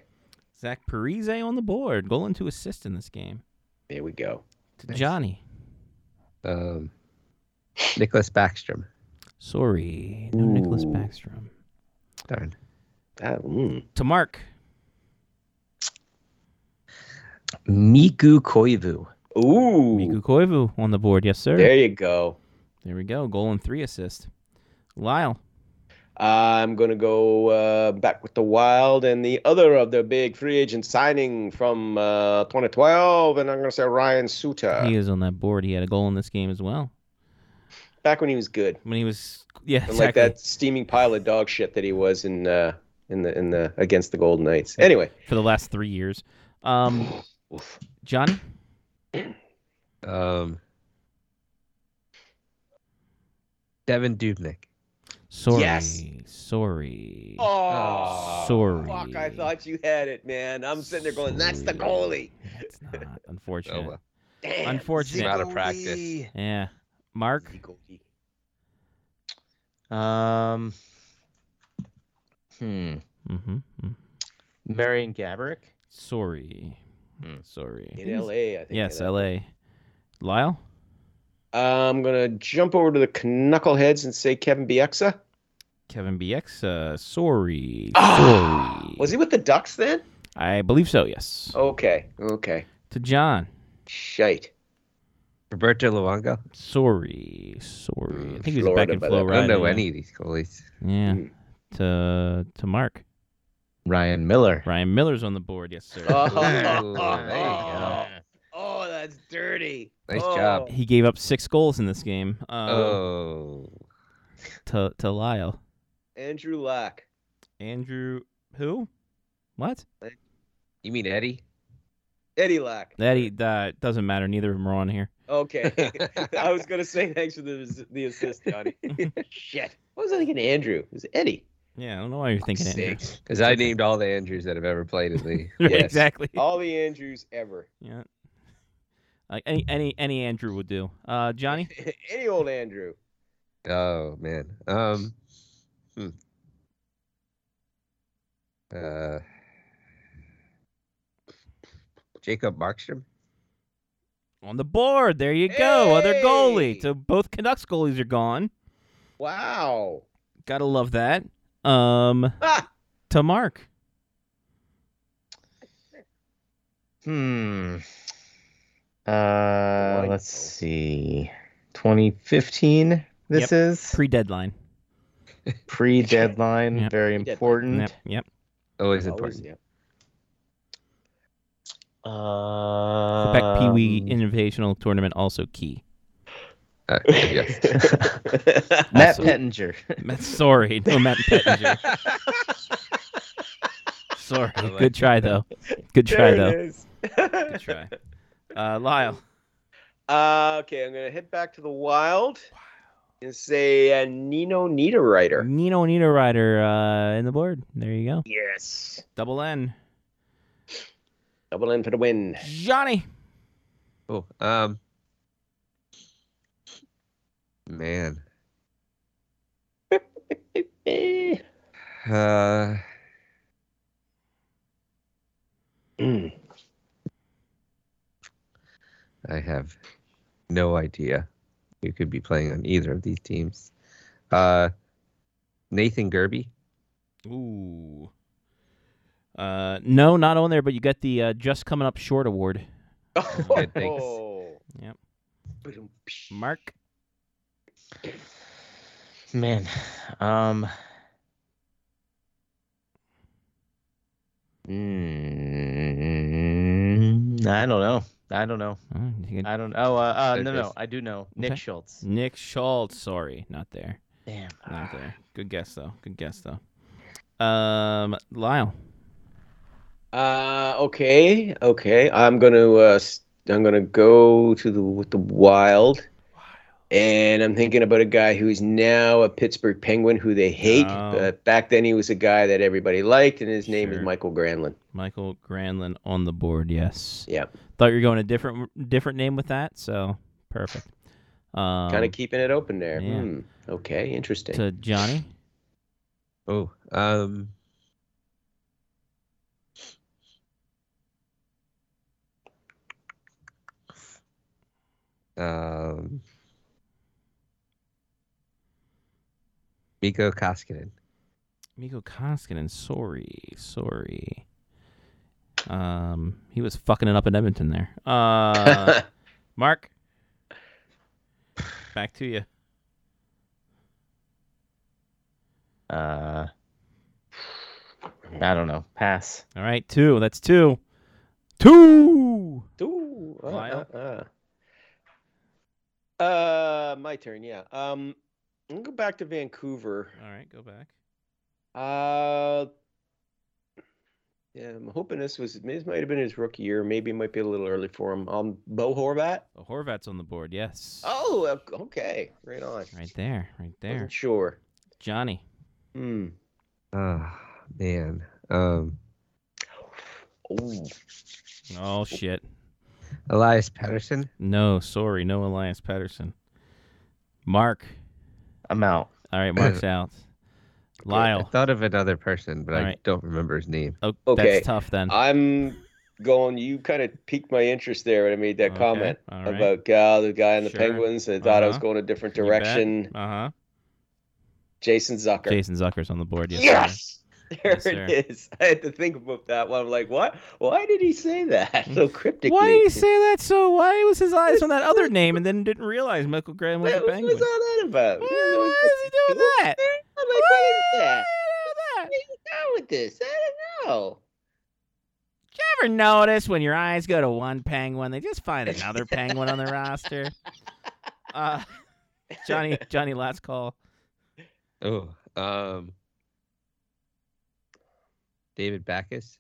Zach Parise on the board, goal and two assists in this game. There we go. To Johnny, Um, Nicholas Backstrom. sorry, no Nicholas Ooh. Backstrom. Darn. Ah, mm. To Mark, Miku Koivu. Ooh, Miku Koivu on the board. Yes, sir. there you go. There we go. Goal and three assist. Lyle, I'm going to go uh, back with the Wild and the other of the big free agent signing from uh, 2012, and I'm going to say Ryan Suter. he is on that board. He had a goal in this game as well. Back when he was good, When he was, yeah, and exactly. like that steaming pile of dog shit that he was in uh, in the in the against the Golden Knights. Anyway, for the last three years. Um, Johnny, Um, Devin Dubnik. sorry, Yes. sorry. oh, sorry. fuck! I thought you had it, man. I'm sitting there going, "That's the Sorry. goalie." That's <laughs> not unfortunate. Oh, well. Damn. Unfortunate. He's out of practice. Yeah, Mark, Goalie. Um, hmm. mm-hmm. Marion Gaborik. sorry, Hmm. sorry. in LA, I think. Yes, in LA. L.A. Lyle, I'm gonna jump over to the knuckleheads and say Kevin Bieksa. Kevin BX, uh, sorry, Ah, sorry. Was Oh. he with the Ducks then? I believe so. Yes. Okay, okay. To John, <laughs> Shite. Roberto Luongo. sorry, sorry. I think he was Florida back in by that Florida. Hmm. I don't know any of these goalies. Yeah. Mm. To to Mark, Ryan Miller. Ryan Miller's on the board. Yes, sir. Oh, Ooh, there you go. oh, that's dirty. Nice Oh. job. He gave up six goals in this game. Um, Oh, To to Lyle, Andrew Lack. Andrew, who? What? you mean Eddie? Eddie Lack. That he, that doesn't matter. Neither of them are on here. <laughs> Okay. <laughs> I was gonna say thanks for the the assist, <laughs> Johnny. Shit. What was I thinking? Andrew. It was Eddie. Yeah, I don't know why you're thinking Andrew. Six. Because I named all the Andrews that have ever played in <laughs> the. Right, <laughs> Yes. Exactly. All the Andrews ever. <laughs> Yeah. Like any any any Andrew would do. Uh, Johnny, <laughs> Any old Andrew. Oh man. Um. hmm. Uh. Jacob Markstrom. on the board. There you go. Other goalie. Hey! So both Canucks goalies are gone. Wow. Gotta love that. Um, Ah! to Mark. Hmm. I Uh, know. let's see. 2015. Yep. This is Pre-deadline. pre-deadline. Yep. Very Pre-deadline. important. Yep. Yep. Always Always, important. yeah. Uh, Quebec Pee Wee Invitational Tournament also <laughs> key. Uh, yes. <laughs> Matt Also- Pettinger. Matt, sorry, no Matt Pettinger. <laughs> sorry, I like good try though. Good try There though. it is. Good try. Uh, Lyle. <laughs> Uh, okay, I'm gonna head back to the wild and say uh, Nino Niederreiter. Nino Niederreiter uh, in the board. There you go. Yes, Double N. double in for the win. Johnny. Cool. Um. Man. Eh, Uh. mm. I have no idea who could be playing on either of these teams. Uh, Nathan Gerby. Ooh. Uh, no, not on there. But you got the uh, just coming up short award. Good, thanks. Oh. Yep. Ba-dum, psh. Mark. Man. Um. Mm, I don't know. I don't know. Oh, you got I don't. Oh, uh, uh, There no, it no, is. I do know. Nick Okay. Mm. Schultz. Nick Schultz. Sorry, not there. Damn. Not there. Good guess though. Good guess though. Um, Lyle. Uh, okay, okay. I'm gonna uh, s- I'm gonna go to the with the wild, and I'm thinking about a guy who's now a Pittsburgh Penguin who they hate, Oh. but back then he was a guy that everybody liked, and his name is Sure. Michael Granlund. Michael Granlund on the board. Yes. Yeah, Thought you were going a different different name with that. So perfect. Um, kind of keeping it open there. yeah. Hmm. Okay, interesting. to Johnny. Oh, um, um, Miko Koskinen. Miko Koskinen. Sorry, sorry. Um, he was fucking it up in Edmonton there. Uh, <laughs> Mark. Back to you. Uh, I don't know. Pass. All right, two. That's two. Two. Ooh, uh, Lyle? uh, uh. Uh, my turn. Yeah. Um, I'm gonna go back to Vancouver. All right, go back. Uh, yeah, I'm hoping this was this might have been his rookie year. Maybe it might be a little early for him. Um, Bo Horvat. Oh, Horvat's on the board. Yes. Oh, o- okay, right on. Right there. Right there. Wasn't sure. Johnny. Hmm. Oh, man. Um, Ooh. Oh shit. Elias Patterson. No, sorry, no Elias Patterson. Mark. I'm out. All right, <coughs> Mark's out. I Lyle. thought of another person, but I Alright. don't remember his name. Oh, Okay. that's tough then. I'm going. You kind of piqued my interest there when I made that Okay, comment all right. about uh, the guy in the Sure. Penguins. I thought I was Uh-huh. going a different You bet. direction. Uh-huh. Jason Zucker. Jason Zucker's on the board. Yes. Yes. There Yes, sir. it is. <laughs> I had to think about that one. I'm like, what? Why did he say that <laughs> so sir. cryptically? Why did he say that so? Why was his eyes on that other name and then didn't realize Michael Graham was a What what penguin? was all that about? Why why is he doing <laughs> that? I'm Why like, what is is he that? doing that? Where you going with this? I don't know. You ever notice when your eyes go to one penguin, they just find another penguin on the <laughs> roster? Uh, Johnny, Johnny, last call. Oh, um, David Backus.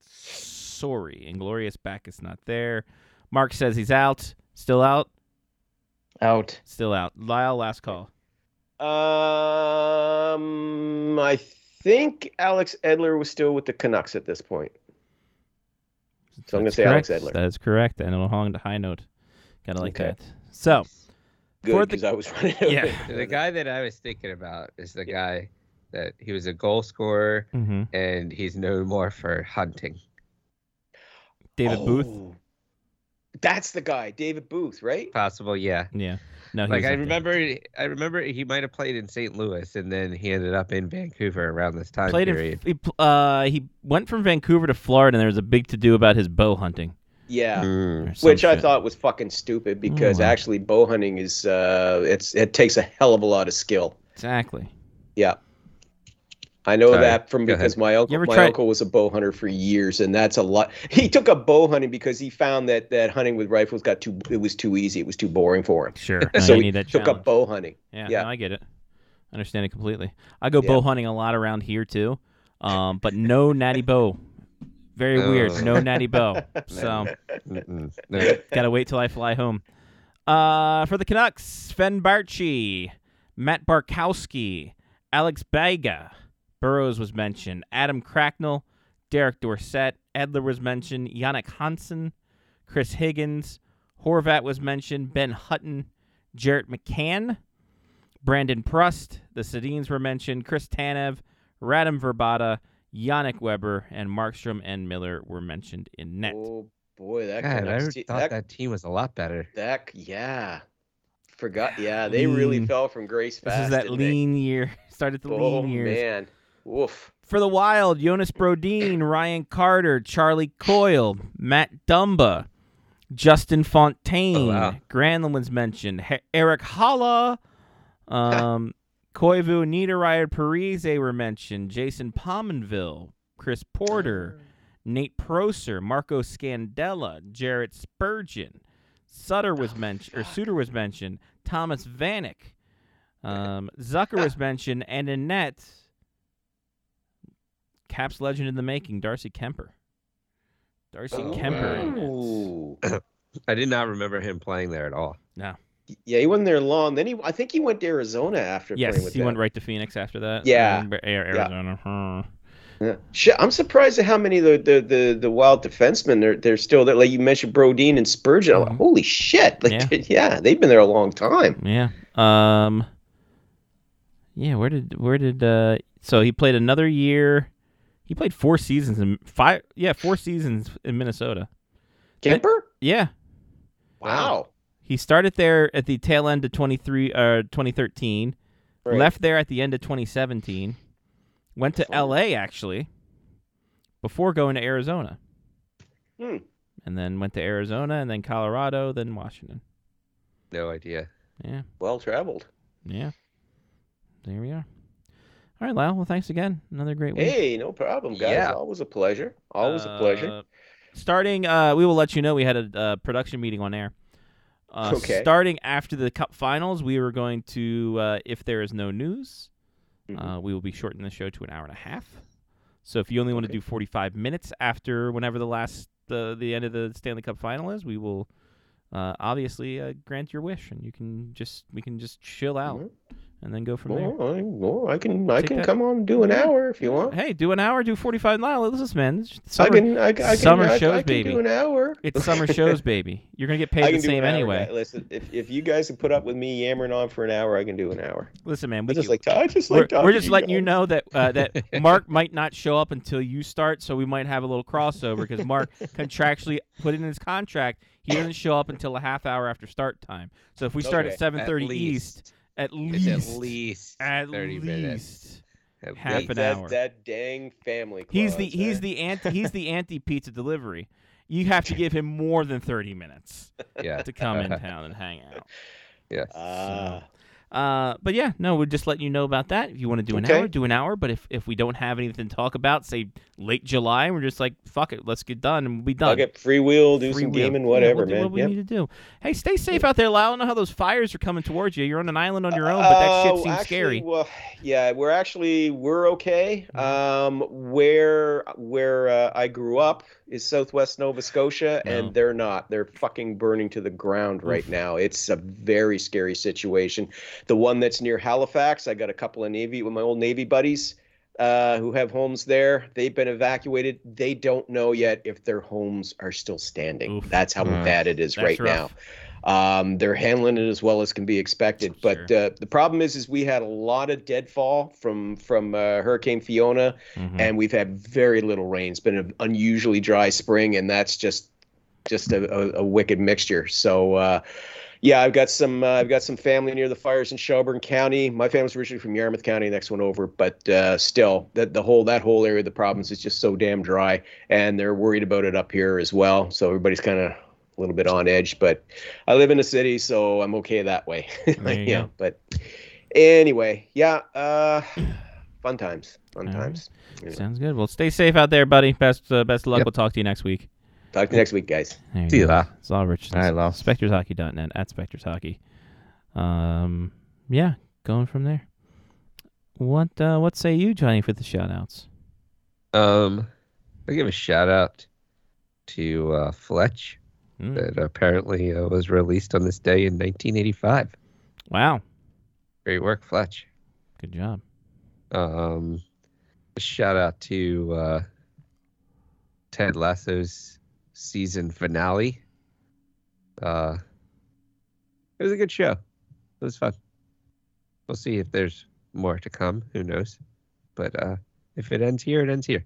Sorry, Inglorious back is not there. Mark says he's out. Still out. Out. Still out. Lyle, last call. Um, I think Alex Edler was still with the Canucks at this point. So I'm gonna That's say Alex correct. Edler. That is correct, and it'll hang the high note. Gotta like Okay. that. So For Good, the- because I <laughs> was running. <laughs> Yeah. The guy that I was thinking about is the guy that he was a goal scorer mhm. and he's known more for hunting. David Booth. Oh. That's the guy, David Booth, right? Possible, yeah. Yeah. No, he Like was not I there. remember, I remember he might have played in St. Louis, and then he ended up in Vancouver around this time Played in, period. he, pl- uh, he went from Vancouver to Florida, and there was a big to do about his bow hunting. Yeah. Mm. or some Which I shit. Mm. thought was fucking stupid because wow. actually bow hunting is uh it's it takes a hell of a lot of skill. Exactly. Yeah. I know Sorry. that from Go ahead. because my uncle ever my tried- uncle was a bow hunter for years and that's a lot. <laughs> He took up bow hunting because he found that that hunting with rifles got too it was too easy, it was too boring for him. Sure. No, so you he need that took challenge. up bow hunting. Yeah, Yeah. no, I get it. I understand it completely. I go Yeah. bow hunting a lot around here too, um, but no <laughs> natty bow. Very weird. No Oh. natty bow. <laughs> So Mm-mm. No. <laughs> gotta wait till I fly home. Uh, for the Canucks, Sven Barchi, Matt Barkowski, Alex Baiga, Burrows was mentioned, Adam Cracknell, Derek Dorsett, Edler was mentioned, Yannick Hansen, Chris Higgins, Horvat was mentioned, Ben Hutton, Jarrett McCann, Brandon Prust, the Sedines were mentioned, Chris Tanev, Radim Verbata, Yannick Weber, and Markstrom and Miller were mentioned in net. Oh boy, <laughs> that God, I Canucks te- thought that, that team was a lot better. that yeah. <sighs> Forgot yeah, they really Lean. fell from grace This fast. is that didn't they? lean year. <laughs> Started the Oh lean years. man. Woof. For the Wild, Jonas Brodeen, Ryan Carter, Charlie Coyle, Matt Dumba, Justin Fontaine, Oh, wow. Granlund was mentioned, He- Eric Halla, um, Koivu, Niederreiter, Parise were mentioned, Jason Pominville, Chris Porter, Nate Proser, Marco Scandella, Jarrett Spurgeon, Sutter was mentioned, or Suter was mentioned, Thomas Vanek, Um, Zucker was mentioned, and Annette, Caps legend in the making, Darcy Kemper. Darcy Oh, Kemper. in it. Ooh. I did not remember him playing there at all. Yeah, he wasn't there long. Then he, I think he went to Arizona after Yes, playing with he them. went right to Phoenix after that. Yeah. and Ar- Arizona. huh. Yeah. Shit, I'm surprised at how many of the, the, the, the wild defensemen they're they're still there. Like you mentioned Brodeen and Spurgeon. I'm like, Mhm. holy shit. Like Yeah. <laughs> yeah. they've been there a long time. Yeah. Um. Yeah. Where did where did uh? So he played another year. He played four seasons in five. Yeah, four seasons in Minnesota. Kemper? Yeah. Wow. He started there at the tail end of 23 uh 2013. Right. Left there at the end of 2017. Went to LA actually before going to Arizona. Hmm. And then went to Arizona and then Colorado, then Washington. No idea. Yeah. Well traveled. Yeah. There we are. All right, Lyle. Well, thanks again. Another great week. Hey, no problem, guys. Yeah. Always a pleasure. Always a pleasure. Uh, Starting, uh, we will let you know we had a, uh production meeting on air. Uh, Okay. Starting after the Cup Finals, we were going to, uh, if there is no news, Mm-hmm. uh, we will be shortening the show to an hour and a half. So if you only want to do 45 minutes after whenever the last the the end of the Stanley Cup Final is, we will uh, obviously uh, grant your wish, and you can just we can just chill out Mhm. and then go from there. Well, I, well, I can I Take can that. come on and do an Yeah. hour if you want. Hey, do an hour, do 45. Lyle, this is man. It's I summer, can I, I can summer I, I shows, can baby. do an hour. it's summer shows, baby. You're gonna get <laughs> I paid can the do same an hour, anyway. guy. Listen, if, if you guys can put up with me yammering on for an hour, I can do an hour. Listen, man, I we just just like I just we're, like talking we're to just letting you guys. know that uh, <laughs> that Mark might not show up until you start, so we might have a little crossover because Mark <laughs> contractually put in his contract he doesn't show up until a half hour after start time. So if we start Okay, at 7:30 East, at least It's at least at 30 least minutes. At half least. an that, hour. That dang family. he's the clause, he's eh? the anti he's the anti pizza delivery. You have <laughs> to give him more than 30 minutes Yeah. to come in town and hang out. Yeah. Ah, Uh, but yeah, no, we're just letting you know about that. If you want to do an Okay. hour, do an hour. But if, if we don't have anything to talk about, say late July, we're just like, fuck it, let's get done and we'll be done. I'll get free will, do Free some will. gaming, Yeah, whatever, we'll do man. What we Yep. need to do. Hey, stay safe out there, Lyle. I know how those fires are coming towards you. You're on an island on your own, but that shit Oh, seems actually, scary. Mm-hmm. Well, yeah, we're actually we're okay. Um, where where uh, I grew up is Southwest Nova Scotia, Oh, No. and they're not. They're fucking burning to the ground right Oof. now. It's a very scary situation. The one that's near Halifax, I got a couple of Navy with my old Navy buddies. Uh, who have homes there? They've been evacuated. They don't know yet if their homes are still standing. Oof. That's how Mm. bad it is That's right now. rough. Um, they're handling it as well as can be expected. But uh, the problem is, is we had a lot of deadfall from from uh, Hurricane Fiona, Mhm. and we've had very little rain. It's been an unusually dry spring, and that's just just a, a, a wicked mixture. So. Uh, yeah, I've got some. Uh, I've got some family near the fires in Shelburne County. My family's originally from Yarmouth County, next one over, but uh, still, that the whole that whole area of the province is just so damn dry, and they're worried about it up here as well. So everybody's kind of a little bit on edge. But I live in a city, so I'm okay that way. <laughs> There you yeah, go. but anyway, yeah, uh, fun times, fun All right. times. Anyway, Sounds good. Well, stay safe out there, buddy. Best uh, best of luck. Yep. We'll talk to you next week. Talk to you next week, guys. There See you, go. Lyle. It's all Rich. All right, Lyle. SpectresHockey.net at Spectres Hockey. Um, yeah, going from there. What uh, what say you, Johnny, for the shout outs? Um, I give a shout out to uh, Fletch that apparently uh, was released on this day in 1985. Wow, Great work, Fletch. good job. Um, a shout out to uh, Ted Lasso's season finale. Uh, it was a good show. It was fun. We'll see if there's more to come. Who knows? But uh, if it ends here, it ends here.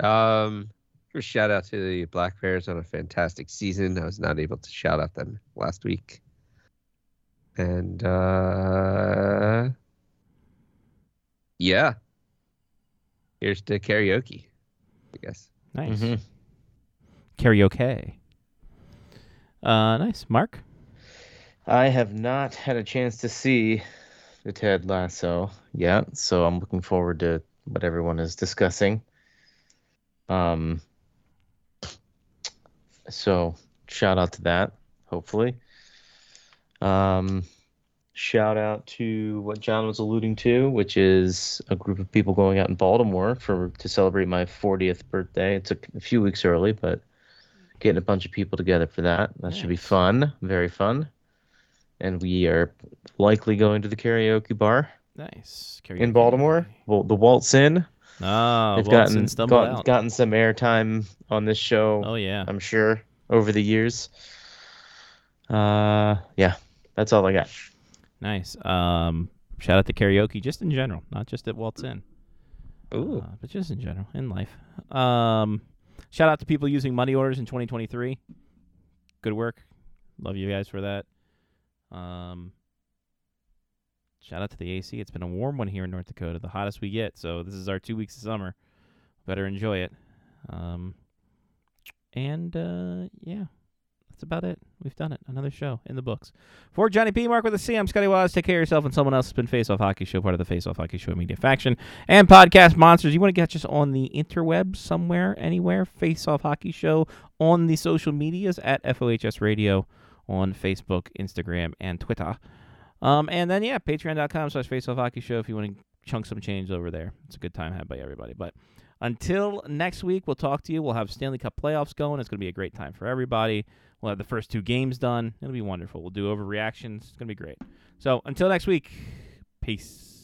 Um, a shout out to the Black Bears on a fantastic season. I was not able to shout out them last week. And uh, yeah. Here's to karaoke, I guess. Nice Mm-hmm. karaoke. Uh, nice, Mark. I have not had a chance to see the Ted Lasso yet, so I'm looking forward to what everyone is discussing. Um, so shout out to that, hopefully. Um, shout out to what John was alluding to, which is a group of people going out in Baltimore for to celebrate my 40th birthday. It's a, a few weeks early, but getting a bunch of people together for that. That should be fun, very fun. And we are likely going to the karaoke bar Nice. in Baltimore. Well, the Waltz Inn. Oh, They've Wilson gotten stumbled gotten, out. gotten some airtime on this show. oh yeah. I'm sure over the years. Uh, yeah, that's all I got. Nice. Um, shout out to karaoke, just in general, not just at Waltz In. Ooh. Uh, but just in general, in life. Um, shout out to people using money orders in 2023. Good work. Love you guys for that. Um, shout out to the AC. It's been a warm one here in North Dakota, the hottest we get. So this is our two weeks of summer. Better enjoy it. Um, and uh, yeah, that's about it. We've done it. Another show in the books. For Johnny P. Mark with a C, I'm Scotty Waz. Take care of yourself and someone else. It's been Face Off Hockey Show, part of the Face Off Hockey Show Media Faction and Podcast Monsters. You want to catch us on the interweb somewhere, anywhere? Face Off Hockey Show on the social medias at FOHS Radio on Facebook, Instagram, and Twitter. Um, and then, yeah, patreon.com slash Face Off Hockey Show if you want to chunk some change over there. It's a good time had by everybody. But until next week, we'll talk to you. We'll have Stanley Cup playoffs going. It's going to be a great time for everybody. We'll have the first two games done. It'll be wonderful. We'll do overreactions. It's going to be great. So until next week, peace.